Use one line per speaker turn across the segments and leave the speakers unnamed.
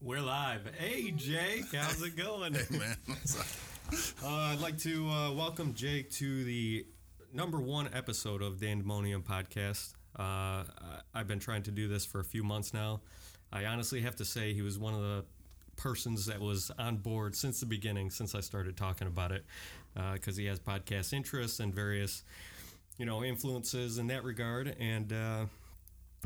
We're live. Hey, Jake, how's it going? uh,
Hey, man. What's up?
I'd like to uh, welcome Jake to the number one episode of Dandemonium Podcast. Uh, I- I've been trying to do this for a few months now. I honestly have to say he was one of the persons that was on board since the beginning, since I started talking about it, because he has podcast interests and various, you know, influences in that regard. And uh,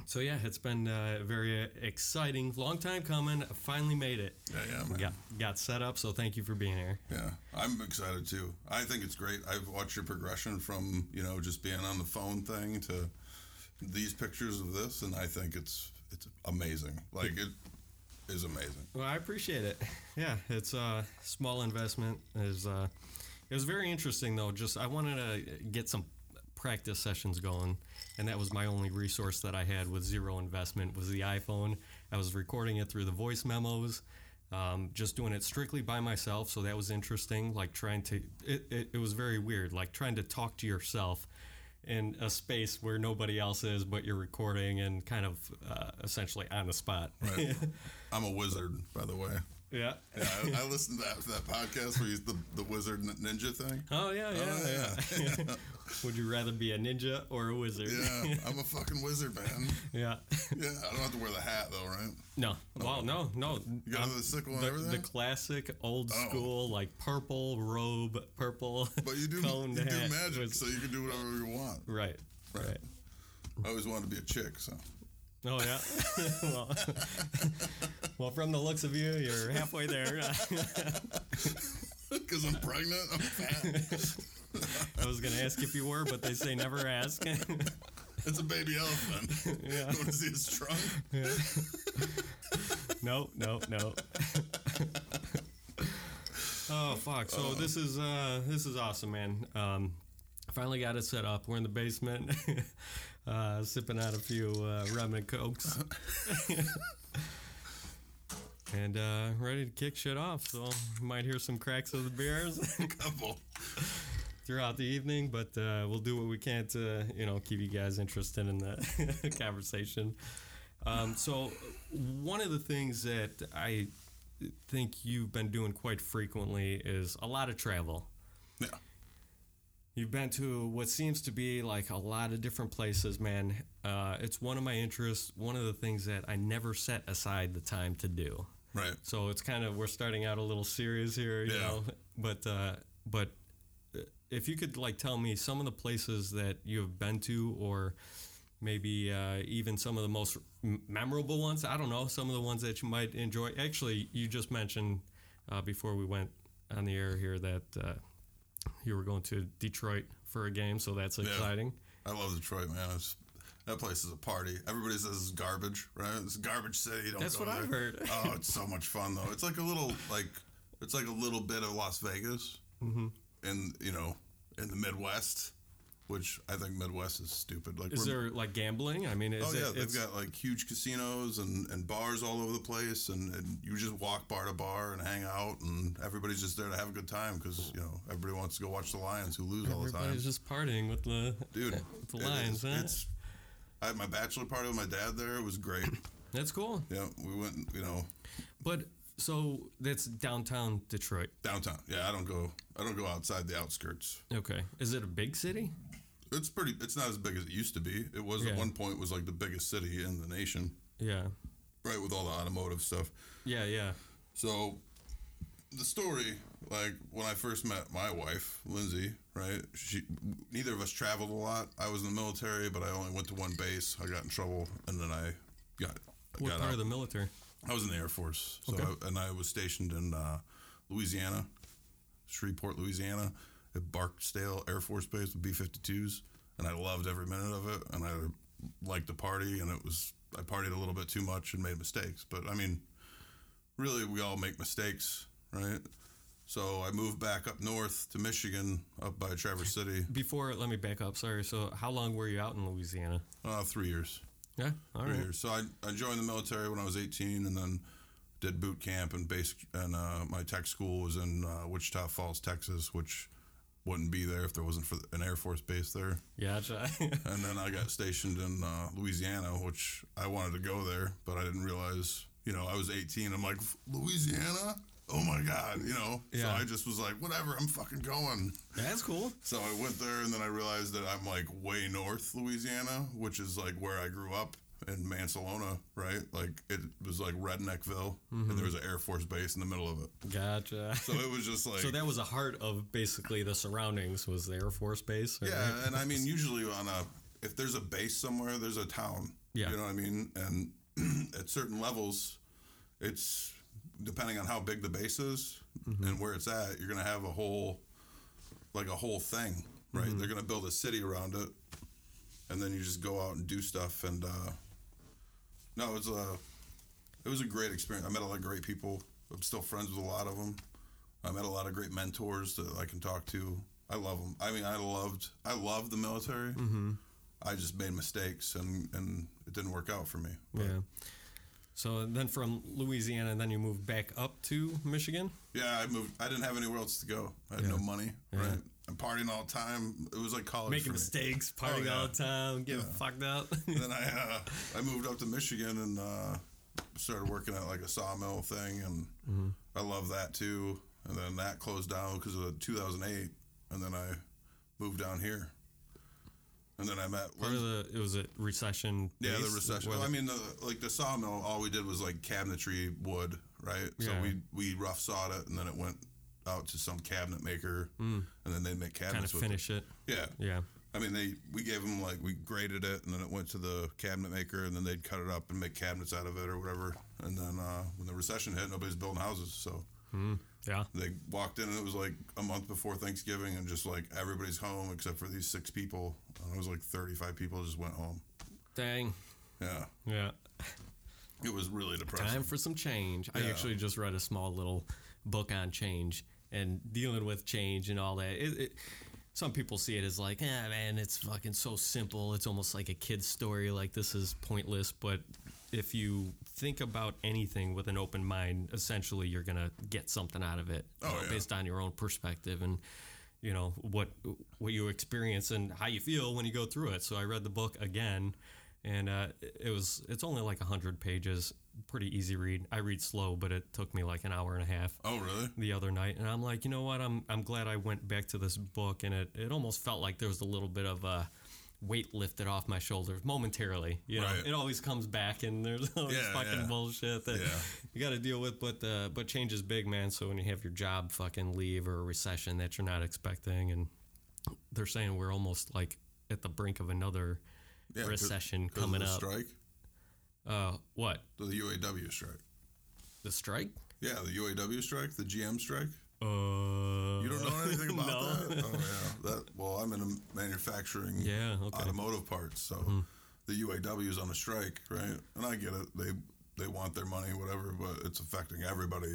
so, yeah, it's been uh, very exciting, long time coming. Finally made it.
Yeah, yeah, man.
got got set up. So thank you for being here.
Yeah, I'm excited too. I think it's great. I've watched your progression from you know just being on the phone thing to these pictures of this, and I think it's it's amazing. Like it is amazing.
Well, I appreciate it. Yeah, it's a small investment. Is uh, it was very interesting though. Just I wanted to get some practice sessions going, and that was my only resource that I had with zero investment was the iPhone. I was recording it through the voice memos. Um, just doing it strictly by myself, so that was interesting. Like trying to, it, it, it was very weird. Like trying to talk to yourself in a space where nobody else is, but you're recording and kind of uh, essentially on the spot.
Right. I'm a wizard, by the way.
yeah.
Yeah, I, I listened to that, that podcast where he's the the wizard nin- ninja thing.
Oh yeah, yeah,
Oh,
yeah. Would you rather be a ninja or a wizard?
Yeah, I'm a fucking wizard, man.
Yeah.
Yeah, I don't have to wear the hat though, right?
No. Well, no, no.
You got
Um,
the sickle and
the, the
everything.
classic old school like purple robe, purple.
But you do
coned
you do
hat
magic,
with-
so you can do whatever you want.
right. Right.
I always wanted to be a chick, so
Oh yeah. well, well, from the looks of you, you're halfway there. I
because I'm pregnant, I'm fat.
was gonna ask if you were, but they say never ask.
It's a baby elephant.
Yeah.
You want to see his trunk?
no, no, no. oh fuck! So this is uh, this is awesome, man. Um, finally got it set up. We're in the basement, uh, sipping out a few uh, rum and cokes, and uh, ready to kick shit off. So you might hear some cracks of the beers
Couple.
throughout the evening, but uh, we'll do what we can to you know keep you guys interested in the conversation. Um, so, one of the things that I think you've been doing quite frequently is a lot of travel.
Yeah.
You've been to what seems to be like a lot of different places, man. Uh, it's one of my interests, one of the things that I never set aside the time to do.
Right.
So it's kind of we're starting out a little serious here, you
Yeah.
know. But uh, but uh, if you could like tell me some of the places that you have been to, or maybe uh, even some of the most m- memorable ones. I don't know some of the ones that you might enjoy. Actually, you just mentioned uh, before we went on the air here that uh, you were going to Detroit for a game, so that's exciting.
I love Detroit, man. It's, that place is a party. Everybody says it's garbage, right? It's a garbage city. Don't
That's
go
what
there.
I've heard.
Oh, it's so much fun though. It's like a little like it's like a little bit of Las Vegas, mm-hmm. in you know, in the Midwest, which I think Midwest is stupid. Like
Is
we're-
there like gambling? I mean, is
Oh yeah,
it?
they've
it's-
got like huge casinos and, and bars all over the place, and, and you just walk bar to bar and hang out, and everybody's just there to have a good time because you know everybody wants to go watch the Lions who lose all the time,
everybody's just partying with the
dude.
the
it
Lions,
is-
huh?
It's I had my bachelor party with my dad there. It was great.
That's cool.
yeah, we went, you know,
But so that's downtown Detroit.
downtown. Yeah, I don't go, I don't go outside the outskirts.
Okay. Is it a big city?
It's pretty. It's not as big as it used to be. It was
Yeah.
at one point was like the biggest city in the nation,
Yeah.
right, with all the automotive stuff.
Yeah, yeah.
So the story, like when I first met my wife, Lindsay, right? She neither of us traveled a lot. I was in the military, but I only went to one base. I got in trouble and then I got
What
got
part
out.
of the military?
I was in the Air Force. So
Okay.
I, and I was stationed in uh, Louisiana, Shreveport, Louisiana, at Barksdale Air Force Base with B-52s, and I loved every minute of it. And I liked the party, and it was I partied a little bit too much and made mistakes. But I mean, really, we all make mistakes, right? So I moved back up north to Michigan, up by Traverse City,
Before, let me back up. Sorry. So, how long were you out in Louisiana?
uh, three years.
Yeah. All
three
right.
years. So I, I joined the military when I was 18, and then did boot camp and basic. And uh, my tech school was in uh, Wichita Falls, Texas, which wouldn't be there if there wasn't for an Air Force base there.
Gotcha.
And then I got stationed in uh, Louisiana, which I wanted to go there, but I didn't realize you know, I was 18. I'm like, Louisiana? Oh my God, you know?
Yeah.
So I just was like, whatever, I'm fucking going.
That's cool.
So I went there and then I realized that I'm like way north Louisiana, which is like where I grew up in Mansalona, right? Like it was like Redneckville
Mm-hmm.
and there was an Air Force base in the middle of it.
Gotcha.
So it was just like.
So that was the heart of basically the surroundings was the Air Force Base. or-
Yeah, and I mean, usually on a if there's a base somewhere, there's a town.
Yeah.
you know what I mean. And at certain levels, it's depending on how big the base is and where it's at. You're gonna have a whole, like a whole thing, right? They're gonna build a city around it, and then you just go out and do stuff. And uh, no, it's a it was a great experience. I met a lot of great people. I'm still friends with a lot of them. I met a lot of great mentors that I can talk to. I love them. I mean, I loved I loved the military.
Mm.
Mm-hmm. I just made mistakes and and it didn't work out for me.
Yeah. So then from Louisiana, then you moved back up to Michigan.
Yeah, I moved. I didn't have anywhere else to go. I had no money. Right. I'm partying all the time. It was like college. Oh, for
Making
me.
mistakes, partying
yeah.
all the time, getting fucked up.
And then I uh, I moved up to Michigan and uh, started working at like a sawmill thing, and
Mm-hmm.
I love that too. And then that closed down because of 2008, and then I moved down here. And then I met
Part of the it was a recession.
yeah the
base?
recession.
Where
Well,
the-
I mean, the, like the sawmill, all we did was like cabinetry wood, right? So
Yeah.
we we rough sawed it, and then it went out to some cabinet maker,
Mm.
and then they make
kind
cabinets
of
with it.
finish it.
Yeah,
Yeah.
I mean, they we gave them like we graded it, and then it went to the cabinet maker, and then they'd cut it up and make cabinets out of it or whatever. And then uh, when the recession hit, nobody's building houses, so
Yeah.
they walked in, and it was like a month before Thanksgiving, and just like everybody's home except for these six people. And it was like thirty-five people just went home.
Dang.
Yeah,
Yeah.
it was really depressing.
Time for some change. I
Yeah.
actually just read a small little book on change and dealing with change and all that. It, it, some people see it as like, ah, man, it's fucking so simple. It's almost like a kid's story. Like, this is pointless. But if you think about anything with an open mind, essentially you're going to get something out of it you
Oh,
know,
yeah.
based on your own perspective and, you know, what, what you experience and how you feel when you go through it. So I read the book again and uh, it was it's only like 100 pages pretty easy read i read slow but it took me like an hour and a half
Oh, really?
the other night and i'm like you know what i'm, I'm glad i went back to this book and it, it almost felt like there was a little bit of a weight lifted off my shoulders momentarily you know
Right.
it always comes back and there's all this
Yeah,
fucking
yeah.
bullshit that
Yeah.
you got to deal with but uh, but change is big man so when you have your job fucking leave or a recession that you're not expecting and they're saying we're almost like at the brink of another
Yeah, 'cause-
recession
'Cause of
coming
the
up
Strike
uh, what
the UAW strike.
the strike?
Yeah, the UAW strike, the GM strike.
Uh,
You don't know anything about
No.
that? Oh yeah. That well, I'm in a manufacturing
Yeah, okay. Mm-hmm.
automotive parts, so the UAW is on a strike, right? And I get it. They they want their money, whatever, but it's affecting everybody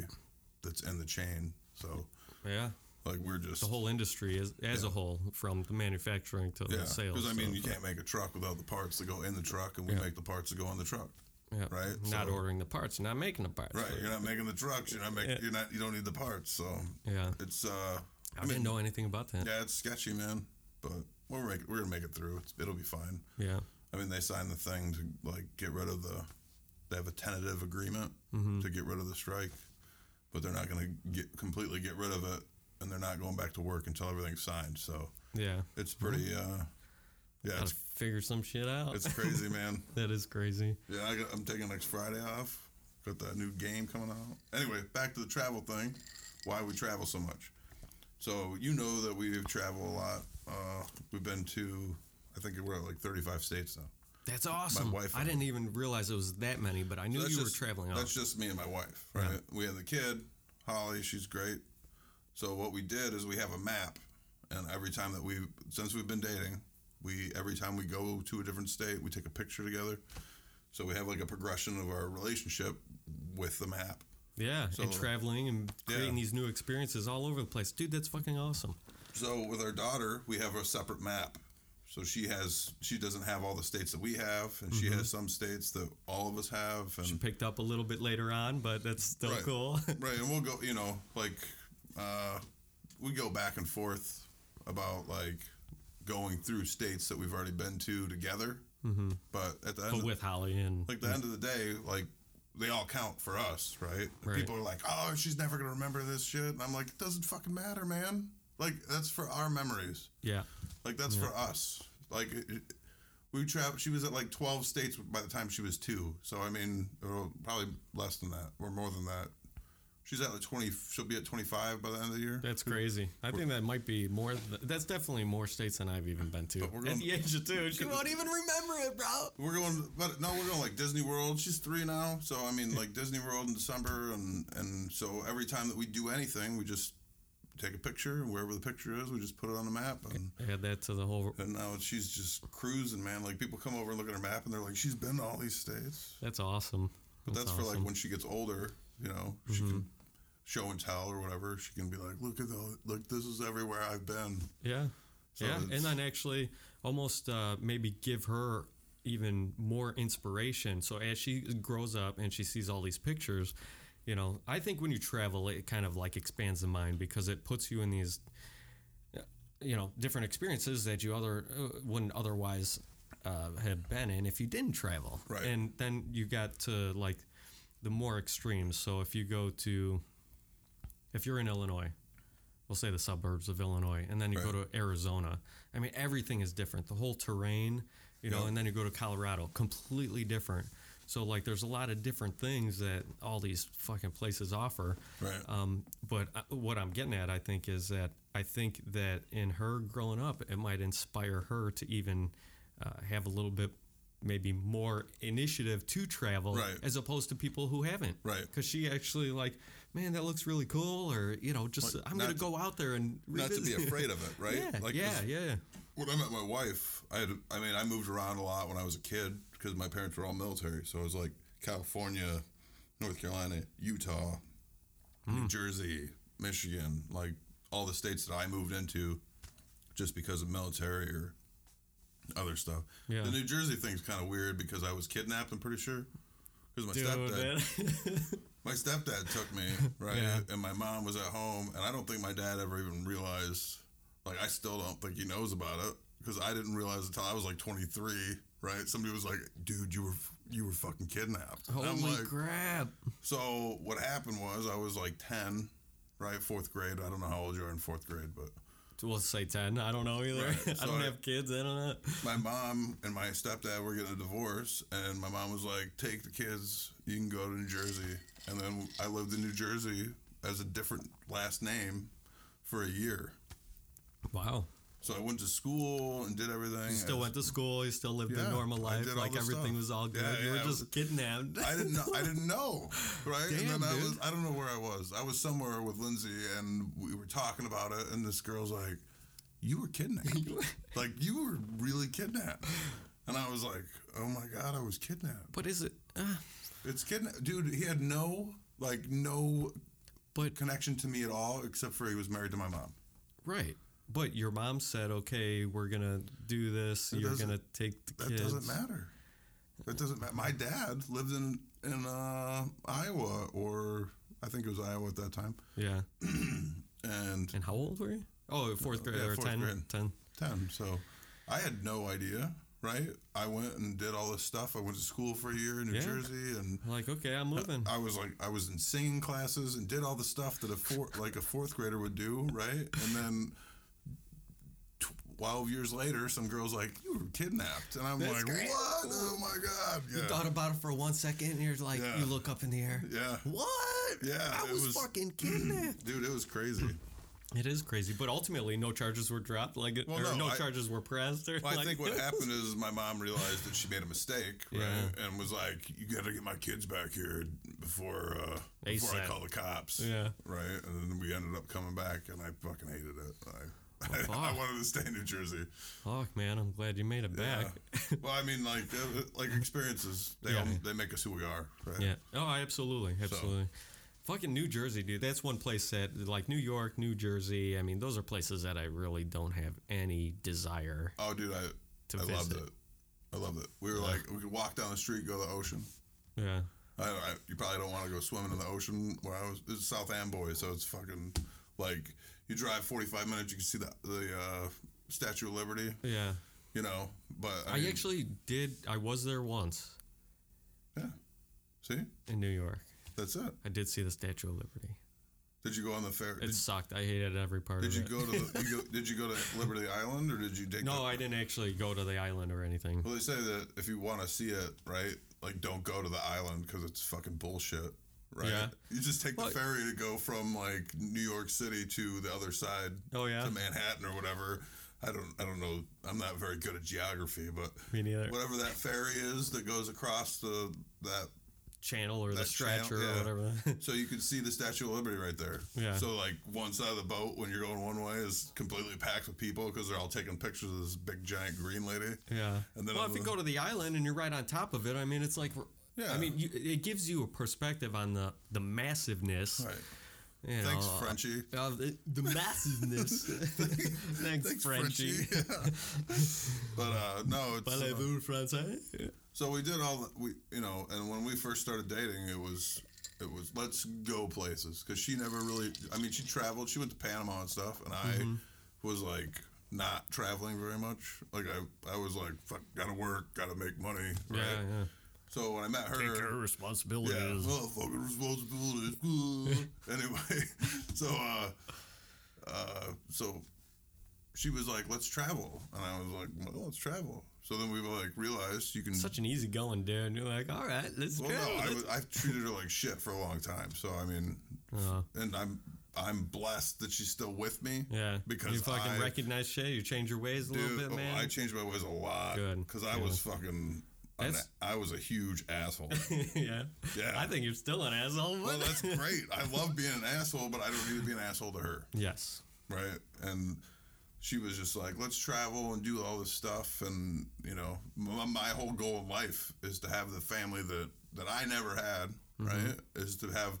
that's in the chain. So
yeah,
like we're just
the whole industry as, as a whole, from the manufacturing to
yeah.
the sales.
Because I mean,
so,
you can't make a truck without the parts that go in the truck, and we make the parts that go on the truck.
yeah.
right,
Not
so-
ordering the parts, not making the parts.
Right. You're not making the trucks. You're not making. You're not. You don't need the parts. So
Yeah,
it's uh.
I, didn't know anything about that.
Yeah, it's sketchy, man. But we're make, we're gonna make it through. It's, it'll be fine.
Yeah,
I mean, they signed the thing to like get rid of the. They have a tentative agreement
mm-hmm.
to get rid of the strike, but they're not going to get completely get rid of it, and they're not going back to work until everything's signed. So
yeah.
it's pretty. Uh, yeah,
Gotta
it's,
figure some shit out.
it's crazy, man.
that is crazy.
Yeah, I got, I'm taking next Friday off. Got that new game coming out. Anyway, back to the travel thing. Why we travel so much? So you know that we travel a lot. Uh, we've been to, I think we're at like 35 states now.
That's awesome.
wife-
I didn't even realize it was that many, but I knew you were traveling.
That's
Off.
just me and my wife, right? We have the kid, Holly. She's great. So what we did is we have a map, and every time that we since we've been dating, we every time we go to a different state, we take a picture together. So we have like a progression of our relationship with the map.
Yeah, and
so-
traveling and creating these new experiences all over the place, dude. That's fucking awesome.
So with our daughter, we have a separate map. So she has she doesn't have all the states that we have, and she has some states that all of us have. And
Picked up a little bit later on, but that's still
Right.
cool.
right and we'll go you know like uh we go back and forth about like going through states that we've already been to together mm-hmm. but at the end
but
of,
with Holly and
like the end of the day like they all count for us, right?
Right.
People are like, "Oh, she's never gonna remember this shit," and I'm like, "It doesn't fucking matter, man. Like that's for our memories.
Yeah.
Like that's for us. Like it, it- we traveled. She was at like 12 states by the time she was two. So I mean, or probably less than that, or more than that. She's at like 20. She'll be at 25 by the end of the year.
That's crazy. I think that might be more. th- That's definitely more states than I've even been to.
we're
At
going-
the age of two, she won't even remember it, bro.
We're going, but no, we're going like Disney World. She's three now, so I mean, like Disney World in December, and and so every time that we do anything, we just take a picture, and wherever the picture is, we just put it on the map, and
Add that to the whole.
and now she's just cruising, man. Like people come over and look at her map, and they're like, she's been to all these states.
That's awesome.
But that's, for like
awesome. Mm-hmm.
when she gets older, you know, she can show and tell or whatever. She can be like, look at the look, this is everywhere I've been.
Yeah.
So
yeah.
it's-
And then actually almost uh, maybe give her even more inspiration. So as she grows up and she sees all these pictures, you know, I think when you travel, it kind of like expands the mind because it puts you in these, uh, you know, different experiences that you other uh, wouldn't otherwise uh, have been in if you didn't travel.
Right.
And then you got to like the more extremes. So if you go to, if you're in Illinois, we'll say the suburbs of Illinois, and then you go to Arizona. I mean, everything is different. The whole terrain, you know,
Yeah.
and then you go to Colorado, completely different. So like, there's a lot of different things that all these fucking places offer.
Right.
Um, but I, what I'm getting at, I think, is that I think that in her growing up, it might inspire her to even uh, have a little bit, maybe more initiative to travel,
Right.
as opposed to people who haven't,
Right.
Because she actually like, man, that looks really cool, or you know, just
Like,
I'm gonna
not-
go out there and
Not to be
revisit.
afraid of it, right?
Yeah,
Like,
yeah,
'cause
yeah,
when I met my wife, I had, I mean, I moved around a lot when I was a kid because my parents were all military. So it was like California, North Carolina, Utah,
Hmm.
New Jersey, Michigan, like all the states that I moved into just because of military or other stuff.
Yeah.
The New Jersey thing's kind of weird because I was kidnapped, I'm pretty sure. Because my
Dude,
stepdad,
man.
my stepdad took me right, and my mom was at home, and I don't think my dad ever even realized. Like, I still don't think he knows about it because I didn't realize until I was like 23. Right? Somebody was like, "Dude, you were you were fucking kidnapped." And I'm
holy
like,
crap!
so what happened was I was like 10, right, fourth grade. I don't know how old you are in fourth grade, but
We'll say ten. I don't know either.
Right,
I
so
don't
I-
have kids. I don't know.
my mom and my stepdad were getting a divorce, and my mom was like, "Take the kids. You can go to New Jersey." And then I lived in New Jersey as a different last name for a year.
Wow.
So I went to school and did everything.
Still went to school. You still lived a
Yeah,
normal
I
life.
did all
Like
this
everything
stuff.
was all good.
Yeah,
you were
yeah, I
just
was-
kidnapped.
I didn't know. I didn't know, right?
Damn,
and then I
dude.
was. I don't know where I was. I was somewhere with Lindsay, and we were talking about it. And this girl's like, "You were kidnapped. like you were really kidnapped." And I was like, "Oh my god, I was kidnapped."
But is it? Uh,
It's kidnapped, dude. He had no like no
but
connection to me at all, except for he was married to my mom.
right. But your mom said, "Okay, we're gonna do this. You're
doesn't-
gonna take the
That
kids."
doesn't matter. That doesn't matter. My dad lived in in uh, Iowa, or I think it was Iowa at that time,
Yeah.
and
And how old were you? Oh, fourth grade
yeah,
or
fourth
10,
grade.
10.
10. So I had no idea, right? I went and did all this stuff. I went to school for a year in New
Yeah.
Jersey and
Like, okay, I'm moving.
I was like I was in singing classes and did all the stuff that a four, like a fourth grader would do, right? And then 12 years later, some girls like, "You were kidnapped." And I'm
That's
like,
great.
"What? Oh my god." Yeah.
about it for one second, and you're like,
Yeah.
look up in the air.
yeah.
What?
Yeah, it was-
fucking kidnapped.
Dude, it was crazy.
It is crazy, but ultimately, no charges were dropped. Like, or no,
no, I-
charges were pressed. Or
Well, I
like,
think what happened is my mom realized that she made a mistake, right?
Yeah.
And was like, "You got to get my kids back here before uh, before I
ASAP.
call the cops."
Yeah.
Right. And then we ended up coming back, and I fucking hated it. I, I,
fuck.
wanted to stay in New Jersey.
Fuck, man, I'm glad you made it
Yeah.
back.
well, I mean, like, uh, like experiences, they
Yeah.
all, they make us who we are. Right?
Yeah. Oh, I absolutely, absolutely. Fucking New Jersey, dude. That's one place that, like New York, New Jersey. I mean, those are places that I really don't have any desire.
Oh, dude, I
To
I loved
visit.
it. I loved it. We were like, we could walk down the street, go to the ocean.
Yeah.
I, I, you probably don't want to go swimming in the ocean where I was. It's South Amboy, so it's fucking like you drive 45 minutes, you can see the the uh, Statue of Liberty,
Yeah.
you know. But I,
I
mean,
actually did. I was there once.
yeah, See,
in New York.
that's it.
I did see the Statue of Liberty.
Did you go on the fair?
It
Did,
sucked. I hated every part
did
of
you
it.
go to the, you go, Did you go to Liberty Island or did you take?
no,
the-
I didn't actually go to the island or anything.
Well, they say that if you want to see it, right, like don't go to the island because it's fucking bullshit, right?
Yeah.
You just take
Well-
the ferry to go from like New York City to the other side
Oh yeah,
to Manhattan or whatever. I don't, I don't know. I'm not very good at geography, but
me neither.
whatever that ferry is that goes across the that,
Channel or the
That channel,
stretcher
yeah.
or whatever.
so you can see the Statue of Liberty right there.
Yeah.
So like one side of the boat when you're going one way is completely packed with people because they're all taking pictures of this big giant green lady.
yeah.
And then
well,
on
if you
the-
go to the island and you're right on top of it, I mean, it's like.
Yeah.
I mean, you, it gives you a perspective on the the massiveness.
Right.
you
Thanks,
know,
Frenchie.
Uh, the, the massiveness. Thanks,
Thanks,
Frenchie.
Frenchie. Yeah. but uh, no, it's, uh,
Parlez-vous français?
so we did all the, we you know, and when we first started dating, it was it was let's go places because she never really. I mean, she traveled. She went to Panama and stuff, and I
Mm-hmm.
was like not traveling very much. Like I, I was like, fuck, gotta work, gotta make money,
Yeah,
right?
yeah.
So when I met her,
responsibilities.
Yeah, well, fucking responsibilities. Uh, anyway, so uh, uh, so she was like, "Let's travel," and I was like, well, "Let's travel." So then we like realized you can.
Such an easy going dude. You're like, all right, let's
Mm. well,
go.
no, I
let's-"
was, I've treated her like shit for a long time. So I mean,
Uh,
and I'm I'm blessed that she's still with me.
yeah,
because
you fucking
I-
recognize shit. You change your ways a
Dude,
little bit,
oh,
man.
I changed my ways a lot
Good,
because I
good.
was fucking. An,
That's-
I was a huge asshole.
yeah.
Yeah.
I think you're still an asshole. but-
well, that's great. I love being an asshole, but I don't need to be an asshole to her.
yes.
right? And she was just like, let's travel and do all this stuff. And, you know, my, my whole goal in life is to have the family that, that I never had, right? Is to have,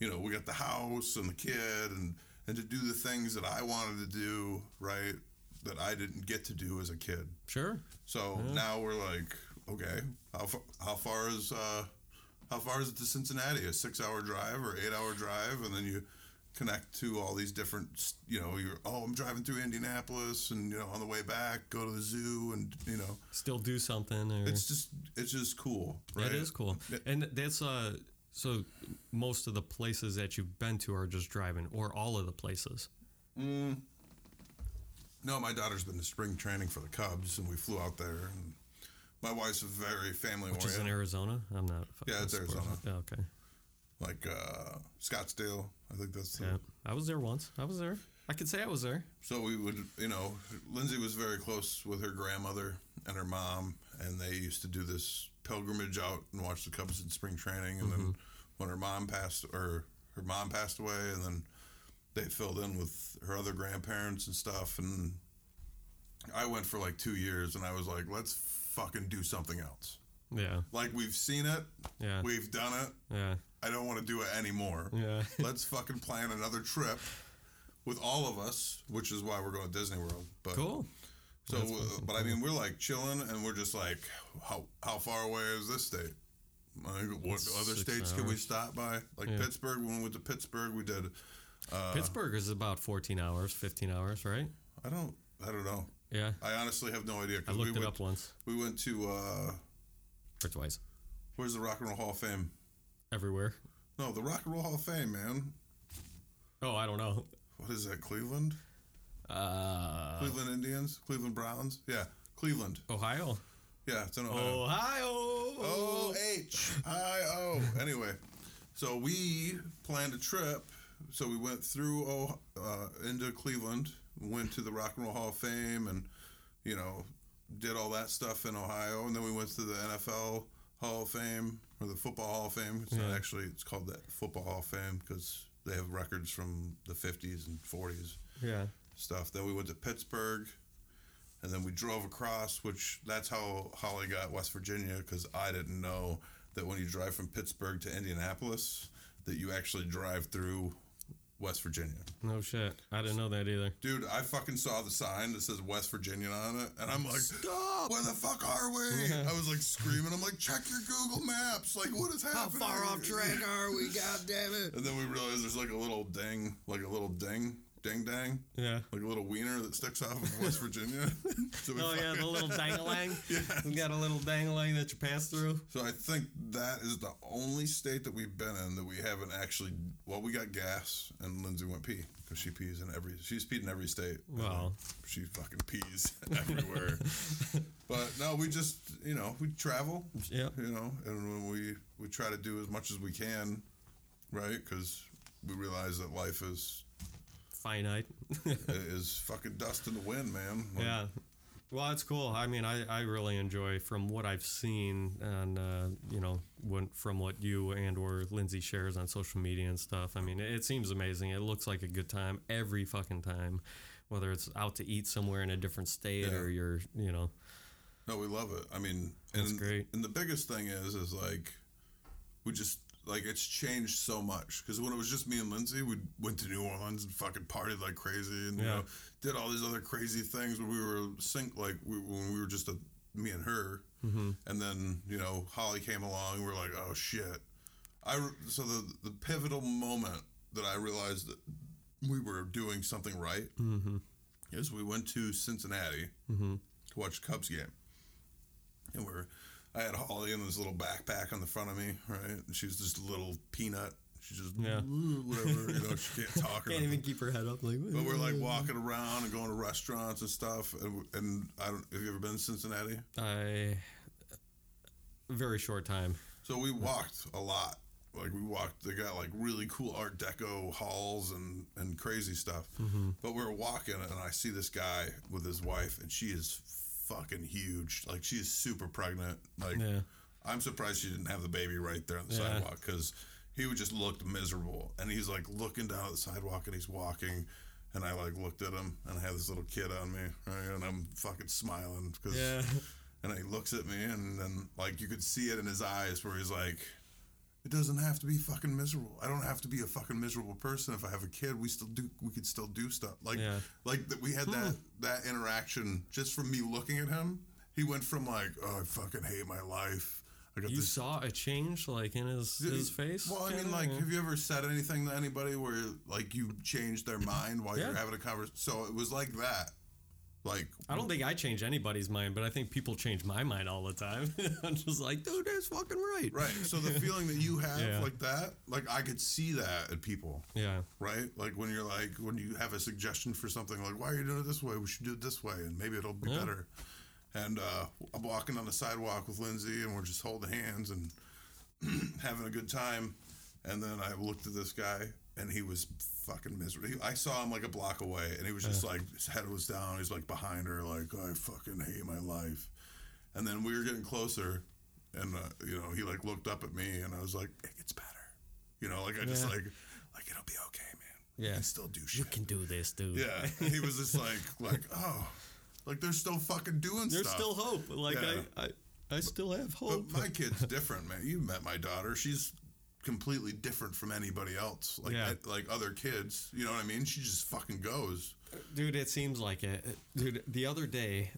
you know, we got the house and the kid and, and to do the things that I wanted to do, right? That I didn't get to do as a kid.
Sure.
So now we're like, okay, how far, how far is uh, how far is it to Cincinnati? A six hour drive or eight hour drive, and then you connect to all these different, s- you know, you're oh, I'm driving through Indianapolis, and you know, on the way back, go to the zoo, and you know,
Still do something. Or,
it's just it's just cool, right?
That is cool. And that's uh so most of the places that you've been to are just driving or all of the places.
No, my daughter's been to spring training for the Cubs, and we flew out there. And my wife's very family
Which is in
oriented,
Arizona? I'm not a
Oh, Yeah, it's
fucking sports-
Arizona.
Yeah, okay.
like uh, Scottsdale. I think that's the,
Yeah. I was there once. I was there. I could say I was there.
So we would, you know, Lindsay was very close with her grandmother and her mom, and they used to do this pilgrimage out and watch the Cubs in spring training. And then when her mom passed, or her mom passed away, and then they filled in with her other grandparents and stuff. And I went for like two years, and I was like, let's fucking do something else.
Yeah.
Like we've seen it,
Yeah.
we've done it.
yeah.
I don't want to do it anymore
Yeah.
let's fucking plan another trip with all of us, which is why we're going to Disney World. But
Cool.
so, uh, but I mean, we're like chilling, and we're just like, how how far away is this state? Like, what
It's
other
six
states can we
hours.
stop by? Like Pittsburgh. When we went to Pittsburgh, we did. Uh-huh.
Pittsburgh is about 14 hours, 15 hours, right?
I don't. I don't know.
Yeah.
I honestly have no idea.
I
Cause we
looked it
went.
up once
We went to uh,
or twice.
where's the Rock and Roll Hall of Fame?
Everywhere.
No, the Rock and Roll Hall of Fame, man.
Oh, I don't know.
What is that? Cleveland?
Uh,
Cleveland Indians? Cleveland Browns? Yeah, Cleveland.
Ohio.
Yeah, it's in Ohio.
Ohio.
O H I O. Anyway, so we planned a trip. So we went through oh, uh, into Cleveland, went to the Rock and Roll Hall of Fame, and you know did all that stuff in Ohio, and then we went to the NFL Hall of Fame or the Football Hall of Fame. It's not
Yeah.
actually it's called the Football Hall of Fame because they have records from the 50s and 40s
Yeah.
stuff. Then we went to Pittsburgh, and then we drove across, which that's how Holly got West Virginia because I didn't know that when you drive from Pittsburgh to Indianapolis, that you actually drive through West Virginia.
No shit. I didn't know that either.
Dude, I fucking saw the sign that says West Virginia on it, and I'm like, stop! Where the fuck are we? I was like screaming. I'm like, check your Google Maps. Like, what is happening?
are we? God damn it.
And then we realized there's like a little ding, like a little ding dang dang,
Yeah.
like a little wiener that sticks out of West Virginia. so, we
Oh yeah,
fucking-
the little dangalang. You got a little dangalang that you pass through.
so I think that is the only state that we've been in that we haven't actually. Well, we got gas, and Lindsay went pee because she pees in every. She's peed in every state.
Well.
she fucking pees everywhere. but no, we just you know we travel.
Yeah.
you know, and when we we try to do as much as we can, right? Because we realize that life is
Finite.
is fucking dust in the wind, man. Like,
yeah. Well, that's cool. I mean, I, I really enjoy from what I've seen and uh, you know when, from what you and or Lindsay shares on social media and stuff. I mean, it, it seems amazing. It looks like a good time every fucking time, whether it's out to eat somewhere in a different state
Yeah.
or you're you know
No, we love it. I mean, and,
That's great.
And the biggest thing is, is like, we just like it's changed so much. Because when it was just me and Lindsay, we went to New Orleans and fucking partied like crazy, and you
Yeah.
know, did all these other crazy things when we were sync. Like we, when we were just a, me and her,
Hmm. Mm-hmm.
and then you know Holly came along. We were like, oh shit. I re- so the the pivotal moment that I realized that we were doing something right
Mm-hmm.
is we went to Cincinnati to watch the Cubs game and we're I had Holly in this little backpack on the front of me, right? And she was just a little peanut. She just
Yeah.
whatever, you know, she can't talk or
can't
nothing.
even keep her head up. Like,
But we're like walking around and going to restaurants and stuff. And, and I don't have you ever been to Cincinnati?
I very short time.
So we walked a lot. Like we walked, they got like really cool Art Deco halls and and crazy stuff.
Mm-hmm.
But we were walking, and I see this guy with his wife, and she is fucking huge. Like she is super pregnant. Like
Yeah.
I'm surprised she didn't have the baby right there on the
Yeah.
sidewalk because he would just looked miserable. And he's like looking down at the sidewalk, and he's walking. And I like looked at him, and I had this little kid on me, right? and I'm fucking smiling because
Yeah.
and he looks at me, and then like you could see it in his eyes where he's like, "It doesn't have to be fucking miserable. I don't have to be a fucking miserable person. If I have a kid, we still do. We could still do stuff. Like,
Yeah.
like that. We had that
Hmm.
that interaction just from me looking at him. He went from like, "Oh, I fucking hate my life. I got
You
this."
saw a change like in his his face.
Well, I mean,
kinda?
like,
Yeah.
have you ever said anything to anybody where like you changed their mind while you're
Yeah.
having a conversation? So it was like that. Like,
I don't think I change anybody's mind, but I think people change my mind all the time. I'm just like, dude, that's fucking right.
Right. So the feeling that you have
Yeah.
like that, like I could see that in people,
Yeah.
right? Like when you're like when you have a suggestion for something, like why are you doing it this way? We should do it this way, and maybe it'll be better. And uh, I'm walking on the sidewalk with Lindsay, and we're just holding hands and having a good time. And then I looked at this guy, and he was fucking miserable. He, I saw him like a block away, and he was just like his head was down. He's like behind her, like I fucking hate my life. And then we were getting closer, and uh, you know he like looked up at me, and I was like, it gets better. You know, like I just
Yeah.
like like it'll be okay, man.
Yeah.
I still do
You
shit.
can do this, dude.
Yeah, and he was just like like oh, like they're still fucking doing
There's
stuff.
still hope. Like
Yeah.
I, I I still have hope.
But my kid's different, man. You met my daughter. She's completely different from anybody else. Like
Yeah.
I- like other kids. You know what I mean? She just fucking goes.
Dude, it seems like it. Dude, the other day,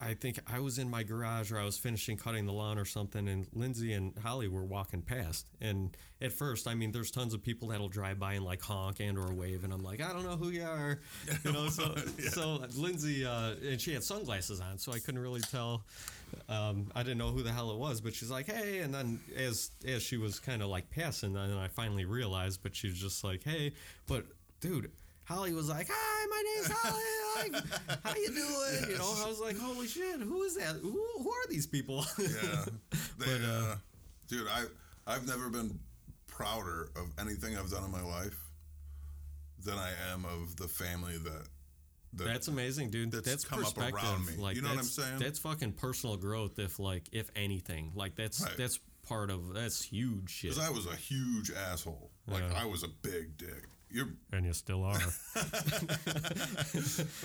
I think I was in my garage or I was finishing cutting the lawn or something, and Lindsay and Holly were walking past. And at first, I mean, there's tons of people that'll drive by and like honk and or wave, and I'm like, I don't know who you are, you know. So, so Lindsay uh, and she had sunglasses on, so I couldn't really tell. Um, I didn't know who the hell it was, but she's like, hey, and then as as she was kind of like passing, then I finally realized, but she was just like, hey, but dude. Holly was like, "Hi, my name's Holly. Like, how you doing?" You know, I was like, "Holy shit, who is that? Who, who are these people?"
Yeah. They, uh, dude, I I've never been prouder of anything I've done in my life than I am of the family that that
that's amazing, dude. That's,
That's come up
perspective.
around me.
Like,
You know what I'm
that's-
saying?
That's fucking personal growth. If like, if anything, like that's
Right.
that's part of that's huge shit.
Because I was a huge asshole. Like I was a big dick. You're,
and you still are.
but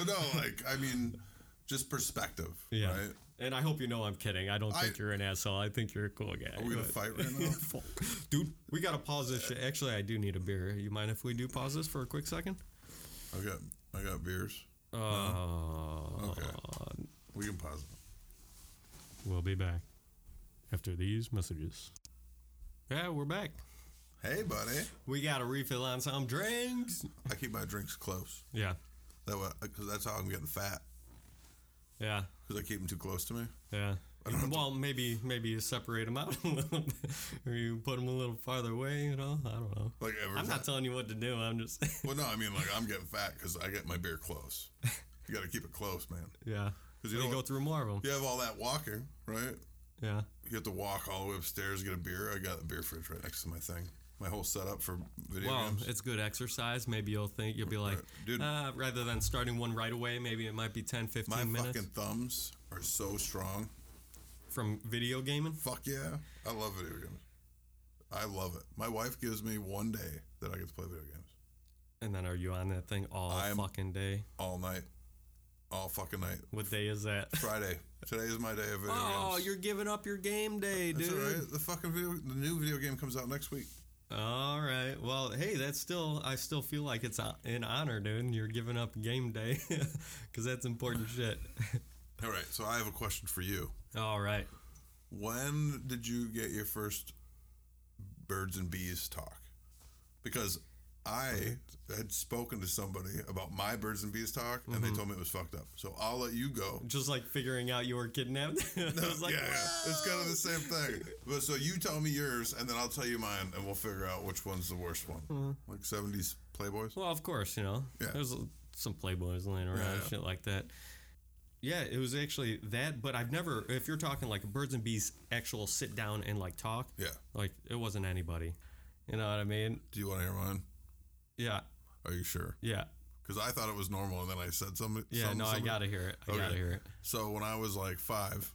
no, like I mean, just perspective,
Yeah.
right?
And I hope you know I'm kidding. I don't think you're an asshole. I think you're a cool guy.
Are we gonna
but-
fight right now?
Dude, we gotta pause this. shit. Actually, I do need a beer. You mind if we do pause this for a quick second?
I got, I got beers.
Oh,
Okay, we can pause.
We'll be back after these messages. Yeah, we're back.
Hey, buddy.
We got a refill on some drinks.
I keep my drinks close.
Yeah,
That way, because that's how I'm getting fat.
yeah,
Because I keep them too close to me.
yeah. Well, maybe maybe you separate them out a little bit, or you put them a little farther away. You know, I don't know.
Like every
I'm
time.
not telling you what to do. I'm just
well, no, I mean like I'm getting fat because I get my beer close. You got to keep it close, man.
yeah.
'Cause you
You,
don't-
go through more of them.
You have all that walking, right?
Yeah,
You have to walk all the way upstairs to get a beer. I got a beer fridge right next to my thing. My whole setup for video
well,
games.
it's good exercise. Maybe you'll think you'll be like,
Dude.
"Ah," rather than starting one right away, maybe it might be 10, 15
My
minutes
fucking thumbs are so strong.
from video gaming.
Fuck yeah, I love video games. I love it. My wife gives me one day that I get to play video games
And then are you on that thing all
I'm-
fucking day?
all night, all fucking night.
What day is that?
Friday. Today is my day of video
Oh,
games.
you're giving up your game day,
That's
dude.
all right. The fucking video, the new video game comes out next week.
All right. Well, hey, that's still I still feel like it's a- an honor, dude. You're giving up game day because that's important shit.
All right. So I have a question for you.
All right.
When did you get your first birds and bees talk? Because I had spoken to somebody about my birds and bees talk, and
Mm-hmm.
they told me it was fucked up. So I'll let you go.
Just like figuring out you were kidnapped. I was like,
yeah, yeah. it's kind of
"Whoa."
the same thing. But so you tell me yours, and then I'll tell you mine, and we'll figure out which one's the worst one.
Mm-hmm.
Like seventies Playboys.
Well, of course, you know.
Yeah.
There's some Playboys laying around,
Yeah, yeah.
shit like that. Yeah, it was actually that, but I've never, if you're talking like birds and bees, actual sit down and like talk,
Yeah.
like it wasn't anybody. You know what I mean?
Do you want to hear mine?
Yeah,
Are you sure?
yeah,
Because I thought it was normal, and then I said something.
yeah.
some- Oh,
no, I
something-
gotta hear it. I gotta
Okay.
hear it.
So when I was like five,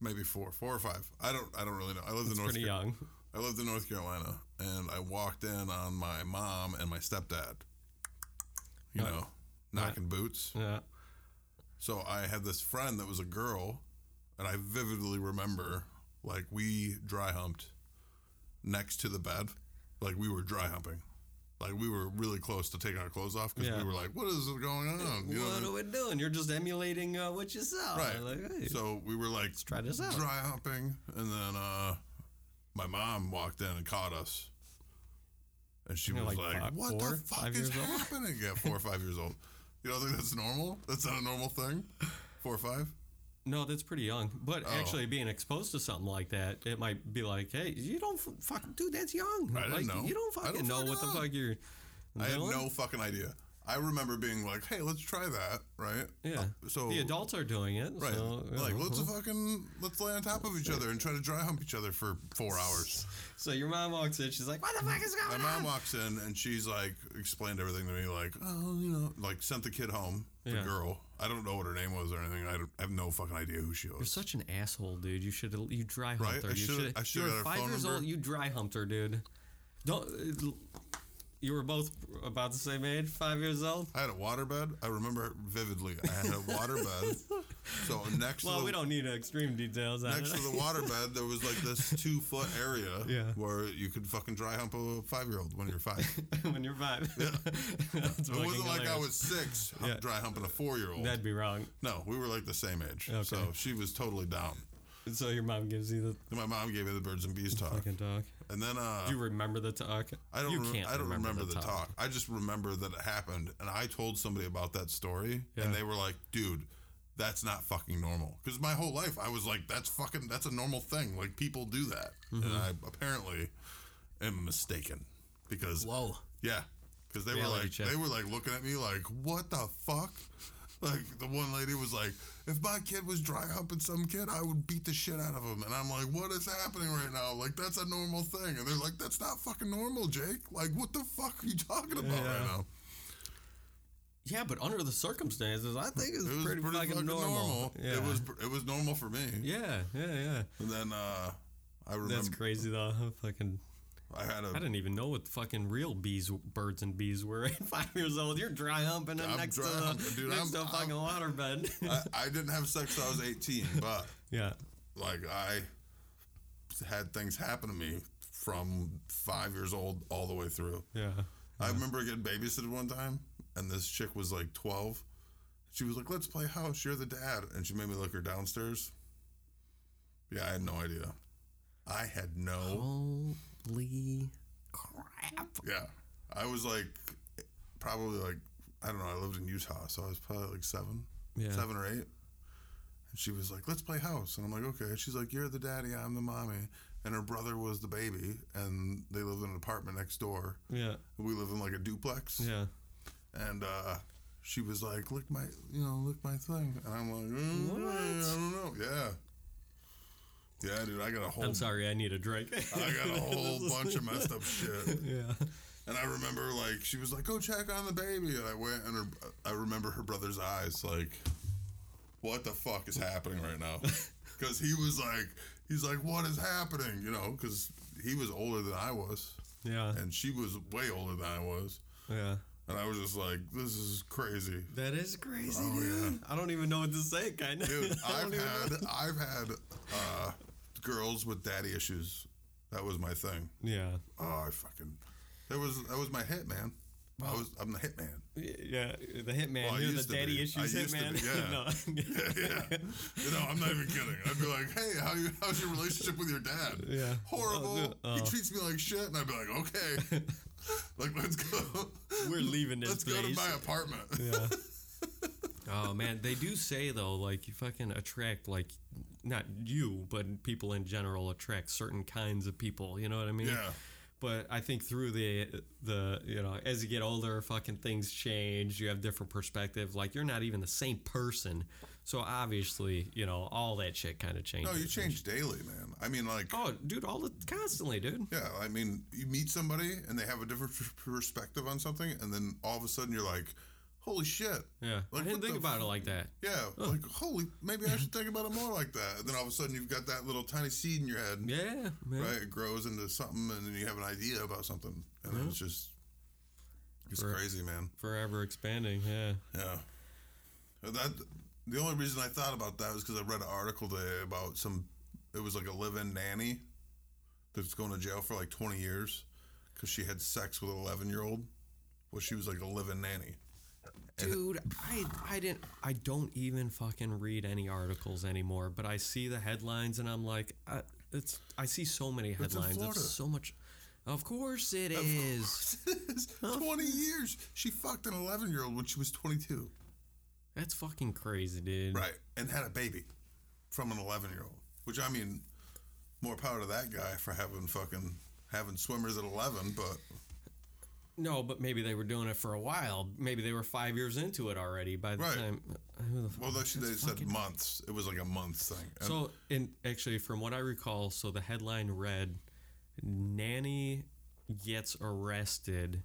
maybe four, four or five. I don't. I don't really know. I lived in North.
Pretty young.
I lived in North Carolina, and I walked in on my mom and my stepdad. You
Oh.
know, knocking boots.
Yeah.
So I had this friend that was a girl, and I vividly remember like we dry humped next to the bed, like we were dry humping. Like we were really close to taking our clothes off because
Yeah.
we were like, "What is going on?" You know what I
what
mean?
are we doing? You're just emulating uh, what you saw.
Right.
Like, hey,
So we were like
try this out.
dry humping, and then uh, my mom walked in and caught us, and she
You're
was
like
like,
five-
"What
four,
the fuck
five
is
years old?"
happening?" Yeah, four or five years old. You don't think that's normal? That's not a normal thing. Four or five.
No, that's pretty young. But
Oh.
actually, being exposed to something like that, it might be like, hey, you don't f- fucking, dude, that's young.
I didn't
like,
know.
You don't
I don't
fucking know
fucking
what the
know.
fuck you're.
I had
doing.
no fucking idea. I remember being like, "Hey, let's try that," right? Uh,
Yeah.
So
the adults are doing it.
Right.
So, uh-huh. you
like,
know.
let's fucking let's lay on top of each other and try to dry hump each other for four hours.
So your mom walks in, she's like, what the fuck is
My
going
mom
on?
walks in and she's like explained everything to me, like, oh, you know, like sent the kid home. The
Yeah.
girl. I don't know what her name was or anything. I, don't, I have no fucking idea who she
You're
was.
such an asshole, dude. You should you dry humped
Right?
her.
I
you
should've-
should.
I
you
should've
were
had her
five
phone
years
number.
old. You dry humped her, dude. Don't. You were both about the same age, five years old.
I had a waterbed. I remember vividly. I had a waterbed. so next
Well,
to the,
we don't need extreme details. on
next
it.
to the waterbed, there was like this two foot area
Yeah.
where you could fucking dry hump a five year old when you're five.
when you're five. That's
it
fucking
wasn't like I
hilarious.
was six hu-
Yeah.
dry humping a four year old.
That'd be wrong.
No, we were like the same age.
Okay.
So she was totally down.
So your mom gives you the
Then my mom gave me the birds and bees talk,
fucking talk.
and then uh,
Do you remember the talk?
I don't.
You
rem-
can't
I don't remember, the,
talk.
talk. I just remember that it happened, and I told somebody about that story,
Yeah.
and they were like, "Dude, that's not fucking normal." Because my whole life I was like, "That's fucking. That's a normal thing. Like people do that." And I
Mm-hmm.
apparently am mistaken because
Whoa.
yeah, because they were
Reality
like
check.
they were like looking at me like, "What the fuck." Like the one lady was like, if my kid was dry humping some kid, I would beat the shit out of him. And I'm like, what is happening right now? Like that's a normal thing. And they're like, that's not fucking normal, Jake. Like what the fuck are you talking about
Yeah.
right now?
Yeah, but under the circumstances, I think it's
It was
pretty, fucking, normal. Yeah.
It was it was normal for me.
Yeah, yeah, yeah.
And then uh, I
That's
remember
crazy though. I fucking,
I had a
I didn't even know what fucking real bees, birds and bees were at five years old. You're dry humping them
I'm
next to
dry
the
humping, dude.
next
I'm-
to a fucking waterbed.
I, I didn't have sex till I was 18, but
yeah,
like I had things happen to me from five years old all the way through.
yeah.
I remember getting babysitted one time, and this chick was like 12. She was like, "Let's play house. You're the dad," and she made me look her downstairs. Yeah, I had no idea. I had no
Oh, holy crap.
Yeah. I was like, probably like, I don't know, I lived in Utah, so I was probably like seven,
Yeah.
seven or eight. And she was like, let's play house. And I'm like, okay. She's like, you're the daddy, I'm the mommy. And her brother was the baby, and they lived in an apartment next door.
Yeah.
We lived in like a duplex.
Yeah.
And uh, she was like, lick my, you know, lick my thing. And I'm like, mm,
What?
I don't know. Yeah. Yeah, dude, I got a whole,
I'm sorry, I need a drink.
I got a whole bunch of messed up shit.
Yeah.
And I remember like she was like, "Go check on the baby," and I went and her, I remember her brother's eyes like, "What the fuck is happening right now?" Because he was like, he's like, "What is happening?" You know, because he was older than I was,
Yeah.
and she was way older than I was,
Yeah.
and I was just like, "This is crazy."
That is crazy,
Oh,
dude. I don't even know what to say, kind of.
Dude,
I
I've
don't even
had I've had uh, girls with daddy issues. That was my thing.
Yeah.
Oh, I fucking that was that was my hit man. I was I'm the hit man.
Yeah, the hitman.
Well, I
You're the
used to be.
daddy
I
issues
used to
hitman.
be, yeah.
no.
yeah. You know, I'm not even kidding. I'd be like, hey, how you, how's your relationship with your dad?
Yeah.
Horrible.
Oh, no.
He
Oh.
treats me like shit. And I'd be like, okay. like, let's go.
We're leaving this
Let's
place.
go to my apartment.
yeah. oh man, they do say though, like you fucking attract like not you, but people in general attract certain kinds of people. You know what I mean?
Yeah.
But I think through the the you know as you get older, fucking things change. You have different perspective. Like you're not even the same person. So obviously, you know all that shit kind of changes.
No, you change daily, man. I mean, like,
Oh, dude, all the constantly, dude.
yeah, I mean, you meet somebody and they have a different perspective on something. And then all of a sudden you're like, holy shit.
Yeah,
Like,
I didn't
what
think
the
about it
f-
like that.
Yeah, like holy, maybe I should think about it more like that. And then all of a sudden, you've got that little tiny seed in your head.
Yeah, man.
right? It grows into something, and then you have an idea about something, and it's just it's
Right.
crazy, man.
Forever expanding. Yeah.
Yeah, And that the only reason I thought about that was because I read an article today about some. It was like a live-in nanny that's going to jail for like 20 years because she had sex with an 11-year-old. Well, she was like a live-in nanny.
Dude, I I didn't I don't even fucking read any articles anymore, but I see the headlines and I'm like, I, it's I see so many
in
headlines. It's,
Florida.
so much. Of course it is.
20 years. She fucked an 11-year-old when she was 22.
That's fucking crazy, dude.
Right. And had a baby from an 11 year old, which I mean, more power to that guy for having fucking having swimmers at 11, but
No, but maybe they were doing it for a while. Maybe they were five years into it already by the
Right.
time. Who the
well, actually, they said months. It was like a month thing. And
So, and actually, from what I recall, so the headline read, "Nanny gets arrested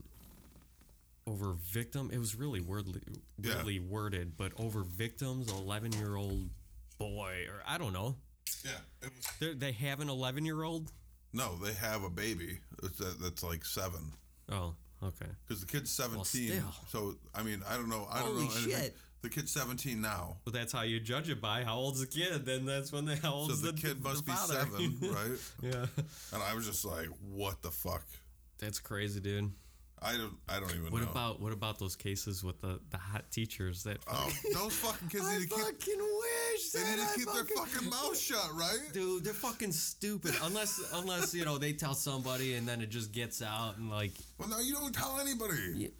um, over victim." It was really wordly,
Yeah.
weirdly worded, but over victims, eleven-year-old boy, or I don't know.
yeah, it was,
They're, they have an eleven-year-old.
no, they have a baby that's, that, that's like seven
Oh, okay.
because the kid's 17.
still.
so, I mean, I don't know. I don't
Holy
know. Anything.
shit.
The kid's 17 now.
Well, that's how you judge it by how old's the kid. Then that's when they how
So
old's
the,
the
kid
the
must be
father.
seven, right?
yeah,
And I was just like, what the fuck?
that's crazy, dude.
I don't, I don't even
What
know.
about what about those cases with the the hot teachers that?
oh, those fucking kids need to keep
wish
They need to keep their fucking mouth shut, right?
Dude, they're fucking stupid. Unless, unless you know, they tell somebody and then it just gets out and like,
Well, no, you don't tell anybody.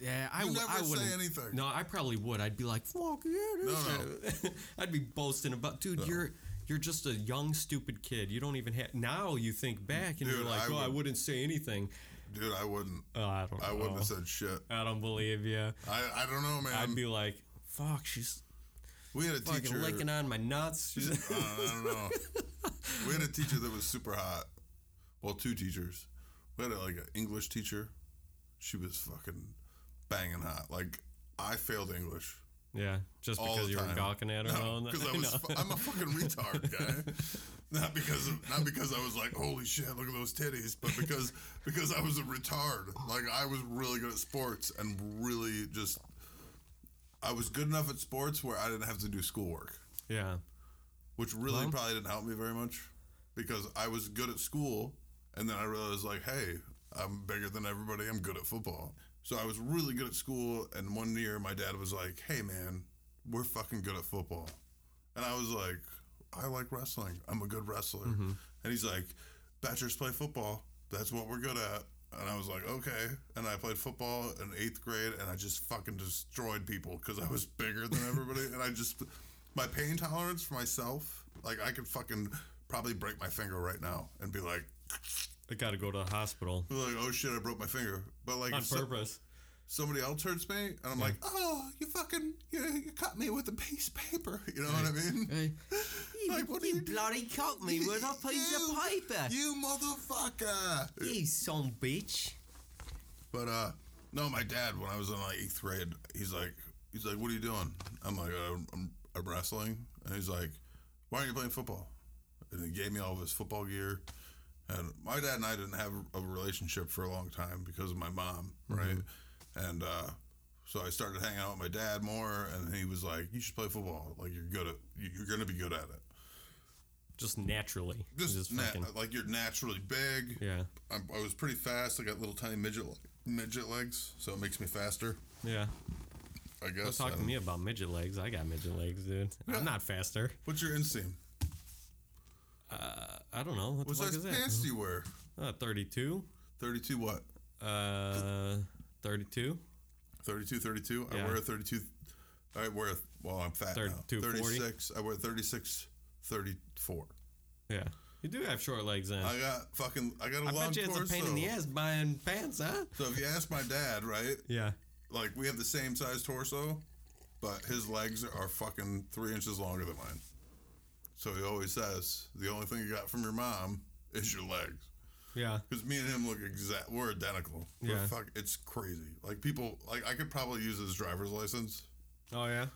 yeah, I,
You
would,
never
I
say
wouldn't.
anything.
No, I probably would. I'd be like, fuck yeah, this
No,
I'd be boasting about, dude, you're you're just a young stupid kid. You don't even have. Now you think back and you're
Dude,
like,
I
oh, I
would-
wouldn't say anything.
Dude, I wouldn't.
Oh, I don't.
I
know.
wouldn't have said shit.
I don't believe you.
I, I don't know, man.
I'd be like, fuck, she's
we had a
fucking
teacher.
licking on my nuts. She's-
Uh, I don't know. we had a teacher that was super hot. Well, two teachers. We had a, like an English teacher. She was fucking banging hot. Like I failed English.
yeah, just
All
because
the
you were
time.
gawking at her. all night.
because I was
No.
fu- I'm a fucking retard guy. Not because of, not because I was like, holy shit, look at those titties, but because because I was a retard. Like I was really good at sports and really just I was good enough at sports where I didn't have to do schoolwork,
Yeah.
which really
Well-
probably didn't help me very much because I was good at school and then I realized like, hey, I'm bigger than everybody. I'm good at football. So I was really good at school and one year my dad was like, "Hey man, we're fucking good at football." And I was like, I like wrestling. I'm a good wrestler. And he's like, bachelors play football. That's what we're good at. And I was like, okay. And I played football in eighth grade, and I just fucking destroyed people because I was bigger than everybody. and I just, my pain tolerance for myself, like I could fucking probably break my finger right now and be like,
I got to go to the hospital
be like, oh shit, I broke my finger. But like,
on
if so-
purpose.
somebody else hurts me, and I'm like, oh, you fucking, you, you cut me with a piece of paper. You know what I mean? Like, what are you
you
doing?
bloody cockney with a piece of paper.
You motherfucker.
You son bitch.
But uh, no, my dad when I was in like eighth grade, he's like, he's like, what are you doing? I'm like, I'm, I'm, I'm wrestling, and he's like, why aren't you playing football? And he gave me all of his football gear. And my dad and I didn't have a relationship for a long time because of my mom,
Mm-hmm.
right? And uh, so I started hanging out with my dad more, and he was like, "You should play football. Like you're good at, you- you're gonna be good at it.
Just naturally.
Just,
Just
na-
fucking.
like you're naturally big.
Yeah.
I, I was pretty fast. I got little tiny midget midget legs, so it makes me faster.
Yeah.
I guess.
Don't talk
I
to
don't-
me about midget legs. I got midget legs, dude. I'm not faster.
What's your inseam?
I don't know. What
What
the fuck
size
is
pants do you wear?
that? Uh, 32.
32 what?
Uh, 32.
32, 32? I
Yeah.
wear a 32. I wear, a, well, I'm fat now.
32, 40.
36. I wear 36, 34.
Yeah. You do have short legs then.
I got fucking, I got a
I
long
bet you it's
torso.
a pain in the ass buying pants, huh?
So if you ask my dad, right,
Yeah.
like we have the same size torso, but his legs are fucking three inches longer than mine. So he always says, the only thing you got from your mom is your legs.
Yeah.
Because me and him look exact. We're identical. We're
Yeah.
fuck, it's crazy. Like people, like I could probably use his driver's license.
Oh yeah.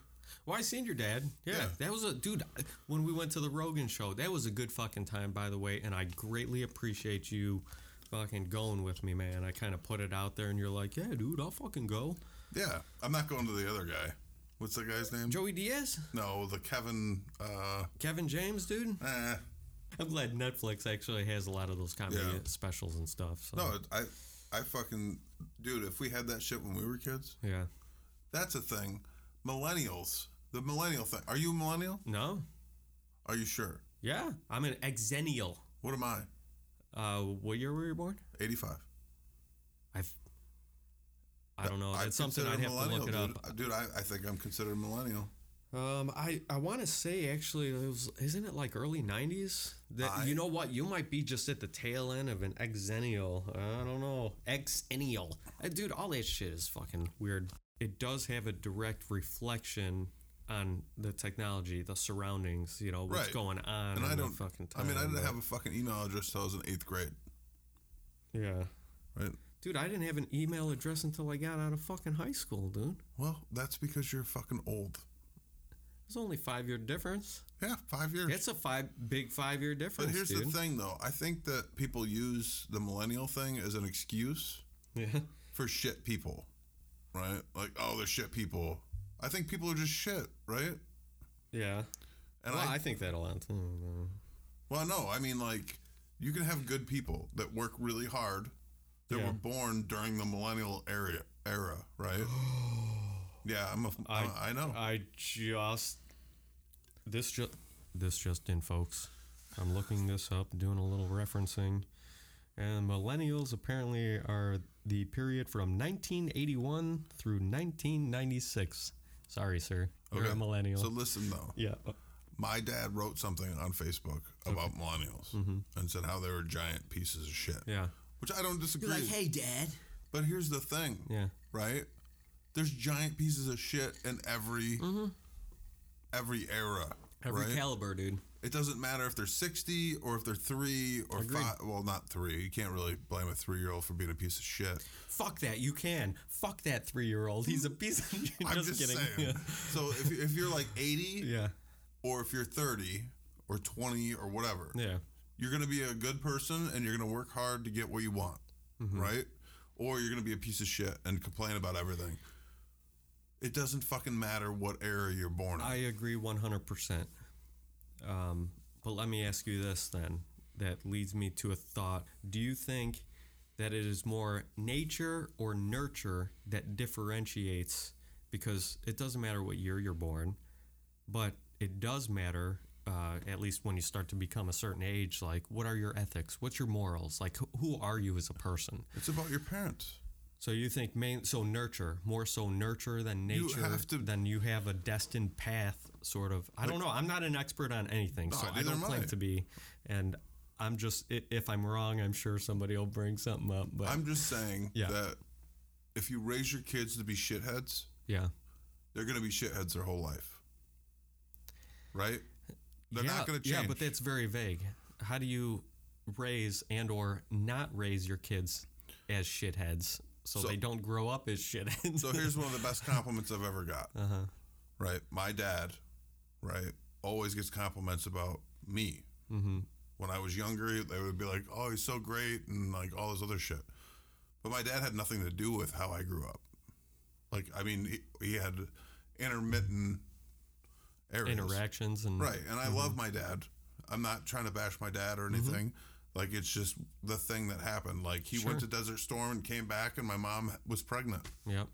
Well, I seen your dad. Yeah,
Yeah.
that was a dude. When we went to the Rogan show, that was a good fucking time, by the way. And I greatly appreciate you fucking going with me, man. I kind of put it out there, and you're like, "Yeah, dude, I'll fucking go."
Yeah, I'm not going to the other guy. What's that guy's name?
Joey Diaz,
No, the Kevin. Uh,
Kevin James, dude.
eh.
I'm glad Netflix actually has a lot of those comedy
Yeah.
specials and stuff. So.
No, I, I fucking, dude. If we had that shit when we were kids,
Yeah.
that's a thing. Millennials, the millennial thing. Are you a millennial?
No.
Are you sure?
Yeah. I'm an exennial.
What am I?
Uh, what year were you born?
85.
I've. I don't know.
I'm
That's something I'd
considered
have
a
to look it
millennial,
up.
dude. Uh, Dude, I, I think I'm considered a millennial.
Um, I, I want to say actually, it was, isn't it like early '90s? That
I-
you know what, you might be just at the tail end of an exennial. I don't know, exennial. Uh, Dude, all that shit is fucking weird. It does have a direct reflection on the technology, the surroundings. You know what's
Right.
going on. in
And I
the
don't.
fucking.
I
Time,
mean, I didn't
but-
have a fucking email address till I was in eighth grade,
Yeah,
right?
dude, I didn't have an email address until I got out of fucking high school, dude.
Well, that's because you're fucking old.
It's only five year difference.
Yeah, five years.
That's a five big five year difference.
but here's
dude.
the thing, though. I think that people use the millennial thing as an excuse
Yeah.
for shit people, right? Like, oh, they're shit people. I think people are just shit, right?
Yeah.
And
well,
I,
I, think that a lot. Mm,
well, no, I mean, like, you can have good people that work really hard that
Yeah.
were born during the millennial era, era, right? yeah, I'm a, I, I know.
I just this just this just in, folks. I'm looking this up, doing a little referencing, and millennials apparently are the period from 1981 through 1996. Sorry, sir, you're a
Okay.
millennial.
so listen, though.
yeah, Oh.
My dad wrote something on Facebook about millennials and said how they were giant pieces of shit.
Mm-hmm. yeah,
Which I don't disagree.
You're like, hey, Dad.
But here's the thing,
yeah.
right? There's giant pieces of shit in every
Mm-hmm.
every era.
Every
right?
caliber, dude.
it doesn't matter if they're 60 or if they're 3 or 5. Well, not 3. You can't really blame a 3-year-old for being a piece of shit.
Fuck that. You can. Fuck that three-year-old. He's a piece of. just,
I'm just
kidding.
saying. So if, you- if you're like 80
Yeah.
or if you're 30 or 20 or whatever,
Yeah.
you're going to be a good person and you're going to work hard to get what you want,
Mm-hmm.
right? Or you're going to be a piece of shit and complain about everything. It doesn't fucking matter what era you're born in.
I agree 100%. Um, but let me ask you this then. That leads me to a thought. Do you think that it is more nature or nurture that differentiates? Because it doesn't matter what year you're born, but it does matter uh, at least when you start to become a certain age, like what are your ethics? What's your morals? Like who- who are you as a person?
It's about your parents.
So you think main so nurture more so nurture than
You
nature
have to-
then you have a destined path sort of. I don't know. I'm not an expert on anything, so I
neither
don't
am
claim
I.
to be. And I'm just i- if I'm wrong, I'm sure somebody will bring something up. But
I'm just saying
Yeah.
that if you raise your kids to be shitheads,
yeah,
they're going to be shitheads their whole life. Right? They're
yeah,
not going to change.
Yeah, but that's very vague. How do you raise and or not raise your kids as shitheads so,
So-
they don't grow up as shitheads?
So here's one of the best compliments I've ever got.
Uh-huh.
Right, my dad, right, always gets compliments about me.
Mhm.
When I was younger, they would be like, "Oh, he's so great," and like all this other shit. But my dad had nothing to do with how I grew up. Like, I mean, he, he had intermittent areas.
interactions and
Right. And I love my dad. I'm not trying to bash my dad or anything. Like it's just the thing that happened. Like he went to
Sure.
Desert Storm and came back and my mom was pregnant.
Yep.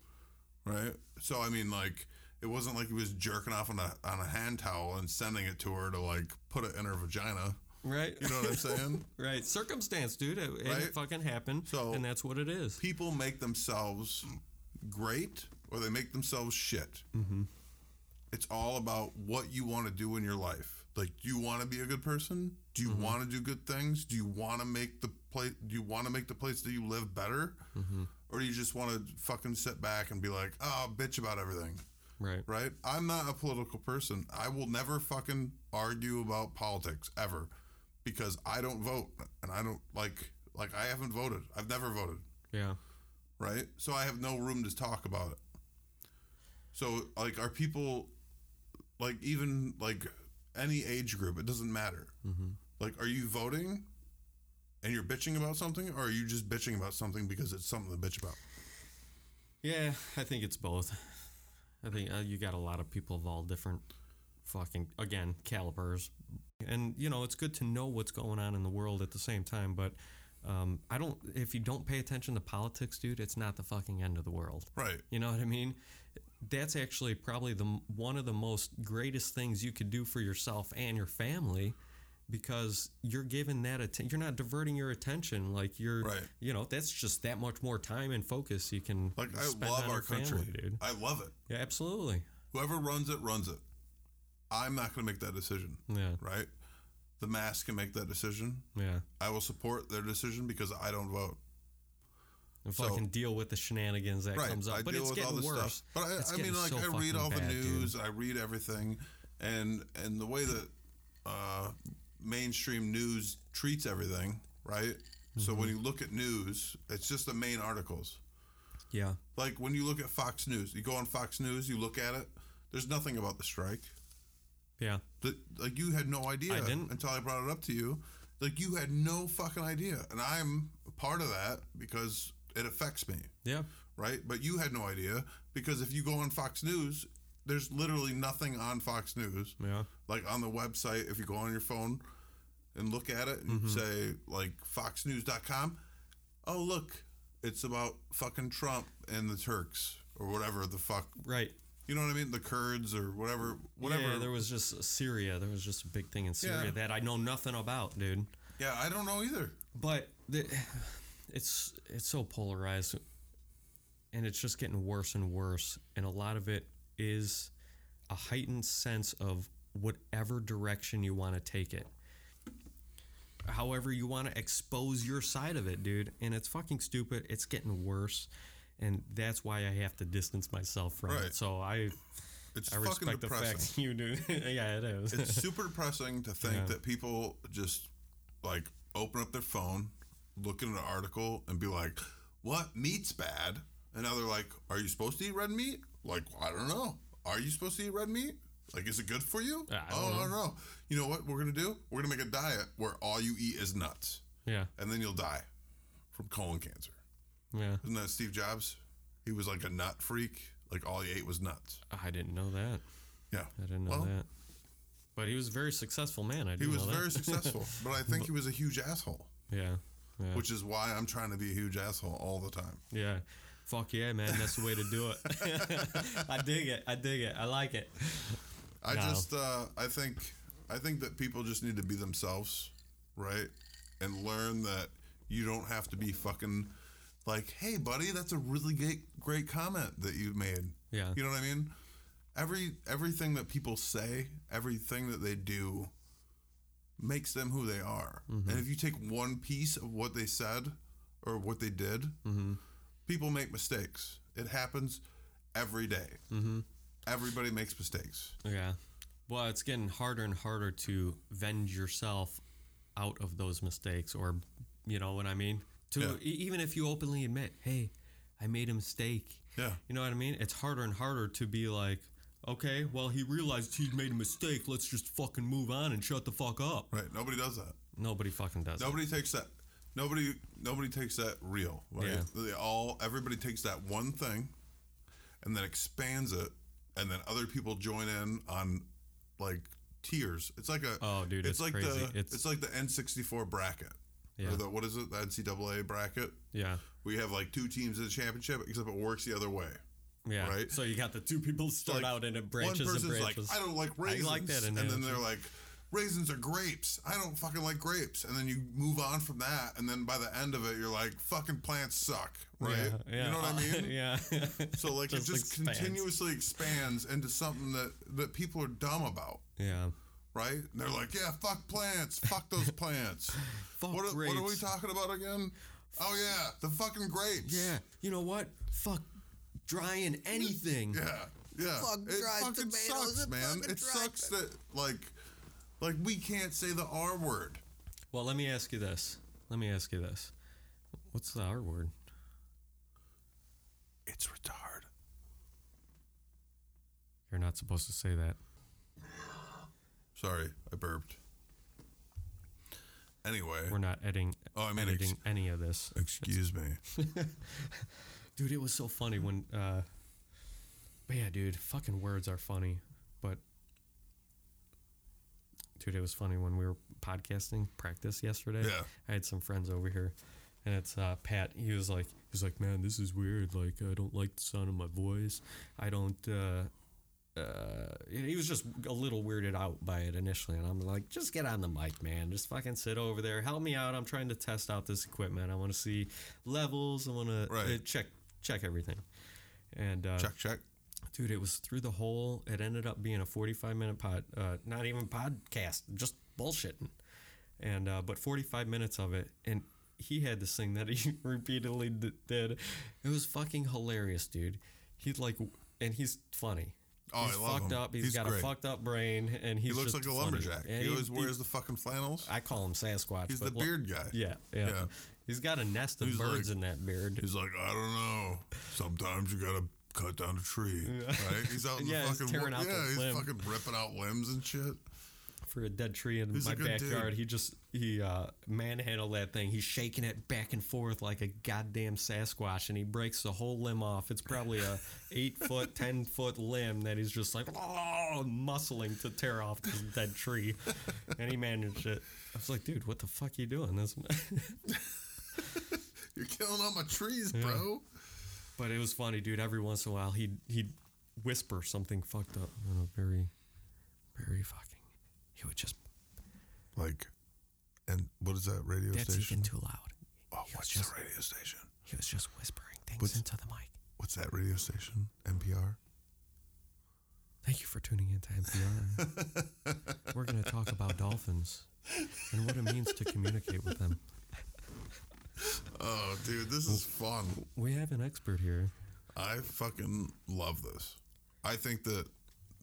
Right? So I mean like it wasn't like he was jerking off on a on a hand towel and sending it to her to like put it in her vagina.
Right.
You know what I'm saying?
Right, circumstance, dude. It, it
Right?
fucking happened,
So-
and that's what it is.
People make themselves great or they make themselves shit. Mm-hmm. It's all about what you want to do in your life. Like, do you want to be a good person? Do you want to do good things? Do you want to make the place? Do you want to make the place that you live better, or do you just want to fucking sit back and be like, oh, bitch about everything?
Right.
right? I'm not a political person. I will never fucking argue about politics ever because I don't vote and I don't like like I haven't voted. I've never voted,
Yeah.
right? So I have no room to talk about it. So like are people like even like any age group, it doesn't matter.
Mm-hmm.
Like are you voting? And you're bitching about something, or are you just bitching about something because it's something to bitch about?
Yeah, I think it's both. I think uh, you got a lot of people of all different fucking again calibers, and you know it's good to know what's going on in the world at the same time. But um, I don't. If you don't pay attention to politics, dude, it's not the fucking end of the world.
Right.
You know what I mean? That's actually probably the m- one of the most greatest things you could do for yourself and your family because you're giving that atten- you're not diverting your attention like you're
Right.
you know that's just that much more time and focus you can
Like I
spend
love
on
our
your
country.
family, dude.
I love it.
Yeah, absolutely.
Whoever runs it runs it. I'm not going to make that decision,
Yeah.
right? The mass can make that decision.
Yeah.
I will support their decision because I don't vote.
And
So-
fucking deal with the shenanigans that
Right.
comes up,
I
but
deal
it's
with all
getting
this
worse.
stuff. But I,
It's
I mean,
getting
like
so
I read
fucking
all the
bad, dude.
news, I read everything, and and the way that uh, mainstream news treats everything, right? So when
Mm-hmm.
you look at news, it's just the main articles.
Yeah.
Like when you look at Fox News, you go on Fox News, you look at it. There's nothing about the strike.
Yeah.
that like you had no idea
I didn't.
until I brought it up to you. Like you had no fucking idea, and I'm a part of that because it affects me,
Yeah.
right? But you had no idea because if you go on Fox News, there's literally nothing on Fox News,
Yeah.
like on the website. If you go on your phone and look at it
Mm-hmm.
and say like FoxNews.com, oh look, it's about fucking Trump and the Turks or whatever the fuck.
Right.
You know what I mean? The Kurds or whatever, whatever.
Yeah, there was just Syria. There was just a big thing in Syria
Yeah.
that I know nothing about, dude.
yeah I don't know either.
But the, it's it's so polarized, and it's just getting worse and worse. And a lot of it is a heightened sense of whatever direction you want to take it. However, you want to expose your side of it, dude. And it's fucking stupid. It's getting worse. And that's why I have to distance myself from
Right.
it. So I,
It's
I
fucking
respect the
depressing.
fact you do. yeah, it is.
it's super depressing to think
Yeah.
that people just like open up their phone, look at an article, and be like, "What meat's bad?" And now they're like, "Are you supposed to eat red meat?" Like, I don't know. Are you supposed to eat red meat? Like, is it good for you?
I
oh,
don't
I don't know. You know what we're gonna do? We're gonna make a diet where all you eat is nuts,
yeah,
and then you'll die from colon cancer.
yeah.
Isn't that Steve Jobs? He was like a nut freak. Like all he ate was nuts.
I didn't know that.
Yeah.
I didn't know
Well,
that. But he was a very successful man. I
He
didn't
was
know
very
that.
successful, but I think he was a huge asshole,
yeah. Yeah.
which is why I'm trying to be a huge asshole all the time.
yeah. Fuck yeah, man. That's the way to do it. I dig it. I dig it. I like it.
I
No.
just, uh, I think I think that people just need to be themselves, right? And learn that you don't have to be fucking like, hey, buddy, that's a really great, great comment that you made.
Yeah.
You know what I mean? Every everything that people say, everything that they do, makes them who they are.
Mm-hmm.
And if you take one piece of what they said or what they did,
Mm-hmm.
people make mistakes. It happens every day.
Mm-hmm.
Everybody makes mistakes.
Yeah. Well, it's getting harder and harder to venge yourself out of those mistakes, or you know what I mean. To
Yeah.
e- even if you openly admit, "Hey, I made a mistake."
Yeah.
You know what I mean? It's harder and harder to be like, "Okay, well, he realized he'd made a mistake. Let's just fucking move on and shut the fuck up."
Right. Nobody does that.
Nobody fucking does. it.
Nobody takes that. Nobody. Nobody takes that real. Right?
Yeah.
They all. Everybody takes that one thing, and then expands it, and then other people join in on, like tiers. It's like a.
Oh, dude, it's
like
crazy.
the.
It's-
It's, like the N sixty four bracket.
Yeah.
Or the, what is it? The NCAA bracket.
Yeah.
We have like two teams in the championship, except it works the other way.
Yeah.
Right?
So you got the two people start
Like,
out and it branches
One person's
and branches.
like, I don't like raisins,
I like that
and then
analogy.
they're like, raisins are grapes. I don't fucking like grapes, and then you move on from that, and then by the end of it, you're like, fucking plants suck, right?
Yeah. yeah.
You know what I mean?
yeah.
So like,
Just
it just
expands.
continuously expands into something that that people are dumb about.
yeah.
Right? And they're like, yeah, fuck plants, fuck those plants.
Fuck
what, are- what are we
grapes.
talking about again? Oh yeah, the fucking grapes.
Yeah. You know what? Fuck drying anything.
Yeah, yeah.
Fuck
it
dried
fucking
tomatoes
sucks,
and
man.
fucking
it
dried
sucks that like, like we can't say the R word.
Well, let me ask you this. Let me ask you this. What's the R word?
It's retard.
You're not supposed to say that.
Sorry, I burped. Anyway,
We're not editing.
Oh, I mean, ex-
editing any of this,
excuse me.
dude. It was so funny when. uh But yeah, dude. Fucking words are funny, but. Dude, it was funny when we were podcasting practice yesterday.
Yeah.
I had some friends over here, and it's uh, Pat. He was like, he was like, man, this is weird. Like, I don't like the sound of my voice. I don't. uh uh, he was just a little weirded out by it initially, and I'm like, just get on the mic, man. Just fucking sit over there. Help me out. I'm trying to test out this equipment. I want to see levels. I want to uh
Right.
check check everything. And uh,
Check, check.
dude, it was through the whole. It ended up being a 45 minute pod, uh, not even podcast, just bullshitting. And uh, but 45 minutes of it, and he had this thing that he repeatedly d- did. It was fucking hilarious, dude. He'd like, and he's funny.
Oh, I
he's
love
fucked
him.
up. he's
He's
got a
great.
fucked up brain, and he's
He looks
just
like a
funny.
lumberjack.
And
He always wears the fucking flannels.
I call him Sasquatch.
He's the
but lo-
beard guy.
Yeah, yeah,
Yeah.
He's got a nest of
He's
birds
like-
in that beard.
He's like, I don't know. Sometimes you gotta cut down a tree, right? He's out in
Yeah,
the
he's
fucking
tearing
wo-
out
yeah,
the
he's
limb.
fucking ripping out limbs and shit.
for a dead tree in
He's
my
a good dude.
backyard. He just he uh, manhandled that thing. He's shaking it back and forth like a goddamn Sasquatch, and he breaks the whole limb off. It's probably a eight foot, ten foot limb that he's just like oh, muscling to tear off this dead tree, and he managed it. I was like, dude, what the fuck you doing? This,
You're killing all my trees, bro.
but it was funny, dude. Every once in a while, he would he'd whisper something fucked up, you know, very, very fucking. He would just
Like, and what is that radio
that's
station?
even too loud.
Oh, what's the radio station?
He was just whispering things
What's-
into the mic.
What's that radio station? NPR.
Thank you for tuning in to NPR. We're going to talk about dolphins and what it means to communicate with them.
Oh, dude, this is fun.
We have an expert here.
I fucking love this. I think that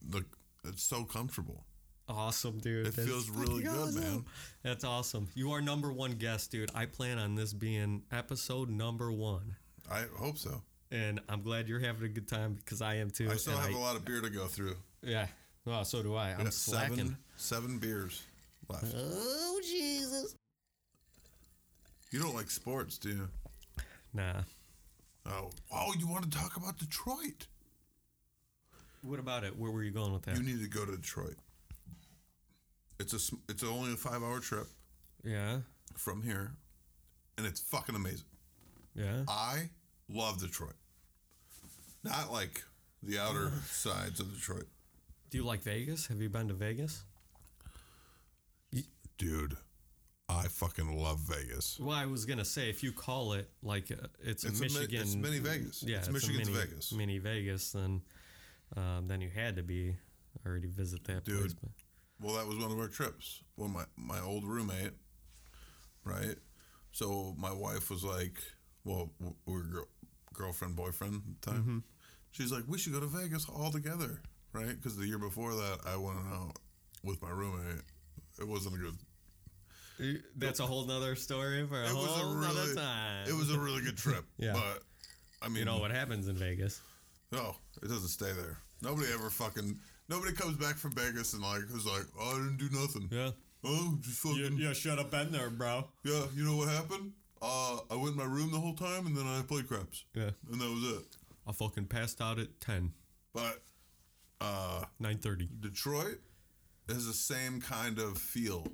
the it's so comfortable.
Awesome, dude.
It feels really
fucking
good,
awesome.
man.
That's awesome. You are number one guest, dude. I plan on this being episode number one.
I hope so.
And I'm glad you're having a good time because I am too.
I still
and
have a lot of beer to go through.
Yeah. Well, so do I. I'm
I got
slacking.
seven seven beers left.
Oh, Jesus.
You don't like sports, do you?
Nah.
Oh, oh, you want to talk about Detroit?
What about it? Where were you going with that?
You need to go to Detroit. It's a sm- it's only a five hour trip
yeah.
from here, and it's fucking amazing.
Yeah.
I love Detroit. Not like the outer sides of Detroit.
Do you like Vegas? Have you been to Vegas?
dude, I fucking love Vegas.
Well, I was gonna say if you call it like uh, it's,
It's
a
a mi- it's
Michigan,
mini Vegas.
Yeah,
It's Michigan's
a mini,
Vegas.
mini Vegas. Then, uh, then you had to be already visit that
Dude.
place. But
Well, that was one of our trips. Well, my, my old roommate, right? So my wife was like, well, w- we were girl, girlfriend, boyfriend at the time. She's like, we should go to Vegas all together, right? Because the year before that, I went out with my roommate. It wasn't a good.
that's a whole nother story for a
It was
whole
a
nother
really.
time.
It was a really good trip.
Yeah.
But I mean,
you know what happens in Vegas.
No, it doesn't stay there. Nobody ever fucking. Nobody comes back from Vegas and like is like, oh, I didn't do nothing.
Yeah.
Oh, just fucking. Yeah,
should have been there, bro.
you know what happened? Uh, I went in my room the whole time and then I played craps
Yeah.
and that was it.
I fucking passed out at 10,
But uh,
9.30.
Detroit has the same kind of feel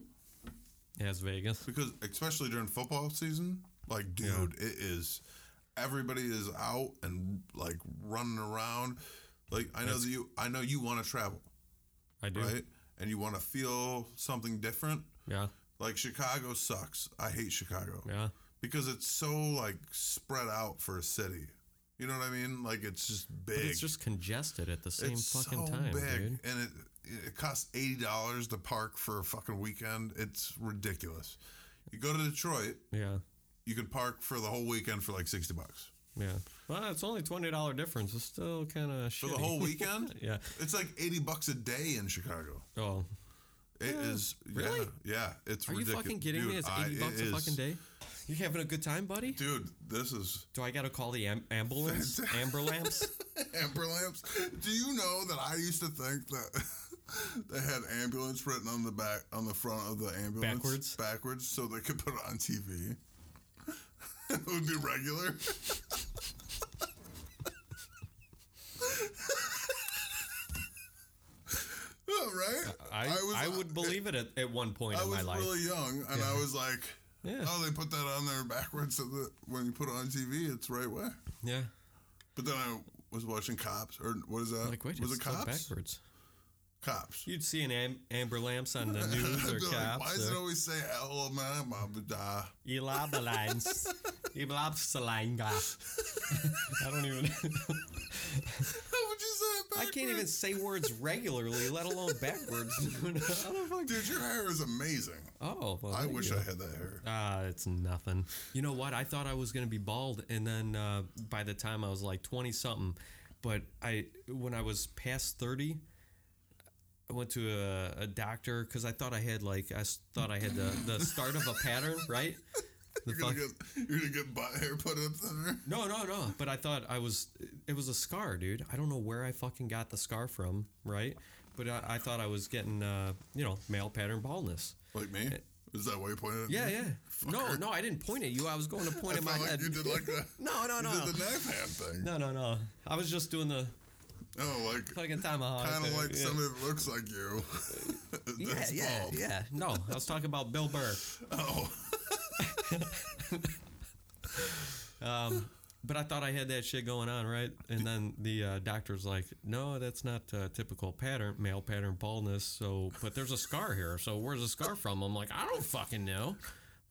As Vegas.
because especially during football season, like dude, it is. Everybody is out and like running around. Like I know that you, I know you want to travel.
I do.
right? And you want to feel something different.
Yeah.
Like Chicago sucks. I hate Chicago
Yeah.
because it's so like spread out for a city. You know what I mean? Like it's just big.
But it's just congested at the same
It's
fucking time, dude.
and it it costs eighty dollars to park for a fucking weekend. It's ridiculous. You go to Detroit,
Yeah.
you can park for the whole weekend for like sixty bucks
Yeah. Well, it's only $20 difference. It's still kind of
for the whole weekend.
yeah.
It's like eighty bucks a day in Chicago.
Oh.
It is
Really?
yeah, yeah, it's
Are you
ridiculous.
fucking kidding
Dude,
me? It's
I-
80 bucks
it
a
is.
fucking day? You having a good time, buddy?
Dude, this is
Do I got to call the am- ambulance? Amberlamps?
Amber lamps. Do you know that I used to think that they had ambulance written on the back on the front of the ambulance
Backwards?
backwards, so they could put it on TV. it would be regular. Oh, right?
I, I,
was-
would believe it at, at one point
I
in my
was
life.
really young, and I was like,
Yeah.
"Oh, they put that on there backwards so that when you put it on TV, it's the right way."
yeah.
But then I was watching Cops, or what is that?
Like, wait,
was
it's
it
still
Cops?
backwards.
Cops.
You'd see an am- amber lamps on the news
I'd
or
be like, why
cops.
does it
or
always say "Hello, man, my da"?
Elabalines. Elabsalanga. I don't even.
How would you
I
say it backwards?
can't even say words regularly, let alone backwards. How the fuck-
Dude, your hair is amazing.
oh, well,
I
thank
wish
you.
I had that hair.
Ah, it's nothing. You know what? I thought I was gonna be bald, and then uh, by the time I was like twenty something, but I when I was past thirty, I went to a, a doctor because I thought I had like I s- thought I had the, the start of a pattern, right? The
You're gonna
fuck-
get you're gonna get butt hair put up there.
no, no, no. But I thought I was. It was a scar, dude. I don't know where I fucking got the scar from, right? But I, I thought I was getting, uh, you know, male pattern baldness.
Like me? Is that why you pointed? at
Eh. Yeah,
me?
yeah. No,
Fucker.
no, I didn't point at you. I was going to point
I
at my
felt like
head.
you did like the
No, no,
you
no.
did the knife hand thing.
No, no, no. I was just doing the
Oh, like
fucking tomahawk.
kind of
thing.
like
yeah.
somebody that looks like you.
Yeah,
That's
yeah,
bald.
yeah. No, I was talking about Bill Burr.
Oh,
Um, But I thought I had that shit going on, right? And then the uh, doctor's like, "No, that's not uh, typical pattern, male pattern baldness. So, but there's a scar here. So, where's the scar from?" I'm like, "I don't fucking know."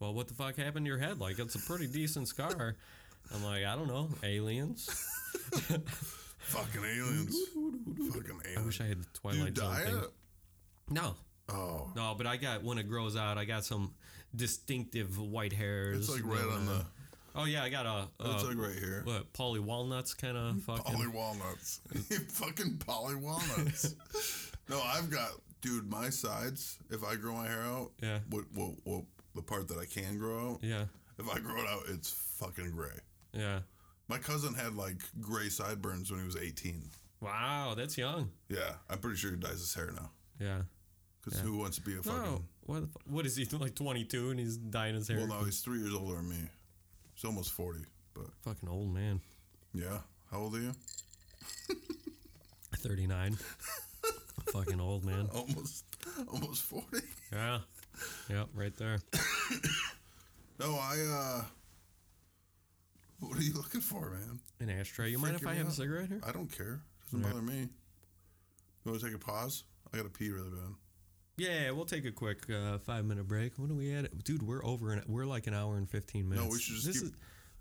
Well, what the fuck happened to your head? Like, it's a pretty decent scar. I'm like, I don't know, aliens.
fucking aliens! fucking aliens!
I wish I had the
Do you
Twilight Zone
dye
thing.
it?
No,
Oh,
no, but I got when it grows out, I got some distinctive white hairs.
it's like right on the.
Oh yeah, I got a, a
It's like right here.
what Polly Walnuts kind of fucking.
Polly walnuts. You fucking poly walnuts. no, I've got, dude, my sides, if I grow my hair out,
Yeah.
what, what, what, the part that I can grow out,
Yeah,
if I grow it out, it's fucking gray.
yeah.
My cousin had like gray sideburns when he was 18.
Wow, that's young. Yeah.
Yeah, I'm pretty sure he dyes his hair now. Because who wants to be a fucking.
No. What, the fu- what is he like 22 and he's dying his hair?
Well, uh, no, he's three years older than me. He's almost 40, but
Fucking old man.
yeah. How old are you?
39. Fucking old man.
Almost, almost 40.
Yeah. Yep, right there.
No, I, uh, what are you looking for, man?
An ashtray. You mind if
Freaking
I
me
have a
out.
cigarette here?
I don't care. Doesn't bother me. You want to take a pause? I gotta pee really bad.
Yeah, we'll take a quick uh, five minute break. When are we at it? Dude, we're over an we're like an hour and fifteen minutes.
No, we should just
This
keep.
is-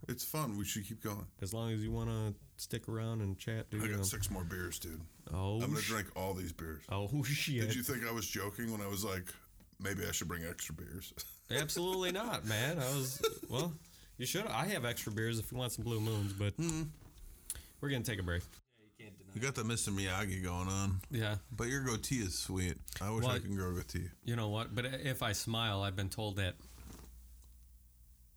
it's fun. We should keep going.
as long as you wanna stick around and chat, dude.
I
um,
got six more beers, dude.
Oh,
I'm gonna
sh-
drink all these beers.
oh shit.
Did you think I was joking when I was like, maybe I should bring extra beers?
Absolutely not, man. I was well. You should. I have extra beers if you want some blue moons, but we're gonna take a break.
You got the Mr. Miyagi going on,
Yeah,
but your goatee is sweet. I wish I
What?
could grow a goatee.
you know what? But if I smile, I've been told that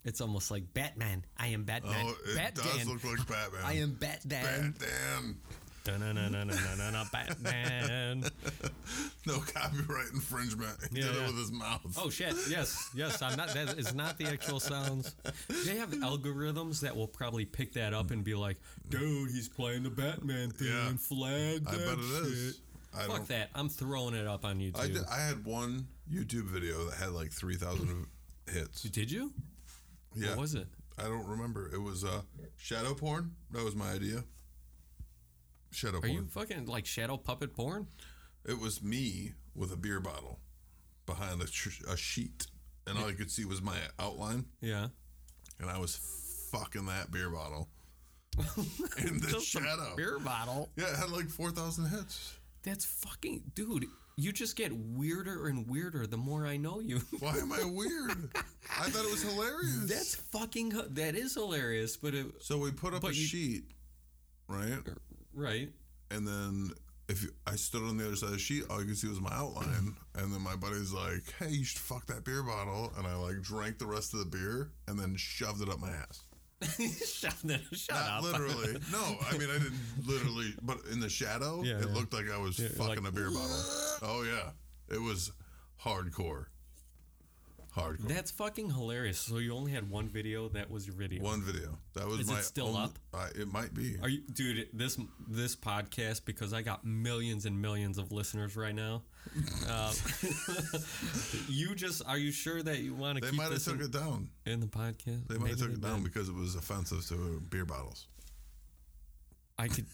It's almost like Batman. I am Batman.
oh, it
Batman.
does look like Batman.
I am Batman.
Batman.
Dun-dun-dun-dun-dun-dun-dun, Batman.
No copyright infringement. He
Yeah,
did it
yeah.
with his mouth.
Oh shit! Yes, yes. I'm not. That is not the actual sounds. They have algorithms that will probably pick that up and be like, "Dude, he's playing the Batman theme.
Yeah.
Flag that
I bet it
shit."
is. I
Fuck
don't-
that! I'm throwing it up on YouTube.
I, did,
did,
I had one YouTube video that had like 3,000 hits.
you?
Yeah.
What was it?
I don't remember. It was uh, shadow porn. That was my idea. Shadow
Are
porn.
you fucking like shadow puppet porn?
It was me with a beer bottle behind a, tr- a sheet, and all I could see was my outline,
Yeah.
and I was fucking that beer bottle in the shadow.
Beer bottle.
Yeah, it had like 4,000 hits.
That's fucking dude. You just get weirder and weirder the more I know you.
Why am I weird? I thought it was hilarious.
That's fucking. hu- That is hilarious, but it
so we put up
But
a
you- Er.
sheet, right?
right.
And then if you, I stood on the other side of the sheet, all you could see was my outline. and then my buddy's like, "Hey, you should fuck that beer bottle," and I like drank the rest of the beer and then shoved it up my ass.
shut that, shut
Not
up.
literally. No, I mean I didn't literally, but in the shadow,
Yeah,
it
yeah.
looked like I was
you're
fucking
like,
a beer bottle. Oh yeah, it was hardcore. Hardcore.
That's fucking hilarious. So you only had one video. That was your video.
One video. That was
Is it
my.
still
only-
up?
I, it might be.
Are you, dude? This this podcast because I got millions and millions of listeners right now. Uh, you just are you sure that you want to
they
keep
might have
this
took
in,
it down.
in the podcast?
They might
Maybe
have took it down
did.
because it was offensive to beer bottles.
I could.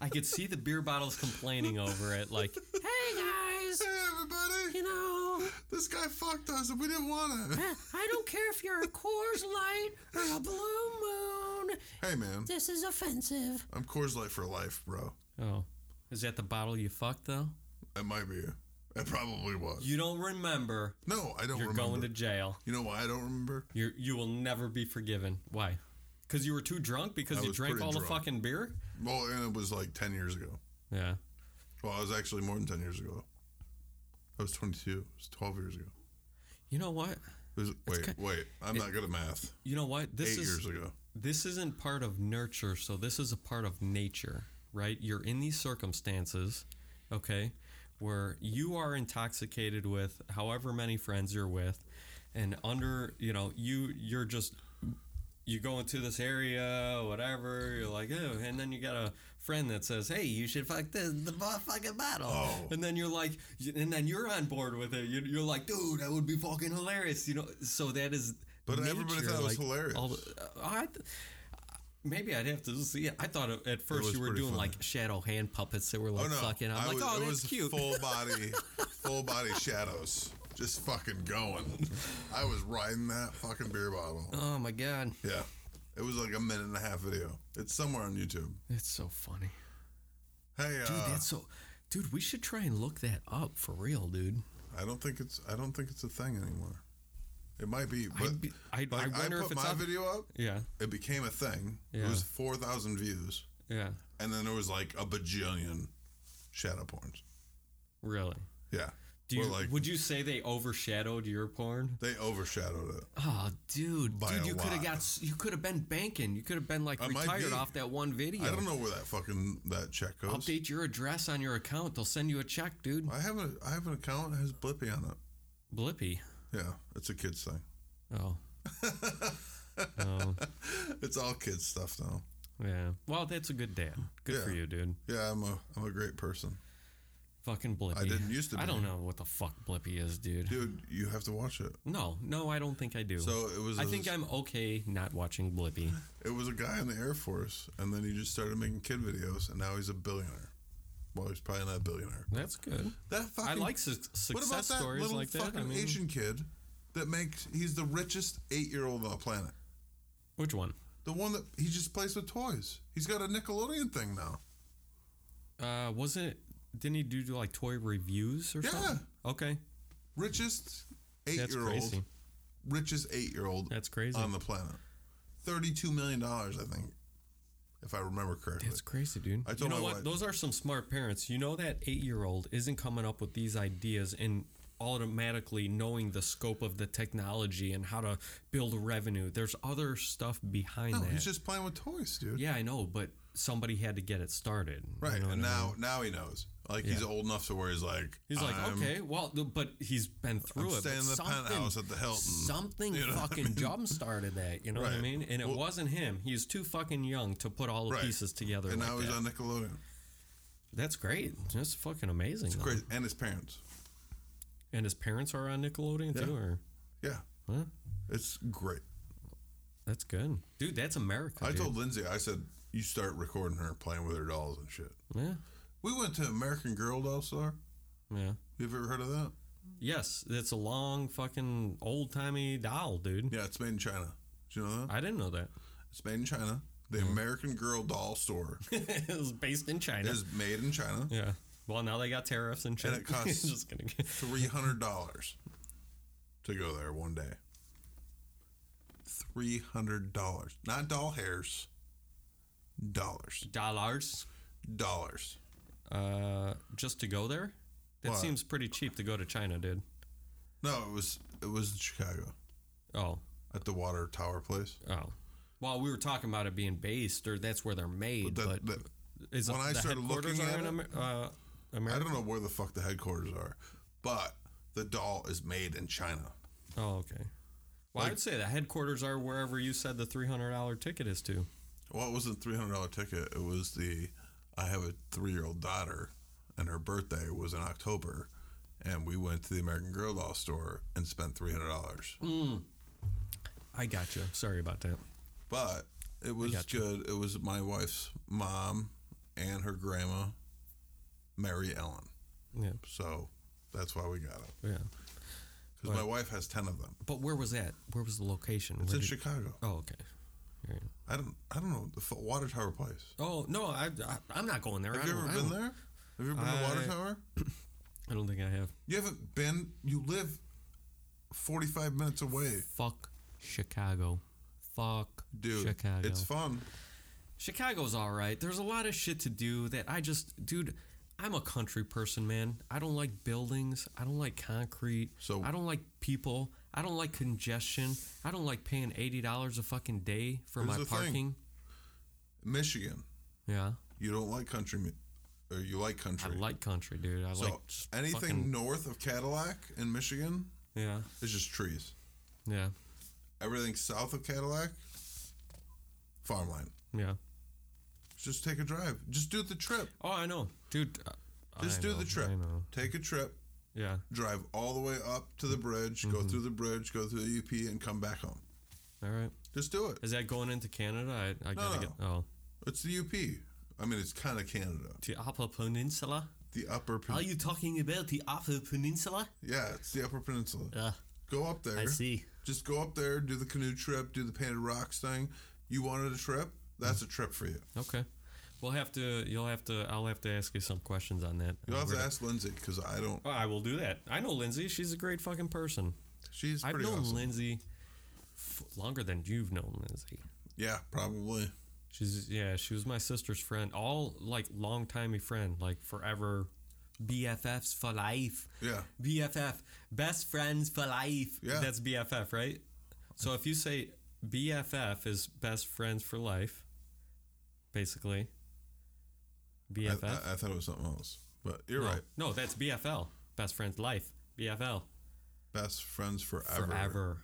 I could see the beer bottles complaining over it, like, "Hey guys,
Hey everybody!
you know,
This guy fucked us and we didn't want it.
I don't care if you're a Coors Light or a Blue Moon.
hey man,
This is offensive."
I'm Coors Light for life, bro.
Oh, is that the bottle you fucked though?
It might be. It probably was.
You don't remember.
no, I don't
You're
remember.
going to jail.
you know why I don't remember?
You you will never be forgiven. Why? Because you were too drunk. Because
I
you
was
drank
pretty
all the
drunk.
fucking beer.
Well, and it was like 10 years ago.
Yeah.
Well, I was actually more than 10 years ago. I was 22. It was 12 years ago.
You know what?
It was, wait, wait. I'm not good at math.
You know what? This
Eight
is
years ago.
this isn't part of nurture. So this is a part of nature, right? You're in these circumstances, okay, where you are intoxicated with however many friends you're with, and under you know you you're just you go into this area, whatever. You're like, oh, and then you got a friend that says, hey, you should fuck this the bo- fucking bottle,
Oh.
and then you're like, and then you're on board with it. You're, you're like, dude, that would be fucking hilarious, you know. So that is.
But everybody thought it was hilarious.
the- uh, I th- maybe I'd have to see it. I thought at- at first
was
you were
pretty
doing
funny.
like shadow hand puppets that were like
Oh, no.
fucking. I'm
I
like,
was,
oh,
it
that's
was
cute.
full body, full body shadows. Just fucking going. I was riding that fucking beer bottle.
oh my god,
Yeah. It was like a minute and a half video. It's somewhere on YouTube.
that's so funny,
Hey, uh,
dude. that's so, dude. We should try and look that up for real, dude.
I don't think it's I don't think it's a thing anymore. It might be, but
I'd be- I'd-
like,
I wonder
put
if it's
my
on-
video up.
Yeah,
It became a thing. It
Yeah.
was four thousand views,
yeah,
and then there was like a bajillion shadow porns.
really.
Yeah,
Do you,
Or, like
would you say they overshadowed your porn?
they overshadowed it.
Oh, dude,
By
dude,
a
you could have
lot.
got, s- you could have been banking, you could have been like
I might
retired
be.
off that one video.
I don't know where that fucking that check goes.
Update your address on your account, they'll send you a check, dude.
I have a I have an account that has Blippy on it.
Blippy.
Yeah, it's a kids thing.
Oh. oh,
It's all kids stuff though.
yeah. Well, that's a good dad. Good for
Yeah.
you, dude.
Yeah, I'm a I'm a great person,
Fucking Blippy.
didn't used to
I
be.
don't know what the fuck Blippy is, dude.
dude. You have to watch it.
No, no, I don't think I do.
So it was.
I
a-
think I'm okay not watching Blippy.
It was a guy in the Air Force, and then he just started making kid videos, and now he's a billionaire.
well, he's probably not a billionaire.
That's good.
That fucking,
I like su- success
what about that
stories
little
like that.
fucking
I mean,
Asian kid that makes he's the richest eight year old on the planet.
which one?
The one that he just plays with toys. He's got a Nickelodeon thing now.
Uh, was it? Didn't he do like toy reviews or
Yeah.
something? Okay,
Richest eight
that's
year old.
crazy.
Richest eight year old
That's crazy.
on the planet. Thirty two million dollars, I think, if I remember correctly.
That's crazy, dude.
I told
you know
my
what?
wife-
Those are some smart parents. You know that eight-year-old isn't coming up with these ideas and automatically knowing the scope of the technology and how to build revenue. There's other stuff behind
no,
that.
he's just playing with toys, dude.
yeah, I know, but somebody had to get it started. You
Right.
know what I
and
mean?
now now he knows. Like he's
Yeah.
old enough to where he's like
he's like,
"I'm-
okay, well, th- but he's been through it. but
staying in the
something-
penthouse at the Hilton."
Something
You know what I
fucking
mean?
jump started that. You know what I
Right.
mean? And it
Well-
wasn't him. He was too fucking young to put all the
Right.
pieces together.
And
like
now he's
that.
on Nickelodeon.
That's great. That's fucking amazing. though.
Great. And his parents.
And his parents are on Nickelodeon too, or
Yeah.
Huh?
It's great.
that's good, dude. That's America.
I
dude.
told Lindsay, I said, you start recording her playing with her dolls and shit.
yeah,
We went to American Girl Doll Star.
yeah,
You've ever heard of that?
yes. That's a long fucking old timey doll, dude.
Yeah, it's made in China. Do you know that?
I didn't know that.
It's made in China. The
Mm.
American Girl Doll Store
it was based in China.
is made in China.
yeah. Well, now they got tariffs and shit.
And it costs-
Just kidding.
Three hundred dollars to go there one day. Three hundred dollars, not doll hairs. Dollars,
Dollars,
dollars.
uh, just to go there. That
What?
seems pretty cheap to go to China, dude.
No, it was it was in Chicago
Oh,
at the Water Tower place.
oh. Well, we were talking about it being based, or that's where they're made.
The-
But,
the-
is
when I
the
started
headquarters
looking
are
at
in
it-
Amer- uh,
I
America?
don't know where the fuck the headquarters are, but the doll is made in China.
Oh, okay. Well, I would say the headquarters are wherever you said the three hundred dollar ticket is to.
Well, it wasn't three hundred dollar ticket. It was the I have a three year old daughter, and her birthday was in October, and we went to the American Girl doll store and spent three hundred dollars.
Mm. I gotcha. Sorry about that.
But it was
gotcha.
good. It was my wife's mom and her grandma, Mary Ellen.
Yeah,
So that's why we got it
yeah.
because my wife has ten of them.
But where was that? Where was the location?
It's
Where did-
in Chicago.
oh, okay. All right.
I don't. I don't know the f- Water Tower place.
Oh no, I, I am not going there. I
Have you
don't,
ever
I
been
don't-
there? Have you ever been to Water
I-
Tower?
I don't think I have.
You haven't been. You live forty five minutes away,
Fuck Chicago. Fuck
dude.
Chicago.
It's fun.
Chicago's all right. There's a lot of shit to do that I just, dude. I'm a country person, man. I don't like buildings. I don't like concrete.
So-
I don't like people. I don't like congestion. I don't like paying eighty dollars a fucking day for
Here's
my
the thing.
parking.
Michigan.
Yeah,
You don't like country, mu- or you like
I
country.
like country, dude. I
so
like just
anything
fucking-
north of Cadillac in Michigan
yeah,
is just trees.
yeah,
Everything south of Cadillac, farmland.
yeah.
Just take a drive. Just do the trip.
Oh, I know, dude. uh,
Just
I
do
know,
the trip.
I know.
Take a trip.
Yeah,
Drive all the way up to the bridge.
Mm-hmm.
Go through the bridge. Go through the UP and come back home.
all right.
Just do it.
Is that going into Canada? I, I gotta
no.
get. Oh,
It's the UP. I mean, it's kind of Canada.
the Upper Peninsula.
The Upper Peninsula.
Are you talking about the Upper Peninsula?
Yeah, it's the Upper Peninsula.
Ah,
Go up there.
I see.
Just go up there, do the canoe trip, do the painted rocks thing. You wanted a trip? That's a
Mm.
trip for you.
Okay. We'll have to. You'll have to. I'll have to ask you some questions on that.
You'll have
We're
to
gonna-
ask Lindsay because I don't.
Oh, I will do that. I know Lindsay. She's a great fucking person.
She's
I've
pretty
known
awesome.
Lindsay f- longer than you've known Lindsay.
Yeah, probably.
She's yeah. She was my sister's friend. All like long timey friend. Like forever.
BFFs for life.
Yeah.
BFF, best friends for life.
Yeah.
That's BFF, right? So if you say BFF is best friends for life, basically.
I,
BFF.
I, I thought it was something else. But you're
no,
right.
no, that's BFL. Best friends life. BFL.
Best friends forever.
Forever.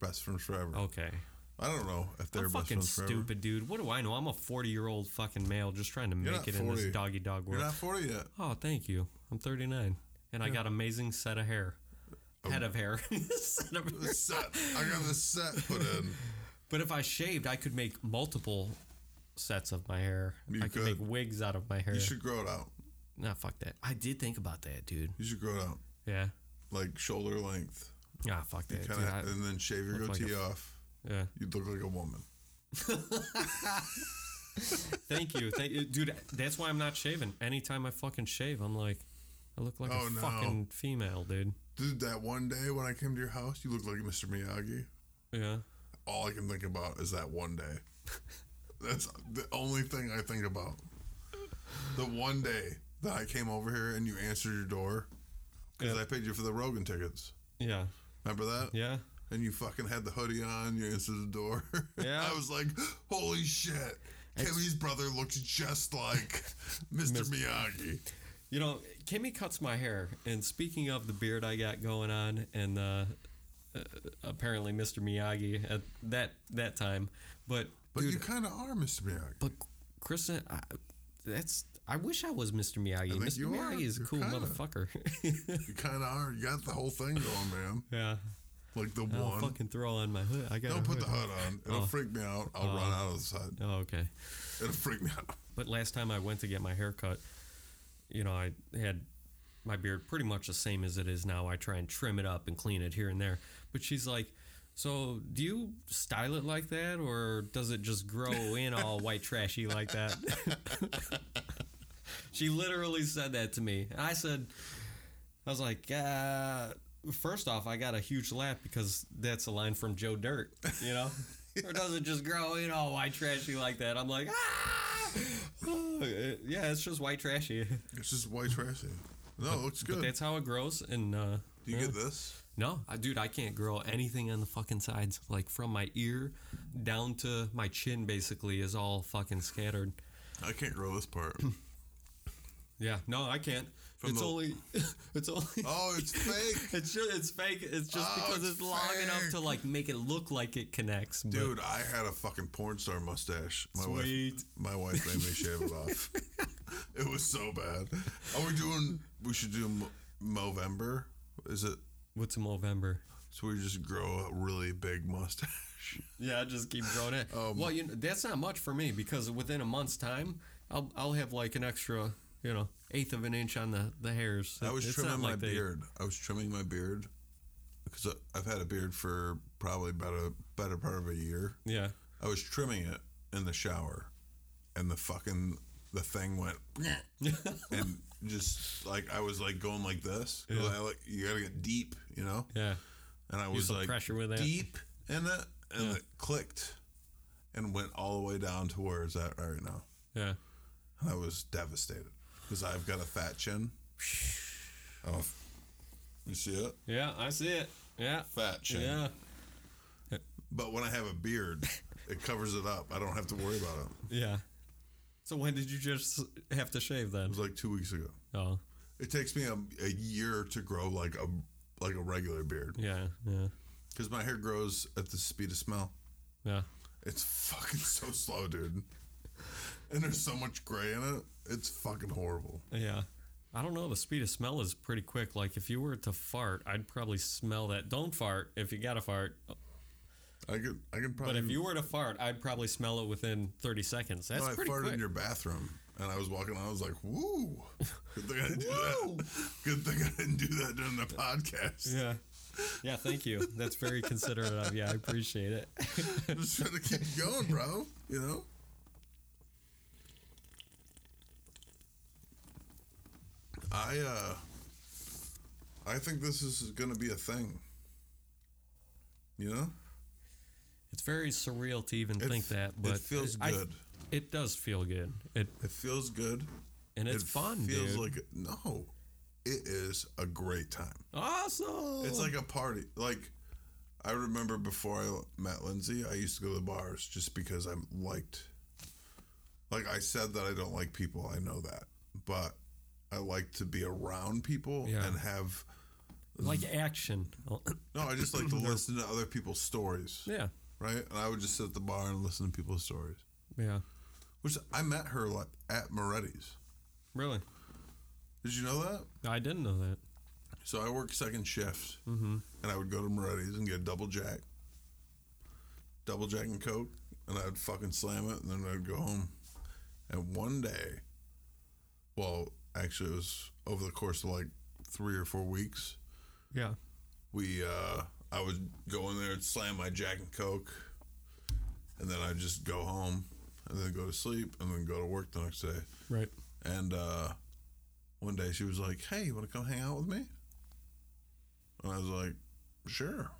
Best friends forever.
Okay.
I don't know if they're
I'm
best
fucking
friends forever.
stupid, dude. What do I know? I'm a 40 year old fucking male just trying to
You're
make
not
it in this
40.
doggy dog
You're
world.
not 40 yet.
Oh, thank you. I'm 39, and I got amazing set of hair,
Oh.
head of hair, set of hair.
This set. I got this set put in.
But if I shaved, I could make multiple sets of my hair.
You
I could, make
could.
wigs out of my hair.
You should grow it out.
No, fuck that. I did think about that, dude.
You should grow it out
Yeah.
like shoulder length,
Ah, fuck that.
kind
dude. I-
of, and then shave your
look like
goatee
a-
off.
yeah.
You'd look like a woman.
Thank you. Thank you. Dude, that's why I'm not shaving. Anytime I fucking shave, I'm like, I look like
Oh,
a
no.
fucking female, dude.
Dude, that one day when I came to your house, you looked like Mr. Miyagi.
Yeah.
All I can think about is that one day. That's the only thing I think about. The one day that I came over here and you answered your door because I paid you for the Rogan tickets.
Yeah.
Remember that?
Yeah.
And you fucking had the hoodie on. You answered the door.
Yeah.
I was like, holy shit. Kimmy's brother looks just like Mr. Miyagi.
You know, Kimmy cuts my hair. And speaking of the beard I got going on, and uh, uh, apparently Mr. Miyagi at that that time, but
But
dude,
you kind of are Mr. Miyagi.
but Kristen, I, that's I wish I was Mr. Miyagi.
think
Mr.
you are.
Miyagi is a
You're
cool
kinda.
motherfucker.
You kind of are. You got the whole thing going, man.
yeah.
Like the
I'll
one.
fucking throw on my hood. I got.
Don't
a
put the
hood.
hood on. It'll freak me out. I'll run out of the side.
Oh, okay.
It'll freak me out.
But last time I went to get my hair cut, you know, I had my beard pretty much the same as it is now. I try and trim it up and clean it here and there. But she's like, So do you style it like that or does it just grow in all white trashy like that? she literally said that to me. And I said, I was like, uh, first off, I got a huge laugh because that's a line from Joe Dirt, you know? Or does it just grow in all white trashy like that? I'm like, ah! Oh, uh, yeah, it's just white trashy.
It's just white trashy. No, it looks good.
That's how it grows. And uh,
Do you get this?
no, I, dude, I can't grow anything on the fucking sides. Like from my ear down to my chin, basically, is all fucking scattered.
I can't grow this part.
Yeah, no, I can't. it's
the-
only, it's only.
oh, it's fake.
It's just, it's fake. It's just
Oh,
because
it's
it's, long enough
fake.
to like make it look like it connects. but-
Dude, I had a fucking porn star mustache. My
Sweet.
wife my wife made me shave it off. It was so bad. Are we doing we should do Mo- Movember? Is it
what's November?
so we just grow a really big mustache?
Yeah, I just keep growing it. well, you know, that's not much for me because within a month's time, I'll I'll have like an extra, you know, eighth of an inch on the the hairs.
I was
It's not
trimming my
like they-
beard. I was trimming my beard because I've had a beard for probably about a better part of a year.
Yeah.
I was trimming it in the shower, and the fucking the thing went and just like I was like going like this. I, like you gotta get deep, you know.
Yeah.
And I was
some
like
pressure with that.
deep in it, and it clicked, and went all the way down to where it's at right now.
Yeah.
And I was devastated because I've got a fat chin. Oh, f- you see it?
Yeah, I see it. Yeah.
Fat chin.
Yeah.
But when I have a beard, it covers it up. I don't have to worry about it. It
Yeah. So when did you just have to shave then?
was like two weeks ago.
Oh.
It takes me a, a year to grow like a like a regular beard
Yeah. Yeah.
because my hair grows at the speed of smell.
Yeah.
It's fucking so slow, dude. And there's so much gray in it. It's fucking horrible.
Yeah. I don't know. The speed of smell is pretty quick. Like if you were to fart, I'd probably smell that. Don't fart if you gotta fart.
I could I could probably.
But if you were to fart, I'd probably smell it within 30 seconds. That's
No, I
pretty
farted
quick.
in your bathroom, and I was walking. on. I was like, "Woo!" Good thing I didn't do that. Good thing I didn't do that during the podcast.
yeah. Yeah, thank you. That's very considerate of you. I appreciate it.
I'm just trying to keep going, bro. You know. I uh, I think this is gonna be a thing. You know,
It's very surreal to even think
f-
that, but
it feels
I-
good.
it does feel good. It
It feels good.
and it's
it
fun,
Feels
dude.
like no, it is a great time.
awesome.
It's like a party. Like I remember before I met Lindsay, I used to go to the bars just because I liked. Like I said that I don't like people. I know that, but I like to be around people
Yeah.
and have.
like action.
No, I just like to listen to other people's stories,
yeah.
right? And I would just sit at the bar and listen to people's stories.
Yeah.
Which I met her like at Moretti's.
Really.
Did you know that?
I didn't know that.
So I worked second shift, mm-hmm. and I would go to Moretti's and get a double jack, double jack and coke, and I'd fucking slam it, and then I'd go home. And one day, well, actually it was over the course of like three or four weeks.
Yeah.
We uh I would go in there and slam my Jack and Coke and then I'd just go home and then go to sleep and then go to work the next day.
Right.
And uh one day she was like, Hey, you wanna come hang out with me? And I was like, Sure.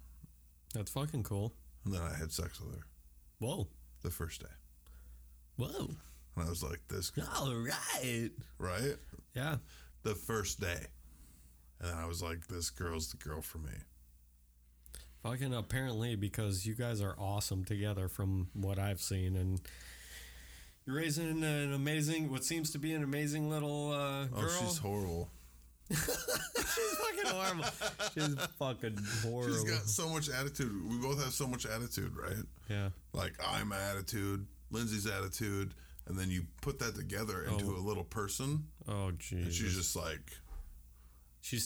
That's fucking cool.
And then I had sex with her
Whoa.
the first day.
Whoa.
And I was like, This girl,
All right.
right?
Yeah.
the first day. And I was like, this girl's the girl for me.
Fucking apparently because you guys are awesome together from what I've seen and you're raising an amazing what seems to be an amazing little uh, girl.
Oh, she's horrible.
She's fucking horrible. she's fucking horrible.
She's got so much attitude. We both have so much attitude, right?
yeah.
Like, I'm an attitude, Lindsay's attitude. And then you put that together into
Oh.
a little person.
Oh
And
jeez.
she's
She's,
just like,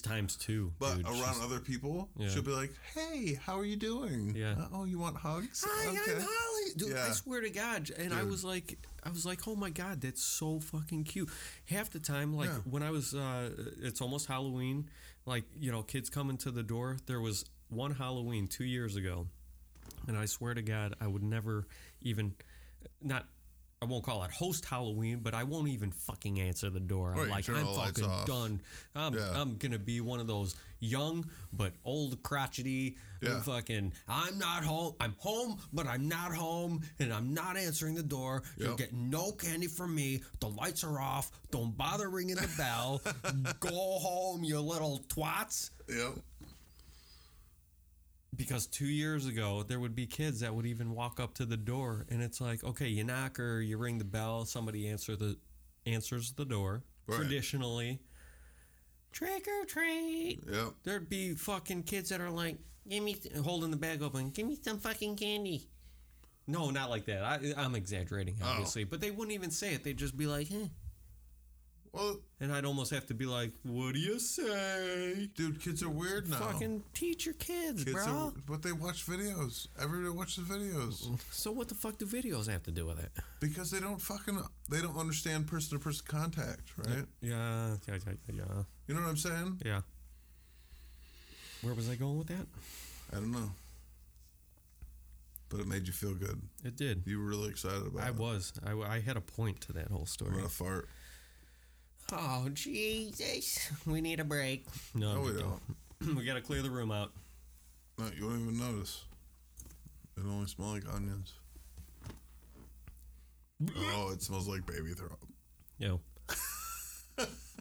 times two.
but
dude.
around
She's-
other people,
Yeah.
she'll be like, hey, how are you doing?
Yeah.
"Uh, Oh, you want hugs?
Hi, I'm Holly. Dude, I
Yeah.
swear to God. And I was like, I was like, oh my God, that's so fucking cute. Half the time, like
Yeah.
when I was, uh, it's almost Halloween, like, you know, kids coming to the door. There was one Halloween two years ago. And I swear to God, I would never even, not, I won't call it host Halloween, but I won't even fucking answer the door. I'm
Right,
like,
turn
I'm
all the lights
fucking
off.
done. I'm,
Yeah.
I'm gonna be one of those young but old crotchety
Yeah.
fucking. I'm not home. I'm home, but I'm not home, and I'm not answering the door. You're
Yep.
getting no candy from me. The lights are off. Don't bother ringing the bell. Go home, you little twats.
Yep.
Because two years ago, there would be kids that would even walk up to the door, and it's like, okay, you knock or you ring the bell. Somebody answer the answers the door.
Right.
Traditionally, trick or treat
Yep.
there'd be fucking kids that are like, "Give me," holding the bag open, "Give me some fucking candy." No, not like that. I, I'm exaggerating,
Oh.
obviously, but they wouldn't even say it. They'd just be like, "Eh,"
Well,
and I'd almost have to be like, "What do you say?"
dude, kids are weird now.
Fucking teach your kids,
Oh. kids
bro.
are, but they watch videos. Everybody watches videos.
so what the fuck do videos have to do with it?
Because they don't fucking they don't understand person to person contact, right?
Yeah, yeah, yeah, yeah,
You know what I'm saying?
yeah. Where was I going with that?
I don't know. But it made you feel good.
It did.
You were really excited about
I
it.
was. I, w- I had a point to that whole
I'm
story.
gonna fart.
Oh, Jesus. We need a break.
No, I'm
No, we
joking.
don't.
we gotta clear the room out.
No, you won't even notice. It only smells like onions. oh, it smells like baby throw up.
Yo.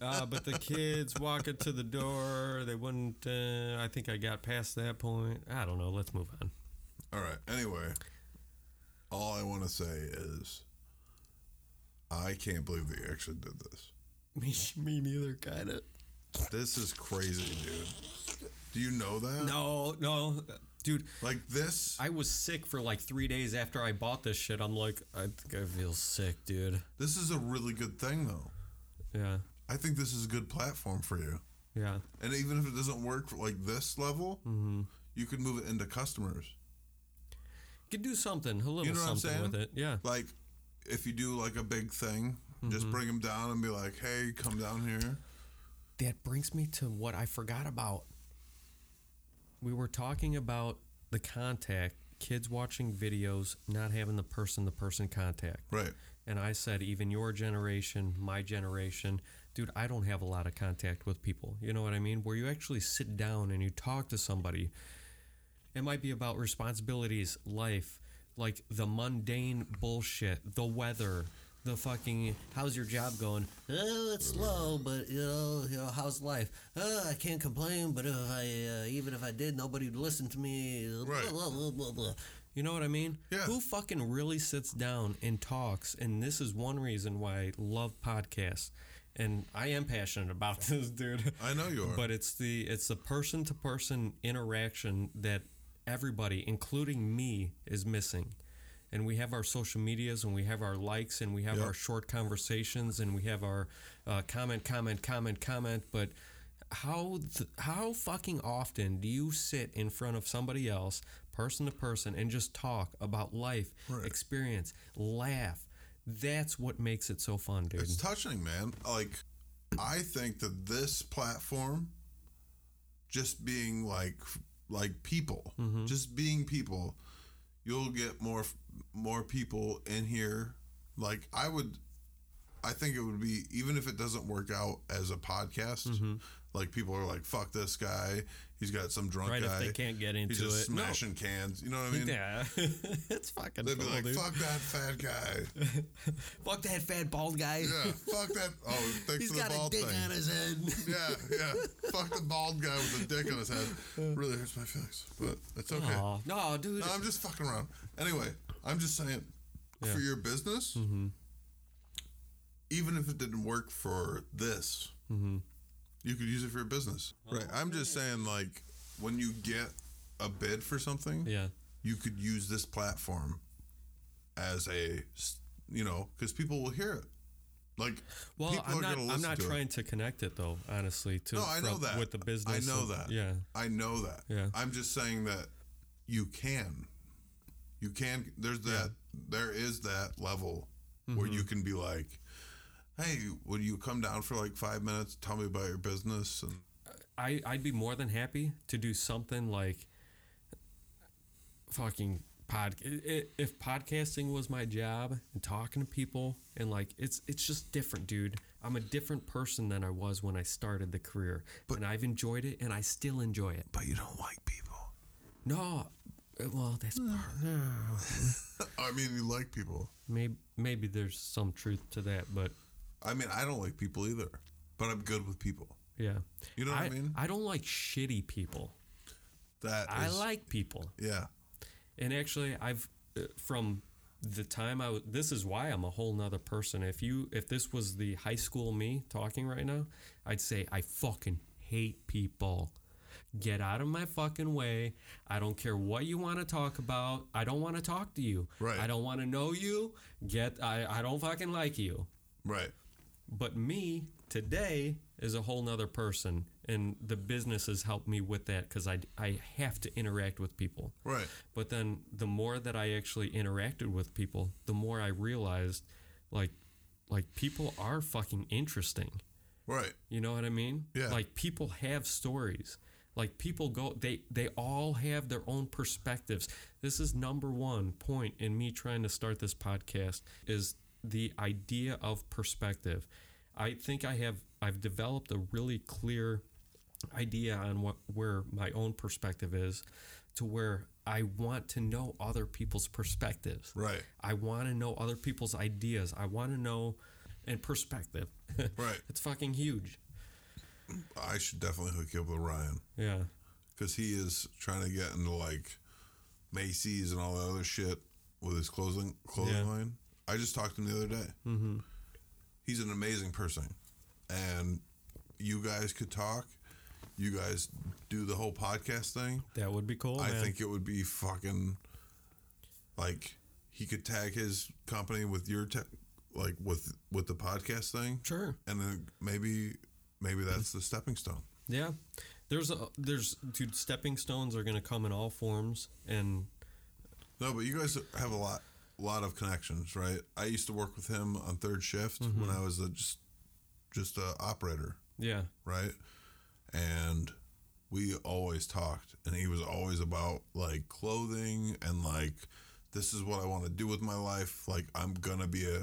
uh, but the kids walking to the door, they wouldn't. Uh, I think I got past that point. I don't know. Let's move on.
All right. Anyway, all I want to say is, I can't believe they actually did this.
Me, me neither, kind of.
This is crazy, dude. Do you know that?
No, no, dude.
Like this.
I was sick for like three days after I bought this shit. I'm like, I think I feel sick, dude.
This is a really good thing, though.
Yeah,
I think this is a good platform for you.
yeah,
And even if it doesn't work for like this level,
Mm-hmm.
you can move it into customers.
could do something, a little
know what I'm
something with
saying?
it. Yeah,
Like, if you do like a big thing,
Mm-hmm.
just bring them down and be like, "Hey, come down here."
that brings me to what I forgot about. We were talking about the contact, kids watching videos, not having the person to person contact.
Right.
And I said, even your generation, my generation, dude, I don't have a lot of contact with people. You know what I mean? Where you actually sit down and you talk to somebody. It might be about responsibilities, life, like the mundane bullshit, the weather, the fucking, how's your job going?
Oh, it's slow, but you know, you know how's life? Oh, I can't complain, but if I, uh, even if I did, nobody would listen to me.
Right.
Blah, blah, blah, blah.
You know what I mean?
Yeah.
Who fucking really sits down and talks? And this is one reason why I love podcasts. And I am passionate about this, dude.
I know you are.
But it's the it's the person to person interaction that everybody, including me, is missing. And we have our social medias, and we have our likes, and we have
Yep.
our short conversations, and we have our uh, comment, comment, comment, comment. But how th- how fucking often do you sit in front of somebody else, person to person, and just talk about life,
Right.
experience, laugh? That's what makes it so fun, dude.
it's touching, man. Like, I think that this platform, just being like like people,
Mm-hmm.
just being people, you'll get more more people in here. Like I would, I think it would be even if it doesn't work out as a podcast.
Mm-hmm.
Like people are like, fuck this guy. He's got some drunk
Right, if
guy.
they can't get into
He's just
it. No.
smashing cans. You know what I mean?
Yeah, it's fucking
They'd be
cool,
like,
dude.
fuck that fat guy.
Fuck that fat bald guy.
Yeah, fuck that. Oh, thanks
He's
for the
got a
bald
dick
thing.
on his head.
Yeah, yeah. Fuck the bald guy with a dick on his head. Really hurts my feelings, but it's okay.
Aw. No, dude.
No, I'm just fucking around. Anyway, I'm just saying, for your business, even if it didn't work for this, you could use it for your business. Right. I'm just saying, like, when you get a bid for something,
yeah.
you could use this platform as a, s- you know, because people will hear it. Like,
Well,
people
I'm
are
not.
gonna
I'm
listen
not
to it.
trying to connect it though, honestly. To
No, I know
from-
that.
with the business.
I know
and-
that.
Yeah.
I know that.
Yeah.
I'm just saying that you can. You can there's that there is that level
Mm-hmm.
where you can be like, Hey, would you come down for like five minutes, tell me about your business and
I, I'd be more than happy to do something like fucking pod. i- i- If podcasting was my job and talking to people and like it's it's just different, dude. I'm a different person than I was when I started the career, and I've enjoyed it and I still enjoy it.
But you don't like people.
No, uh, well that's part.
I mean you like people.
maybe maybe there's some truth to that, but
I mean I don't like people either. But I'm good with people.
yeah.
You know what I mean?
I don't like shitty people.
That is
I like people.
Yeah.
And actually, I've uh, from the time I was. This is why I'm a whole nother person. If you, if this was the high school me talking right now, I'd say I fucking hate people. Get out of my fucking way. I don't care what you want to talk about. I don't want to talk to you.
Right.
I don't want to know you. Get. I. I don't fucking like you.
Right.
But me today is a whole nother person, and the business has helped me with that because I I have to interact with people.
Right.
But then the more that I actually interacted with people, the more I realized like like people are fucking interesting.
Right.
You know what I mean?
Yeah.
Like people have stories. Like people go they they all have their own perspectives. This is number 1 point in me trying to start this podcast is the idea of perspective. I think I have I've developed a really clear idea on what where my own perspective is to where I want to know other people's perspectives.
Right.
I want to know other people's ideas. I want to know and perspective.
Right.
It's fucking huge.
I should definitely hook you up with Ryan.
Yeah.
because he is trying to get into like Macy's and all that other shit with his clothing clothing
Yeah.
line. I just talked to him the other day. Mm-hmm. He's an amazing person, and you guys could talk. You guys do the whole podcast thing.
That would be cool.
I
Oh, man.
think it would be fucking like he could tag his company with your tech, like with with the podcast thing,
sure.
and then maybe maybe that's the stepping stone.
Yeah. There's a there's dude stepping stones are going to come in all forms and
No, but you guys have a lot, lot of connections, right? I used to work with him on third shift when I was a, just, just a operator,
yeah.
right? And we always talked, and he was always about like clothing and like, this is what I want to do with my life. Like, I'm gonna be a,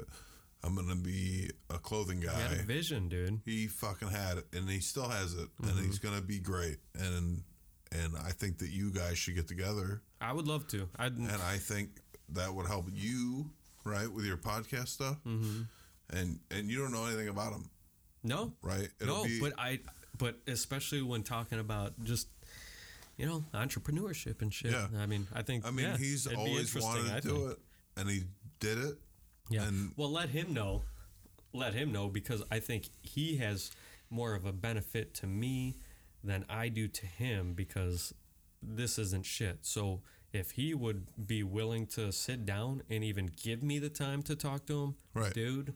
I'm gonna be a clothing
He had a
guy.
vision, dude.
He fucking had it, and he still has it, and
Mm-hmm.
he's gonna be great. And and I think that you guys should get together
I would love to. I'd
and I think that would help you, right, with your podcast stuff. Mm-hmm. And and you don't know anything about them,
No.
right?
no, but I but especially when talking about just you know, entrepreneurship and shit.
Yeah.
I mean, I think
I mean,
yeah,
he's
it'd be
always
interesting,
wanted to
I
do
think.
it, and he did it.
Yeah.
And-
well, let him know. Let him know because I think he has more of a benefit to me than I do to him because this isn't shit. So if he would be willing to sit down and even give me the time to talk to him,
Right.
dude,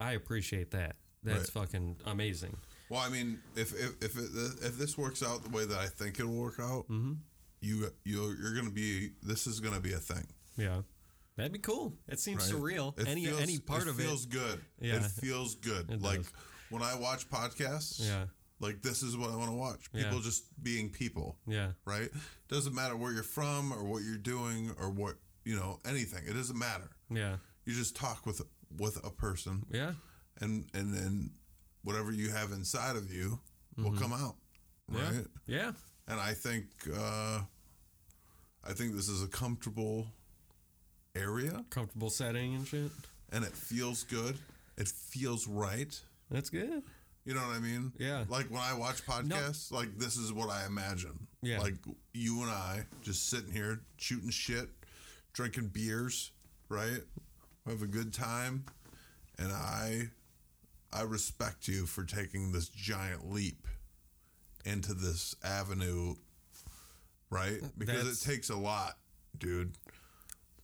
I appreciate that. That's fucking amazing.
Well, I mean, if if if, it, if this works out the way that I think it'll work out,
Mm-hmm.
you you you're gonna be this is gonna be a thing.
Yeah. That'd be cool. It seems
right?
surreal.
It
any
feels-
any part
it
of
feels
it.
good.
Yeah.
It feels good.
It
like
does.
when I watch podcasts,
Yeah.
like this is what I want to watch.
Yeah.
People just being people,
Yeah.
right? Doesn't matter where you're from or what you're doing or what you know anything. It doesn't matter.
Yeah.
You just talk with with a person,
Yeah.
and and then whatever you have inside of you will come out, right?
Mm-hmm. Yeah.
And I think uh, I think this is a comfortable area,
Comfortable setting and shit.
and it feels good. It feels right.
That's good.
You know what I mean?
Yeah.
Like when I watch podcasts, like this is what I imagine.
Yeah.
Like you and I just sitting here shooting shit, drinking beers, right? We have a good time, and I, I respect you for taking this giant leap into this avenue, right? Because
That's-
it takes a lot, dude.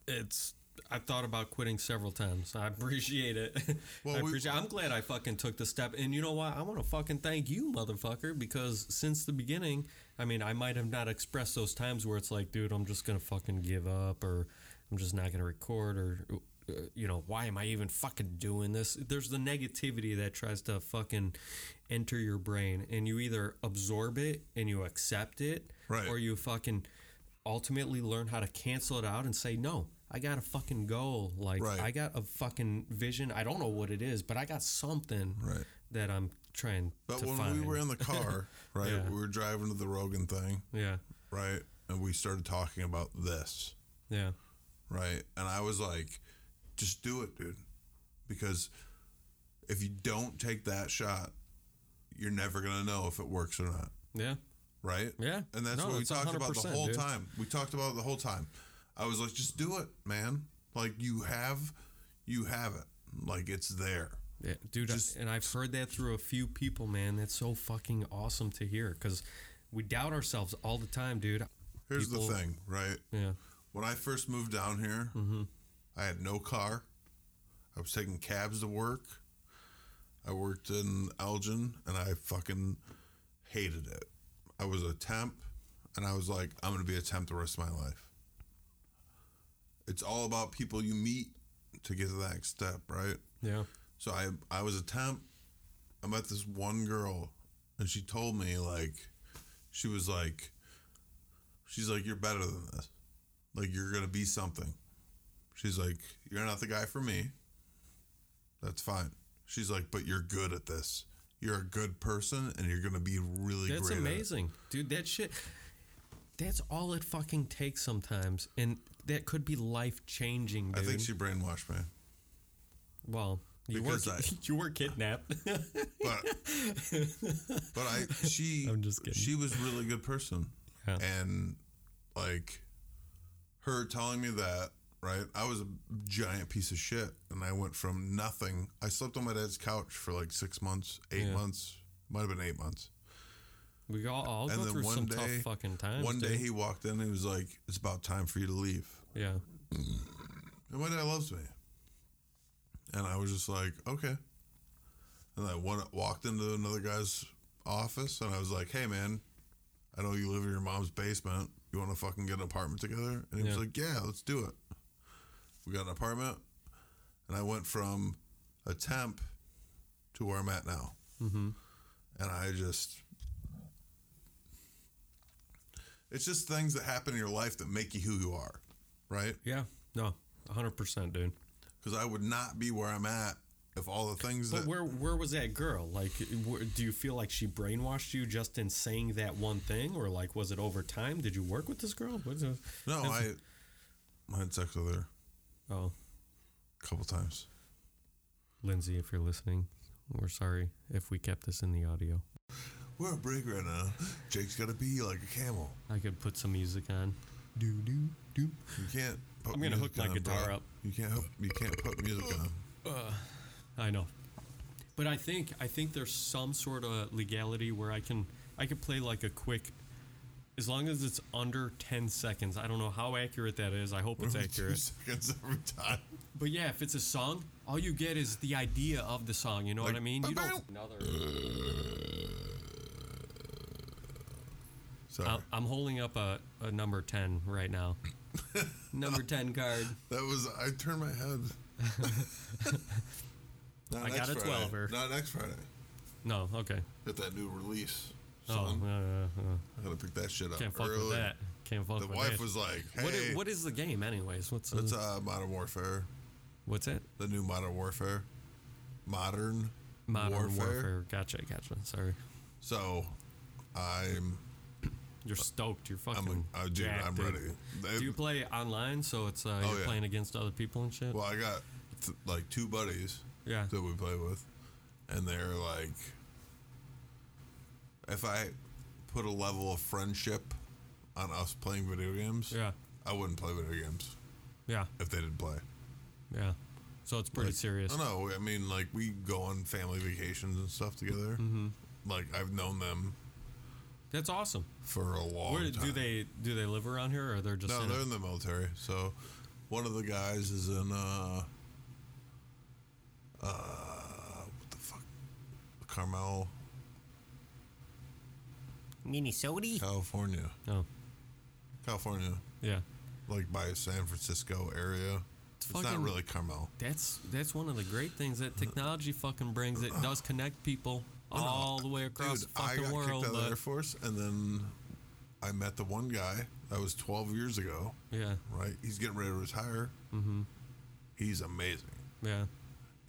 It's. I thought about quitting several times. I appreciate it.
Well,
I
we-
appreciate, I'm glad I fucking took the step. And you know what? I want to fucking thank you, motherfucker, because since the beginning, I mean, I might have not expressed those times where it's like, dude, I'm just going to fucking give up or I'm just not going to record or, uh, you know, why am I even fucking doing this? There's the negativity that tries to fucking enter your brain and you either absorb it and you accept it
Right.
or you fucking ultimately learn how to cancel it out and say no i got a fucking goal like
Right.
i got a fucking vision i don't know what it is but i got something
Right.
that i'm trying
But
to
when
find
we were in the car, right?
Yeah.
We were driving to the Rogan thing,
yeah
right? And we started talking about this.
yeah
right? And I was like, just do it, dude. Because if you don't take that shot, you're never going to know if it works or not,
yeah
right?
Yeah.
And that's
No,
what we
it's
talked about the
100%,
whole
dude.
time. We talked about it the whole time. I was like, just do it, man. Like you have you have it. Like it's there.
Yeah, dude, I-
Just-
and I've heard that through a few people, man. That's so fucking awesome to hear because we doubt ourselves all the time, dude.
Here's
People-
the thing, right?
Yeah,
When I first moved down here, I had no car. I was taking cabs to work. I worked in Elgin and I fucking hated it. I was a temp and I was like, I'm going to be a temp the rest of my life. It's all about people you meet to get to that next step, right?
yeah,
So I I was a temp. I met this one girl, and she told me like, she was like, she's like, you're better than this. Like you're gonna be something. She's like, you're not the guy for me. That's fine. She's like, but you're good at this. You're a good person, and you're gonna be really
that's
great. at it."
amazing, dude. That shit. That's all it fucking takes sometimes, and that could be life changing,
I
dude.
think she brainwashed me,
well, you were
Because
ki- you were kidnapped.
but but I she
I'm just kidding.
she was a really good person.
Yeah.
and like her telling me that right i was a giant piece of shit and i went from nothing i slept on my dad's couch for like six months eight
Yeah.
months might have been eight months
we all, all
and
go
then
through
one
some tough
day
fucking times.
one day
dude.
he walked in and he was like it's about time for you to leave
yeah,
and my dad loves me and i was just like okay and i went, walked into another guy's office and i was like hey man i know you live in your mom's basement you want to fucking get an apartment together and he was
Yeah.
like yeah let's do it we got an apartment and i went from a temp to where i'm at now and i just it's just things that happen in your life that make you who you are right
yeah, no, hundred percent, dude.
because I would not be where I'm at if all the things
But
that
where where was that girl? Like, where, do you feel like she brainwashed you just in saying that one thing, or like was it over time? Did you work with this girl? What's it,
no, I, I had sex with her
oh,
a couple times.
Lindsay, if you're listening, we're sorry if we kept this in the audio.
We're a break right now. Jake's got to be like a camel.
I could put some music on. Do do do.
You can't. Put
I'm gonna
music
hook my
on,
guitar
bro.
up.
You can't. hook- You can't put music on.
I know. But I think I think there's some sort of legality where I can I could play like a quick as long as it's under 10 seconds. I don't know how accurate that is. I hope it's
Two
accurate.
seconds every time.
But yeah, if it's a song, all you get is the idea of the song, you know what I mean? You don't another
Sorry,
I'm, I'm holding up a, a number 10 right now. number 10 card.
that was. I turned my head. Not
I got
next
a
Friday.
12er.
Not next Friday.
No, okay.
At that new release,
Oh,
son,
uh, uh,
I gotta pick that shit up.
can't fuck with
early.
that. Can't fuck
The
with
wife
that.
was like, "Hey,
What i- what is the game, anyways? What's
it's
uh,
uh, Modern Warfare,
what's it?
the new Modern Warfare, Modern,
Modern Warfare. Gotcha, gotcha. Sorry,
So, I'm
you're stoked. You're fucking.
I'm a, uh, dude.
jacked,
I'm
dude.
ready. They-
Do you play online? So it's uh, you're
yeah.
playing against other people and shit.
Well, I got th- like two buddies
yeah.
that we play with, and they're like, if I put a level of friendship on us playing video games,
Yeah.
I wouldn't play video games
Yeah.
if they didn't play.
Yeah. So it's pretty serious.
I don't know. I mean, like we go on family vacations and stuff together. Mm-hmm. Like I've known them
That's awesome.
for a long
Where
time.
do they do they live around here or they're just
No,
in
they're
it?
in the military. So one of the guys is in uh uh what the fuck Carmel,
Minnesota?
California.
Oh,
California.
yeah.
Like by San Francisco area. It's, not
fucking-
really Carmel.
That's that's one of the great things that technology fucking brings. It does connect people all the way across
Dude,
the
I
fucking
got
world.
kicked out of the Air
But,
Force and then I met the one guy that was twelve years ago.
yeah,
Right? He's getting ready to retire. Mm-hmm. He's amazing.
yeah.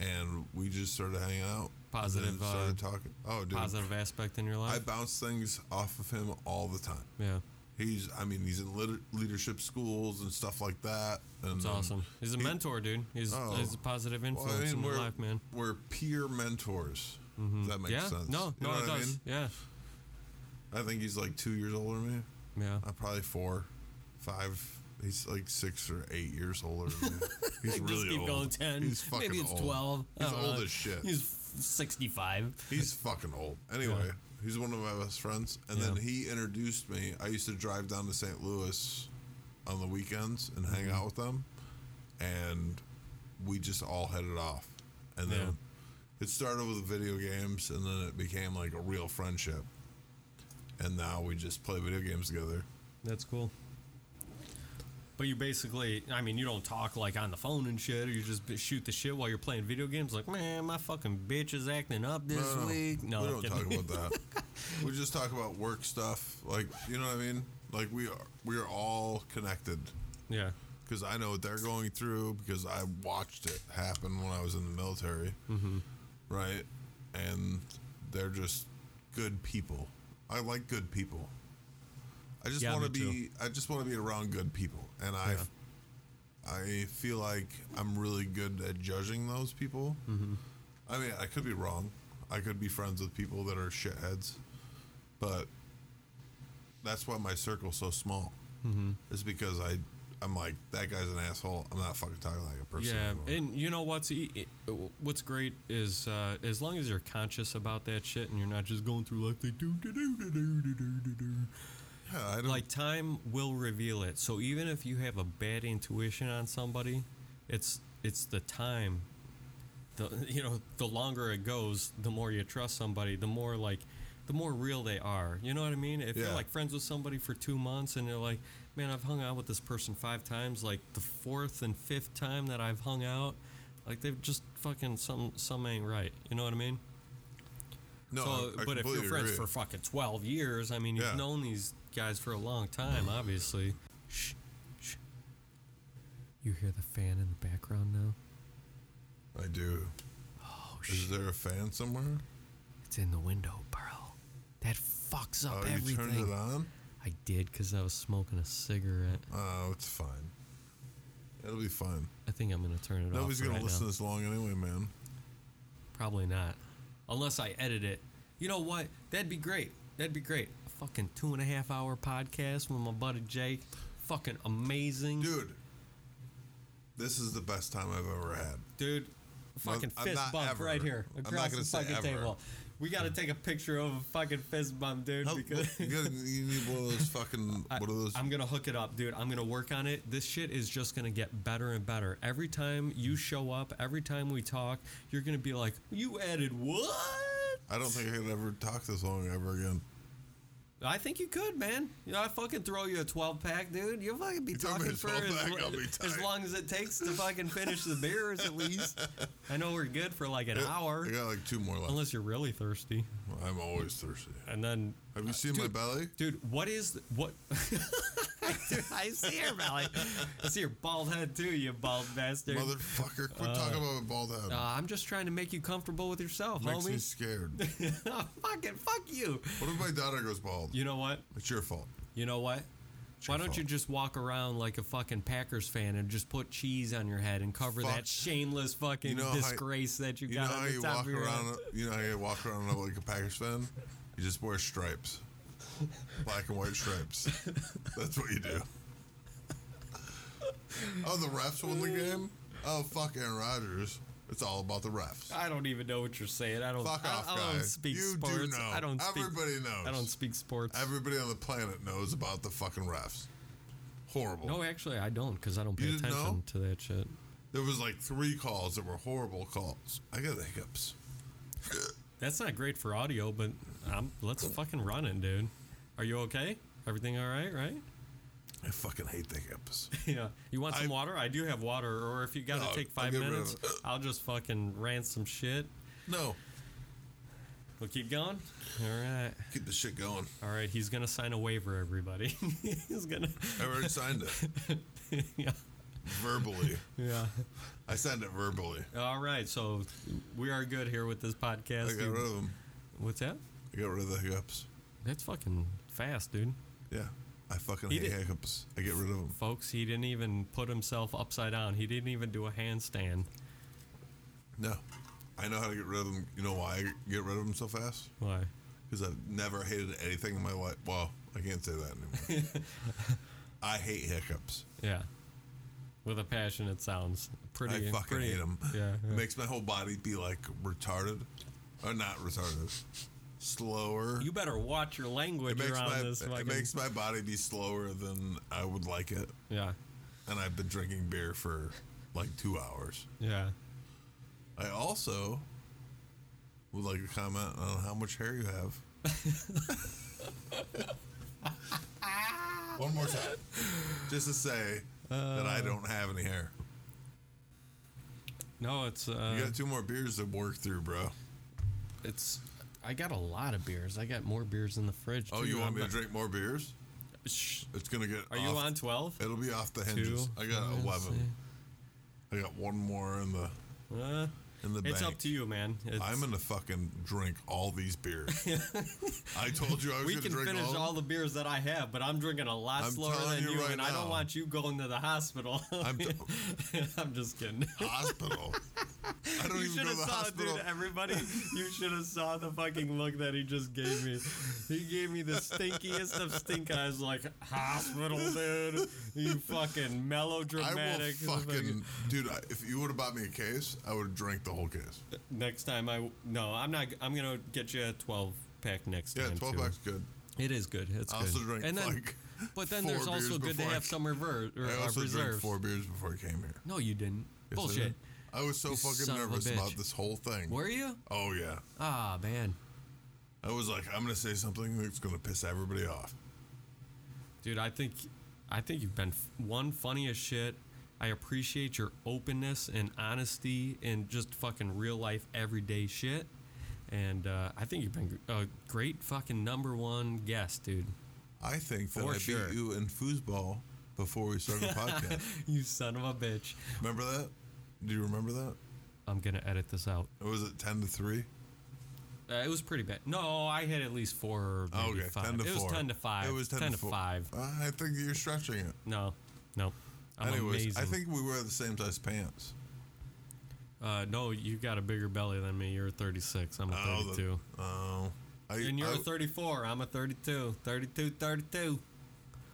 And we just started hanging out.
Positive,
And then started
uh,
talking. Oh, dude.
Positive aspect in your
I
life.
bounce things off of him all the time.
yeah,
He's, I mean, he's in lit- leadership schools and stuff like that. And
it's awesome. He's a mentor, dude. He's,
Mm. Oh.
he's a positive
Well,
influence
I mean,
in your
we're,
life, man. Mm-hmm.
we're peer mentors. If that makes
Yeah,
sense.
no,
You
no,
know
it
what I
does.
mean?
Yeah,
I think he's like two years older than me.
yeah.
I'm probably four, five. He's like six or eight years older than me. He's really
just keep
old.
going. Ten.
He's fucking
Maybe it's
old.
twelve. I
He's
don't know.
old as shit.
He's sixty-five.
He's fucking old. Anyway,
Yeah.
he's one of my best friends. And then
Yeah.
he introduced me. I used to drive down to St. Louis on the weekends and
Mm-hmm.
hang out with them. And we just all hit it off. And then
Yeah.
it started with video games and then it became like a real friendship. And now we just play video games together.
That's cool. But you basically, I mean, you don't talk like on the phone and shit, or you just b- shoot the shit while you're playing video games. Like, man, my fucking bitch is acting up this
No, no,
week. No,
we
I'm
don't
kidding.
talk about that. we just talk about work stuff. Like, you know what I mean? Like we are we are all connected.
yeah,
because I know what they're going through because I watched it happen when I was in the military, mm-hmm. right? And they're just good people. I like good people. I just
Yeah,
want to
me
be.
too.
I just want to be around good people, and I, I feel like I'm really good at judging those people. Mm-hmm. I mean, I could be wrong. I could be friends with people that are shitheads, but that's why my circle's so small. Mm-hmm. It's because I, I'm like that guy's an asshole. I'm not fucking talking like a person.
yeah.
anymore.
And you know what's e- e- what's great is uh, as long as you're conscious about that shit and you're not just going through life like do do do do do do do do do.
yeah, I don't.
Like time will reveal it. So even if you have a bad intuition on somebody, it's it's the time. The you know the longer it goes, the more you trust somebody, the more like, the more real they are. You know what I mean? If you're
Yeah.
like friends with somebody for two months and you're like, man, I've hung out with this person five times. Like the fourth and fifth time that I've hung out, like they've just fucking some some ain't right. You know what I mean?
no,
So,
Oh, I, I
but if you're
completely
friends
agree.
for fucking 12 years, I mean, you've
Yeah. Mm-hmm.
known these guys for a long time, obviously. Shh, shh. You hear the fan in the background now?
I do.
Oh,
Is there a fan somewhere?
It's in the window, bro. That fucks
Oh,
up
you turned it
everything.
on.
I did because I was smoking a cigarette.
Oh, it's fine. It'll be fine.
I think I'm going to turn it off.
Nobody's gonna
right
listen
now.
this long anyway, man.
Probably not. Unless I edit it. You know what? That'd be great. That'd be great. A fucking two and a half hour podcast with my buddy Jake. Fucking amazing.
Dude, this is the best time I've ever had.
dude. Fucking
I'm
fist
not
bump
ever.
right here
I'm not
across
gonna
the
say
fucking
ever.
table. We got to take a picture of a fucking fist bump, dude.
How-
because
you, gotta, you need one of those fucking.
I,
one of those.
am gonna hook it up, dude. I'm gonna work on it. This shit is just gonna get better and better. Every time you show up, every time we talk, you're gonna be like, "You added what?"
I don't think I could ever talk this long ever again.
I think you could, man. You know, I fucking throw you a 12 pack, dude. You'll fucking be
throw me
talking
a
for
12
as,
pack,
lo-
I'll be
as
tight.
long as it takes to fucking finish the beers, at least. I know we're good for like an hour,
I got like two more left.
unless you're really thirsty.
I'm always thirsty.
And then,
Have you seen my belly?
Uh, dude, what is th- what? I see your belly. I see your bald head too, you bald bastard.
Motherfucker, quit talking about my bald head.
Uh, I'm just trying to make you comfortable with yourself,
Makes me
homie.
scared.
fucking fuck you.
what if my daughter goes bald?
You know what?
It's your fault.
You know what? Why
your
don't you
fault.
just walk around like a fucking Packers fan and just put cheese on your head and cover
Fuck.
that shameless fucking
You know how-
disgrace that you,
You know
got
how
on
you
the top
walk
of your head?
around? You know how you walk around like a Packers fan? You just wear stripes, black and white stripes. That's what you do. Oh, the refs won the game. Oh, fuck Aaron Rodgers. It's all about the refs.
I don't even know what you're saying. I don't.
Fuck
I,
off,
I don't
guy.
speak
You do
sports.
know.
I don't. Speak,
Everybody knows.
I don't speak sports.
Everybody on the planet knows about the fucking refs. Horrible.
no, actually, I don't because I don't pay
You didn't
attention
know?
to that shit.
There was like three calls that were horrible calls. I got the hiccups.
That's not great for audio, but um, let's fucking run it, dude. Are you okay? Everything all right? Right?
I fucking hate the hiccups.
yeah. You want some
I-
water? I do have water. Or if you got to
No,
take
I'll
5
get rid of
minutes,
it.
I'll just fucking rant some shit.
No,
We'll keep going. All right.
keep the shit going.
All right. He's going to sign a waiver, everybody. he's going
I already signed it
to. Yeah.
verbally.
Yeah.
I signed it verbally.
All right. So we are good here with this
I
podcast.
got rid of them.
What's that?
I got rid of the hiccups.
That's fucking fast, dude.
Yeah, I fucking
He
hate
did-
hiccups. I get rid of them.
Folks, he didn't even put himself upside down. He didn't even do a handstand.
No, I know how to get rid of them. You know why I get rid of them so fast?
Why?
Because I've never hated anything in my life. Well, I can't say that anymore. I hate hiccups.
Yeah. With a passion, it sounds pretty.
I fucking
pretty,
hate 'em. hate them.
Yeah. yeah.
It makes my whole body be like retarded, or not retarded, slower.
you better watch your
it
language
makes
around
my
this.
it
fucking-
makes my body be slower than I would like it,
yeah.
and I've been drinking beer for like two hours.
Yeah.
I also would like to comment on how much hair you have. One more time, just to say
Uh,
that I don't have any hair.
No, it's. Uh,
You got two more beers to work through, bro.
It's. I got a lot of beers. I got more beers in the fridge.
Oh,
too.
you want
I'm
me to
not-
drink more beers?
Shh.
It's gonna get.
Are you
off-
on twelve?
It'll be off the hinges. I got
Let's
eleven. I got one more in the
see. Uh,
in the
it's
bank.
up to you, man. It's,
I'm gonna fucking drink all these beers. I told you I was
we
gonna
can
drink
finish
all.
all,
of them.
the beers that I have, but I'm drinking a lot
I'm
slower
telling
than you,
you right
and I don't
now.
want you going to the hospital.
I'm t-
I'm just kidding.
hospital. I don't
You should
even go
have
to the
saw,
hospital.
dude. Everybody, you should have saw the fucking look that he just gave me. He gave me the stinkiest of stink eyes, like hospital, dude. You fucking
I will
melodramatic.
fucking dude. I, if you would have bought me a case, I would have drank the whole case.
Next time I no, I'm not. I'm gonna get you a 12 pack next
Yeah,
time.
twelve
too.
bucks good.
It is good. It's
I also
good.
drank
and then,
like.
but then
four
there's also
beers
good to
before I
have
ca-
some revert or
I
uh,
also drank
reserves.
four beers before I came here.
No, you didn't.
Yes, I
Bullshit.
did. I was so
You
fucking
son of a
nervous about
bitch.
this whole thing.
Were you?
Oh yeah.
Ah man,
I was like, I'm gonna say something that's gonna piss everybody off.
dude. I think, I think you've been f- one funny as shit. I appreciate your openness and honesty and just fucking real life everyday shit. And uh, I think you've been gr- a great fucking number one guest, dude.
I think that
For
I
sure.
beat you in foosball before we started the podcast.
you son of a bitch.
Remember that? Do you remember that?
I'm gonna edit this out.
Or was it ten to three?
Uh, it was pretty bad. No, I had at least four or
Oh,
maybe
okay,
five.
ten to
it
four.
was ten to five.
It was ten, to, four.
five.
I think you're stretching it.
No, no. I'm
Anyways,
amazing.
I think we wear the same size pants.
Uh, no, you got a bigger belly than me. You're a 36. I'm a
Oh, the-
32.
Oh, I,
and you're
I,
a 34. I'm a 32. 32, 32.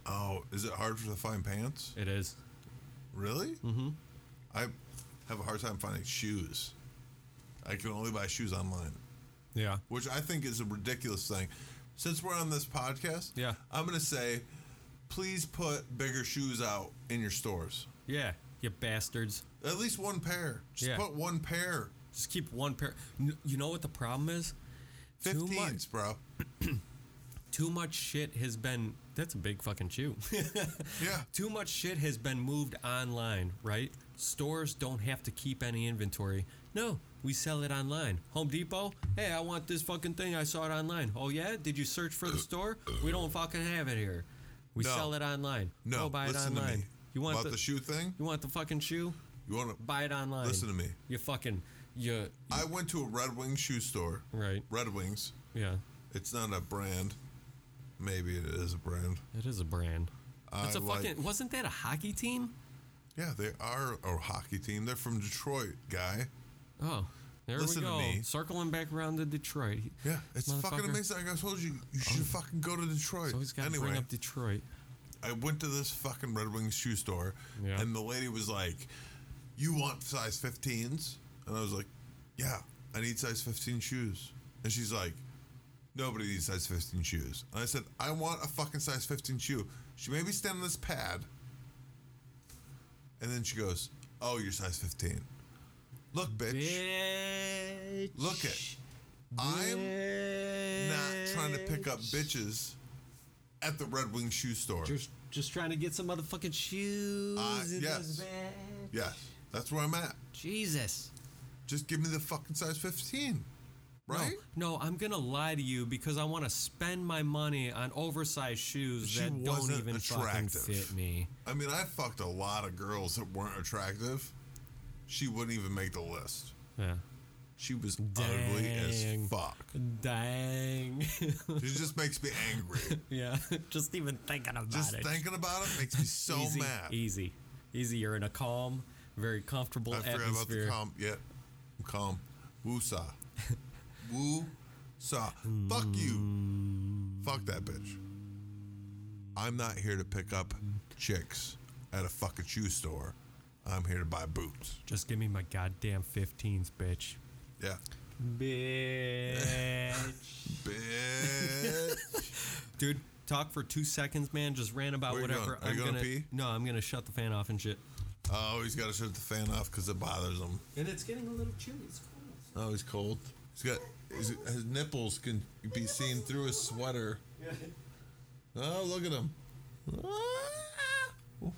Oh, is it hard to find pants?
It is.
Really? Mm-hmm. I have a hard time finding shoes. I can only buy shoes online,
Yeah.
which I think is a ridiculous thing. Since we're on this podcast,
Yeah.
I'm gonna say, please put bigger shoes out in your stores.
Yeah. You bastards.
At least one pair. Just
Yeah.
put one pair.
Just keep one pair. N- You know what the problem is? Too much.
Fifteens, bro.
too much shit has been. That's a big fucking chew.
Yeah.
too much shit has been moved online, right? Stores don't have to keep any inventory. No, we sell it online. Home Depot, hey, I want this fucking thing. I saw it online. Oh, yeah? Did you search for the store? We don't fucking have it here. We
No.
sell it online.
No,
Go buy it
listen to
online.
me.
You want
About the, shoe thing?
You want the fucking shoe?
You want to
Buy it online.
Listen to me.
You fucking you
I went to a Red Wing shoe store.
right.
Red Wings.
Yeah.
It's not a brand. Maybe it is a brand.
It is a brand. It's
I
a fucking
like-
wasn't that a hockey team?
Yeah, they are a hockey team. They're from Detroit, guy.
Oh. There
Listen
we
to
go.
me.
Circling back around to Detroit.
Yeah, it's fucking
Motherfucker. Oh.
amazing. Like I told you, you should fucking go to Detroit.
So he's got to
anyway,
bring up Detroit.
I went to this fucking Red Wings shoe store,
Yeah.
and the lady was like, "You want size 15s?" And I was like, "Yeah, I need size 15 shoes." And she's like, "Nobody needs size 15 shoes." And I said, "I want a fucking size 15 shoe." She made me stand on this pad, and then she goes, "Oh, you're size 15." Look, bitch.
Bitch.
Look it. I'm not trying to pick up bitches at the Red Wing shoe store.
Just, just trying to get some motherfucking shoes.
Uh,
in
yes.
this bag.
Yes, that's where I'm at.
Jesus.
Just give me the fucking size 15, right?
No, I'm gonna lie to you because I want to spend my money on oversized shoes
She
that don't
wasn't
even
attractive.
fucking fit me.
I mean, I fucked a lot of girls that weren't attractive. She wouldn't even make the list.
Yeah.
She was ugly as
Dang.
fuck.
Dang.
She just makes me angry.
yeah. Just even thinking about
Just
it.
thinking about it makes me so
easy,
mad.
Easy. Easy. You're in a calm, very comfortable
I forgot about
atmosphere.
the calm. Yeah, I'm calm. Woo-sa. Woo-sa. Fuck you. Fuck that bitch. I'm not here to pick up chicks at a fucking shoe store. I'm here to buy boots.
Just give me my goddamn 15s, bitch.
Yeah.
Bitch.
Bitch.
Dude, talk for two seconds, man. Just rant about
Where you
whatever.
going? Are you
I'm
gonna
gonna
pee?
No, I'm gonna shut the fan off and shit.
oh, he's got to shut the fan off because it bothers him.
And it's getting a little chilly. It's cold.
Oh, he's cold. He's got his, his nipples can be seen through his sweater. Oh, look at him. Ah!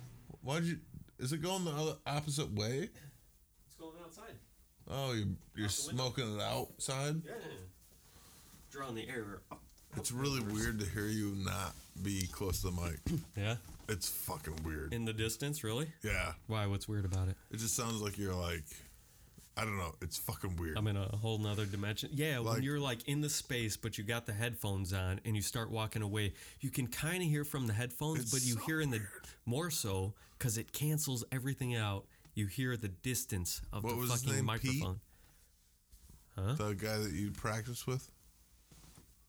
Why'd you? Is it going the other opposite way?
It's going outside.
Oh, you, you're smoking it outside.
Yeah. Drawing the air up.
It's really weird to hear you not be close to the mic.
Yeah.
It's fucking weird.
In the distance, really?
Yeah,
Why? What's weird about it?
it just sounds like you're like, I don't know. It's fucking weird.
I'm in a whole nother dimension. Yeah, when
Like-
you're like in the space, but you got the headphones on and you start walking away, you can kind of hear from the headphones,
It's
but you
so
hear in the more so because it cancels everything out. You hear the distance of
What
the
was his
fucking
name,
microphone.
The guy that you practice with,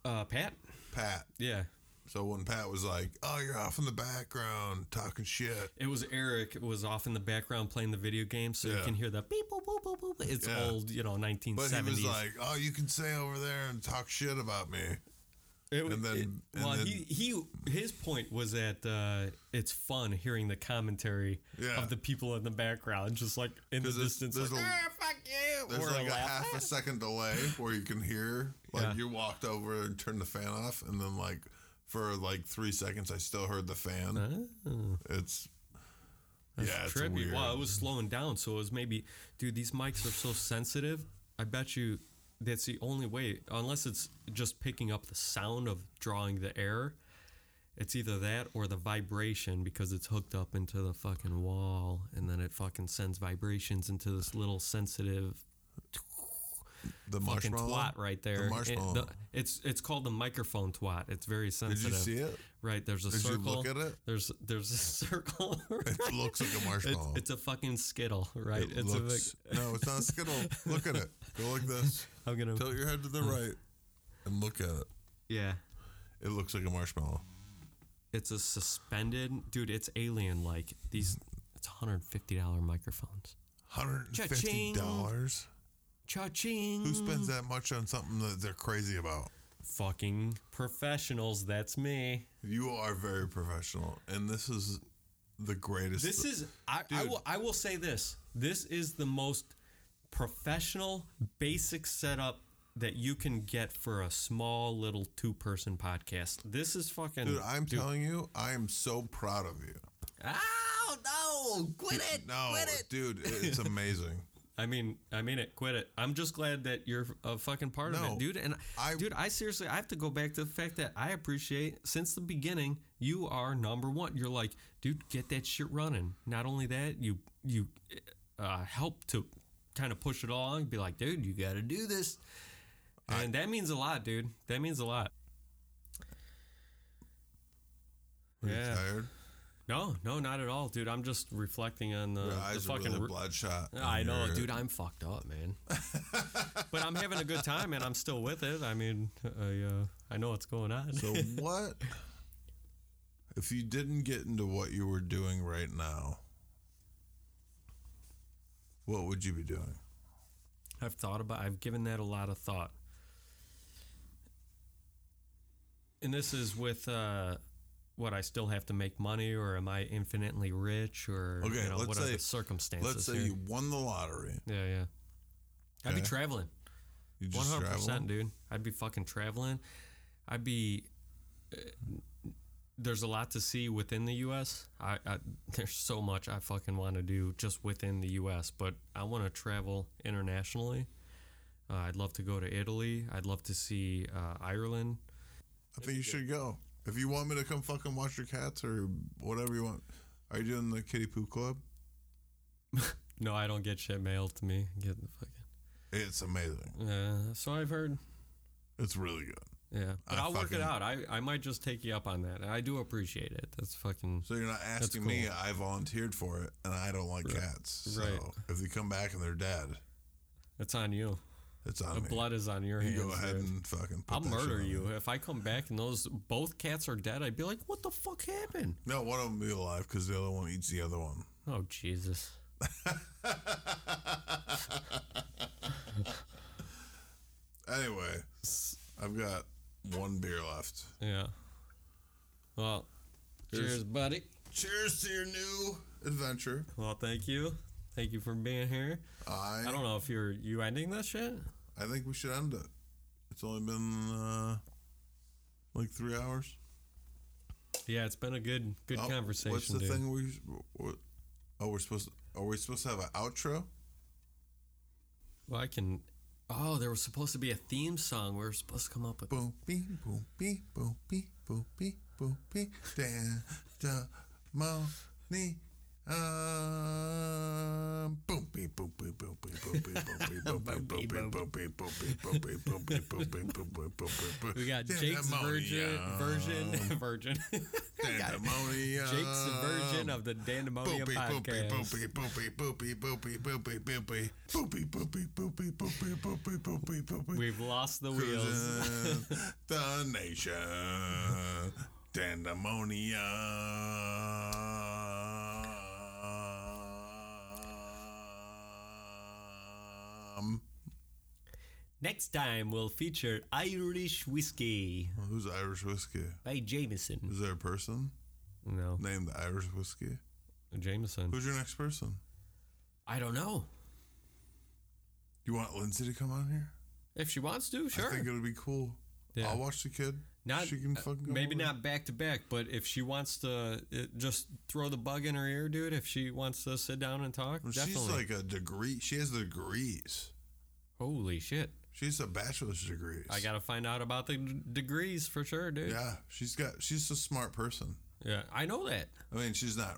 Uh, Pat?
Pat.
Yeah.
So when Pat was like, "Oh, you're off in the background talking shit,"
It was Eric was off in the background playing the video game, so you
Yeah.
can hear the beep boop boop boop boop. It's
Yeah.
old, you know, 1970s.
But he was like, "Oh, you can say over there and talk shit about me."
It,
And then-
it-
and
well,
then-
he, he his point was that uh, it's fun hearing the commentary
Yeah.
of the people in the background, just like in the
'Cause there's-
distance.
there's
like,
a-
"Ah, fuck you!"
There's
or
like a
laugh.
half a second delay where you can hear like
Yeah.
you walked over and turned the fan off, and then like for like three seconds, I still heard the fan. It's yeah, it's
Oh. trippy.
weird.
Wow, it was slowing down, so it was maybe, dude. These mics are so sensitive. I bet you that's the only way, unless it's just picking up the sound of drawing the air. It's either that or the vibration because it's hooked up into the fucking wall, and then it fucking sends vibrations into this little sensitive
the
fucking
marshmallow
twat right there. It-
marshmallow.
the- it's it's called the microphone twat. It's very
Did you
sensitive.
see it?
Right. There's a
Did you
circle.
look at it?
There's there's a circle.
It looks like a
It's,
marshmallow.
it's a fucking skittle, right?
It
it's
looks-
a
no, it's not a skittle. look at it. Go like this.
big, I'm gonna
Tilt your head to the right and look at it.
yeah.
It looks like a marshmallow.
It's a suspended dude. It's alien like these. It's 150 dollar microphones.
Hundred and fifty
Cha-ching.
dollars.
Cha-ching.
Who
Mm-hmm.
spends that much on something that they're crazy about?
fucking professionals? That's me.
You are very professional, and this is the greatest.
This is I, I will I will say this. This is the most professional basic setup that you can get for a small little two person podcast. This is fucking.
Dude, I'm telling you, I am so proud of you.
Oh no! Quit it!
No,
Quit it!
dude, it's amazing.
I mean, I mean it. Quit it. I'm just glad that you're a fucking part of
No,
it, dude. And
I-
dude, I seriously, I have to go back to the fact that I appreciate since the beginning. You are number one. You're like, dude, get that shit running. Not only that, you you uh, help to kind of push it along. Be like, dude, you got to do this, and that means a lot, dude. That means a lot.
Are you
Yeah.
tired?
No, no, not at all, dude. I'm just reflecting on the,
Your
the
eyes are
fucking.
really
ru-
bloodshot. and
I know,
you're-
dude. I'm fucked up, man. but I'm having a good time, and I'm still with it. I mean, I uh, I know what's going on.
So what? If you didn't get into what you were doing right now, what would you be doing?
I've thought about. I've given that a lot of thought. And this is with uh, what I still have to make money, or am I infinitely rich, or
Okay,
you know,
let's
what are
say-
the circumstances?
Let's say
here?
you won the lottery.
yeah, yeah. I'd be
Okay.
traveling.
You
One
just
hundred
travel.
percent, dude. I'd be fucking traveling. I'd be. uh, there's a lot to see within the U.S. I, I there's so much I fucking want to do just within the U.S. But I want to travel internationally. Uh, I'd love to go to Italy. I'd love to see uh, Ireland.
I think you should go. If you want me to come fucking watch your cats or whatever you want, are you doing the kitty poo club?
No, I don't get shit mailed to me. Get the fucking.
It's amazing.
Yeah, so I've heard.
It's really good.
Yeah, but
I
I will work it
fucking-
out. I, I might just take you up on that. I do appreciate it. That's fucking.
So you're not asking me.
cool.
I volunteered for it, and I don't like cats. So
Right.
if they come back and they're dead,
That's on you.
it's on
The
me.
blood is on your
you
hands.
go ahead
dude.
and fucking. Put
I'll
that shit
murder
on me.
you if I come back and those both cats are dead. I'd be like, "What the fuck happened?"
No, one of them be alive because the other one eats the other one.
Oh Jesus!
Anyway, I've got one beer left.
Yeah. Well, cheers, buddy.
Cheers to your new adventure.
Well, thank you, thank you for being here.
I
I don't know if you're you ending this shit.
I think we should end it. It's only been uh, like three hours.
Yeah, it's been a good good
Oh,
conversation.
What's the
dude.
thing we? What, oh, we're supposed. To, are we supposed to have an outro?
Well, I can. Oh, there was supposed to be a theme song. We were supposed to come up with.
Boom, beep, boom, beep, boom, beep, boom, beep, boom, beep. Dan, da, mo, ni, um, boom, beep, boom, beep, boom, beep, boom, beep, boom, beep, boom, beep, boom, beep, boom, beep, boom, beep, boom, beep, boom, beep, boom, beep, boom, beep, boom, beep, boom.
We got Jake's virgin version virgin.
Pandemonium.
Jake's version of the
Boopy,
Dandemonium
boopy,
podcast.
boopy, boopy, boopy, boopy, boopy, boopy. Boopy, boopy, boopy, boopy, boopy, boopy, boopy.
We've lost the wheels.
Cruising the nation. Dandamonia.
Next time we'll feature Irish whiskey
Who's Irish whiskey?
by Jameson.
Is there a person
No,
named the Irish whiskey?
Jameson.
Who's your next person?
I don't know
You want Lindsay to come on here?
if she wants to.
I think
Sure,
it would be cool.
Yeah.
I'll watch the kid.
not
she can
uh,
fucking come
maybe
over.
not back to back, but if she wants to, uh just throw the bug in her ear, dude. If she wants to sit down and talk,
Well,
definitely.
She's like a degree. She has degrees.
Holy shit!
She's a bachelor's degree.
I gotta find out about the d- degrees for sure, dude. Yeah.
Yeah, she's got. She's a smart person.
I know that.
I mean, she's not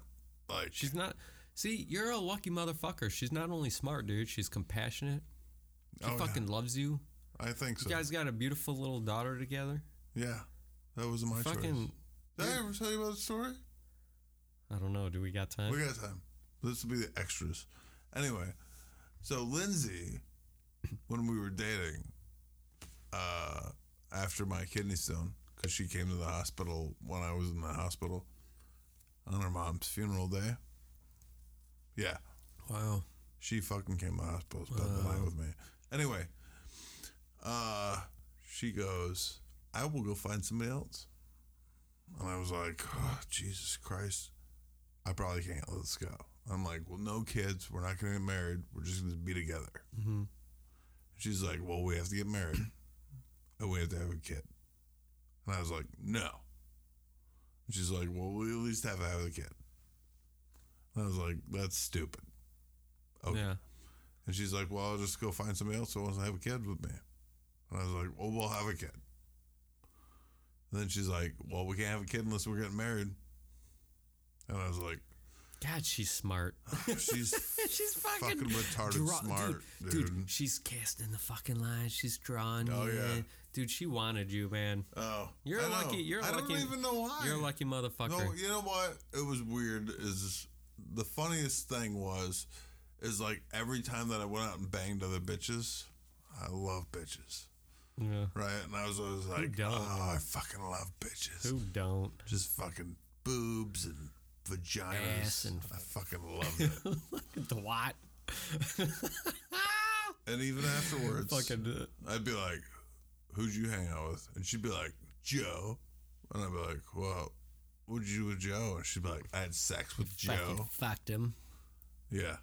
like
She's not. See, you're a lucky motherfucker. She's not only smart, dude. She's compassionate. She
Oh, yeah.
fucking loves you.
I think so.
You guys got a beautiful little daughter together.
yeah, that was my
fucking.
choice. Did I ever tell you about the story?
I don't know. Do we got time?
We got time. This will be the extras. Anyway, so Lindsay, when we were dating, uh, after my kidney stone, because she came to the hospital when I was in the hospital on her mom's funeral day. Yeah,
wow.
She fucking came to the hospital, spent the night with me. Anyway, uh, she goes, I will go find somebody else. And I was like, oh, Jesus Christ, I probably can't let this go. I'm like, well, no kids. We're not going to get married. We're just going to be together. She's like, well, we have to get married and we have to have a kid. And I was like, no. And she's like, well, we at least have to have a kid. And I was like, that's stupid. Okay.
Yeah.
And she's like, well, I'll just go find somebody else who wants to have a kid with me. And I was like, well, we'll have a kid. And then she's like, well, we can't have a kid unless we're getting married. And I was like,
God, she's smart.
she's,
She's
fucking, retarded
draw-
smart, dude.
dude, She's casting the fucking lines. She's drawing.
Oh,
you
yeah.
in. Dude, she wanted you, man.
Oh,
You're
I
a lucky-
know.
you're a
I
lucky-
don't even know why.
You're a lucky motherfucker.
No, you know what? It was weird. Is the funniest thing was, is like every time that I went out and banged other bitches, I love bitches,
yeah.
right? And I was always like,
don't?
oh, I fucking love bitches.
Who don't?
Just fucking boobs and vaginas.
Ass and-
I fucking loved it.
Dwight.
and even afterwards,
Fucking. uh,
I'd be like, "Who'd you hang out with?" And she'd be like, "Joe," and I'd be like, "Well, what'd you do with Joe?" And she'd be like, "I had sex with
Fucking
Joe."
fucked him.
Yeah,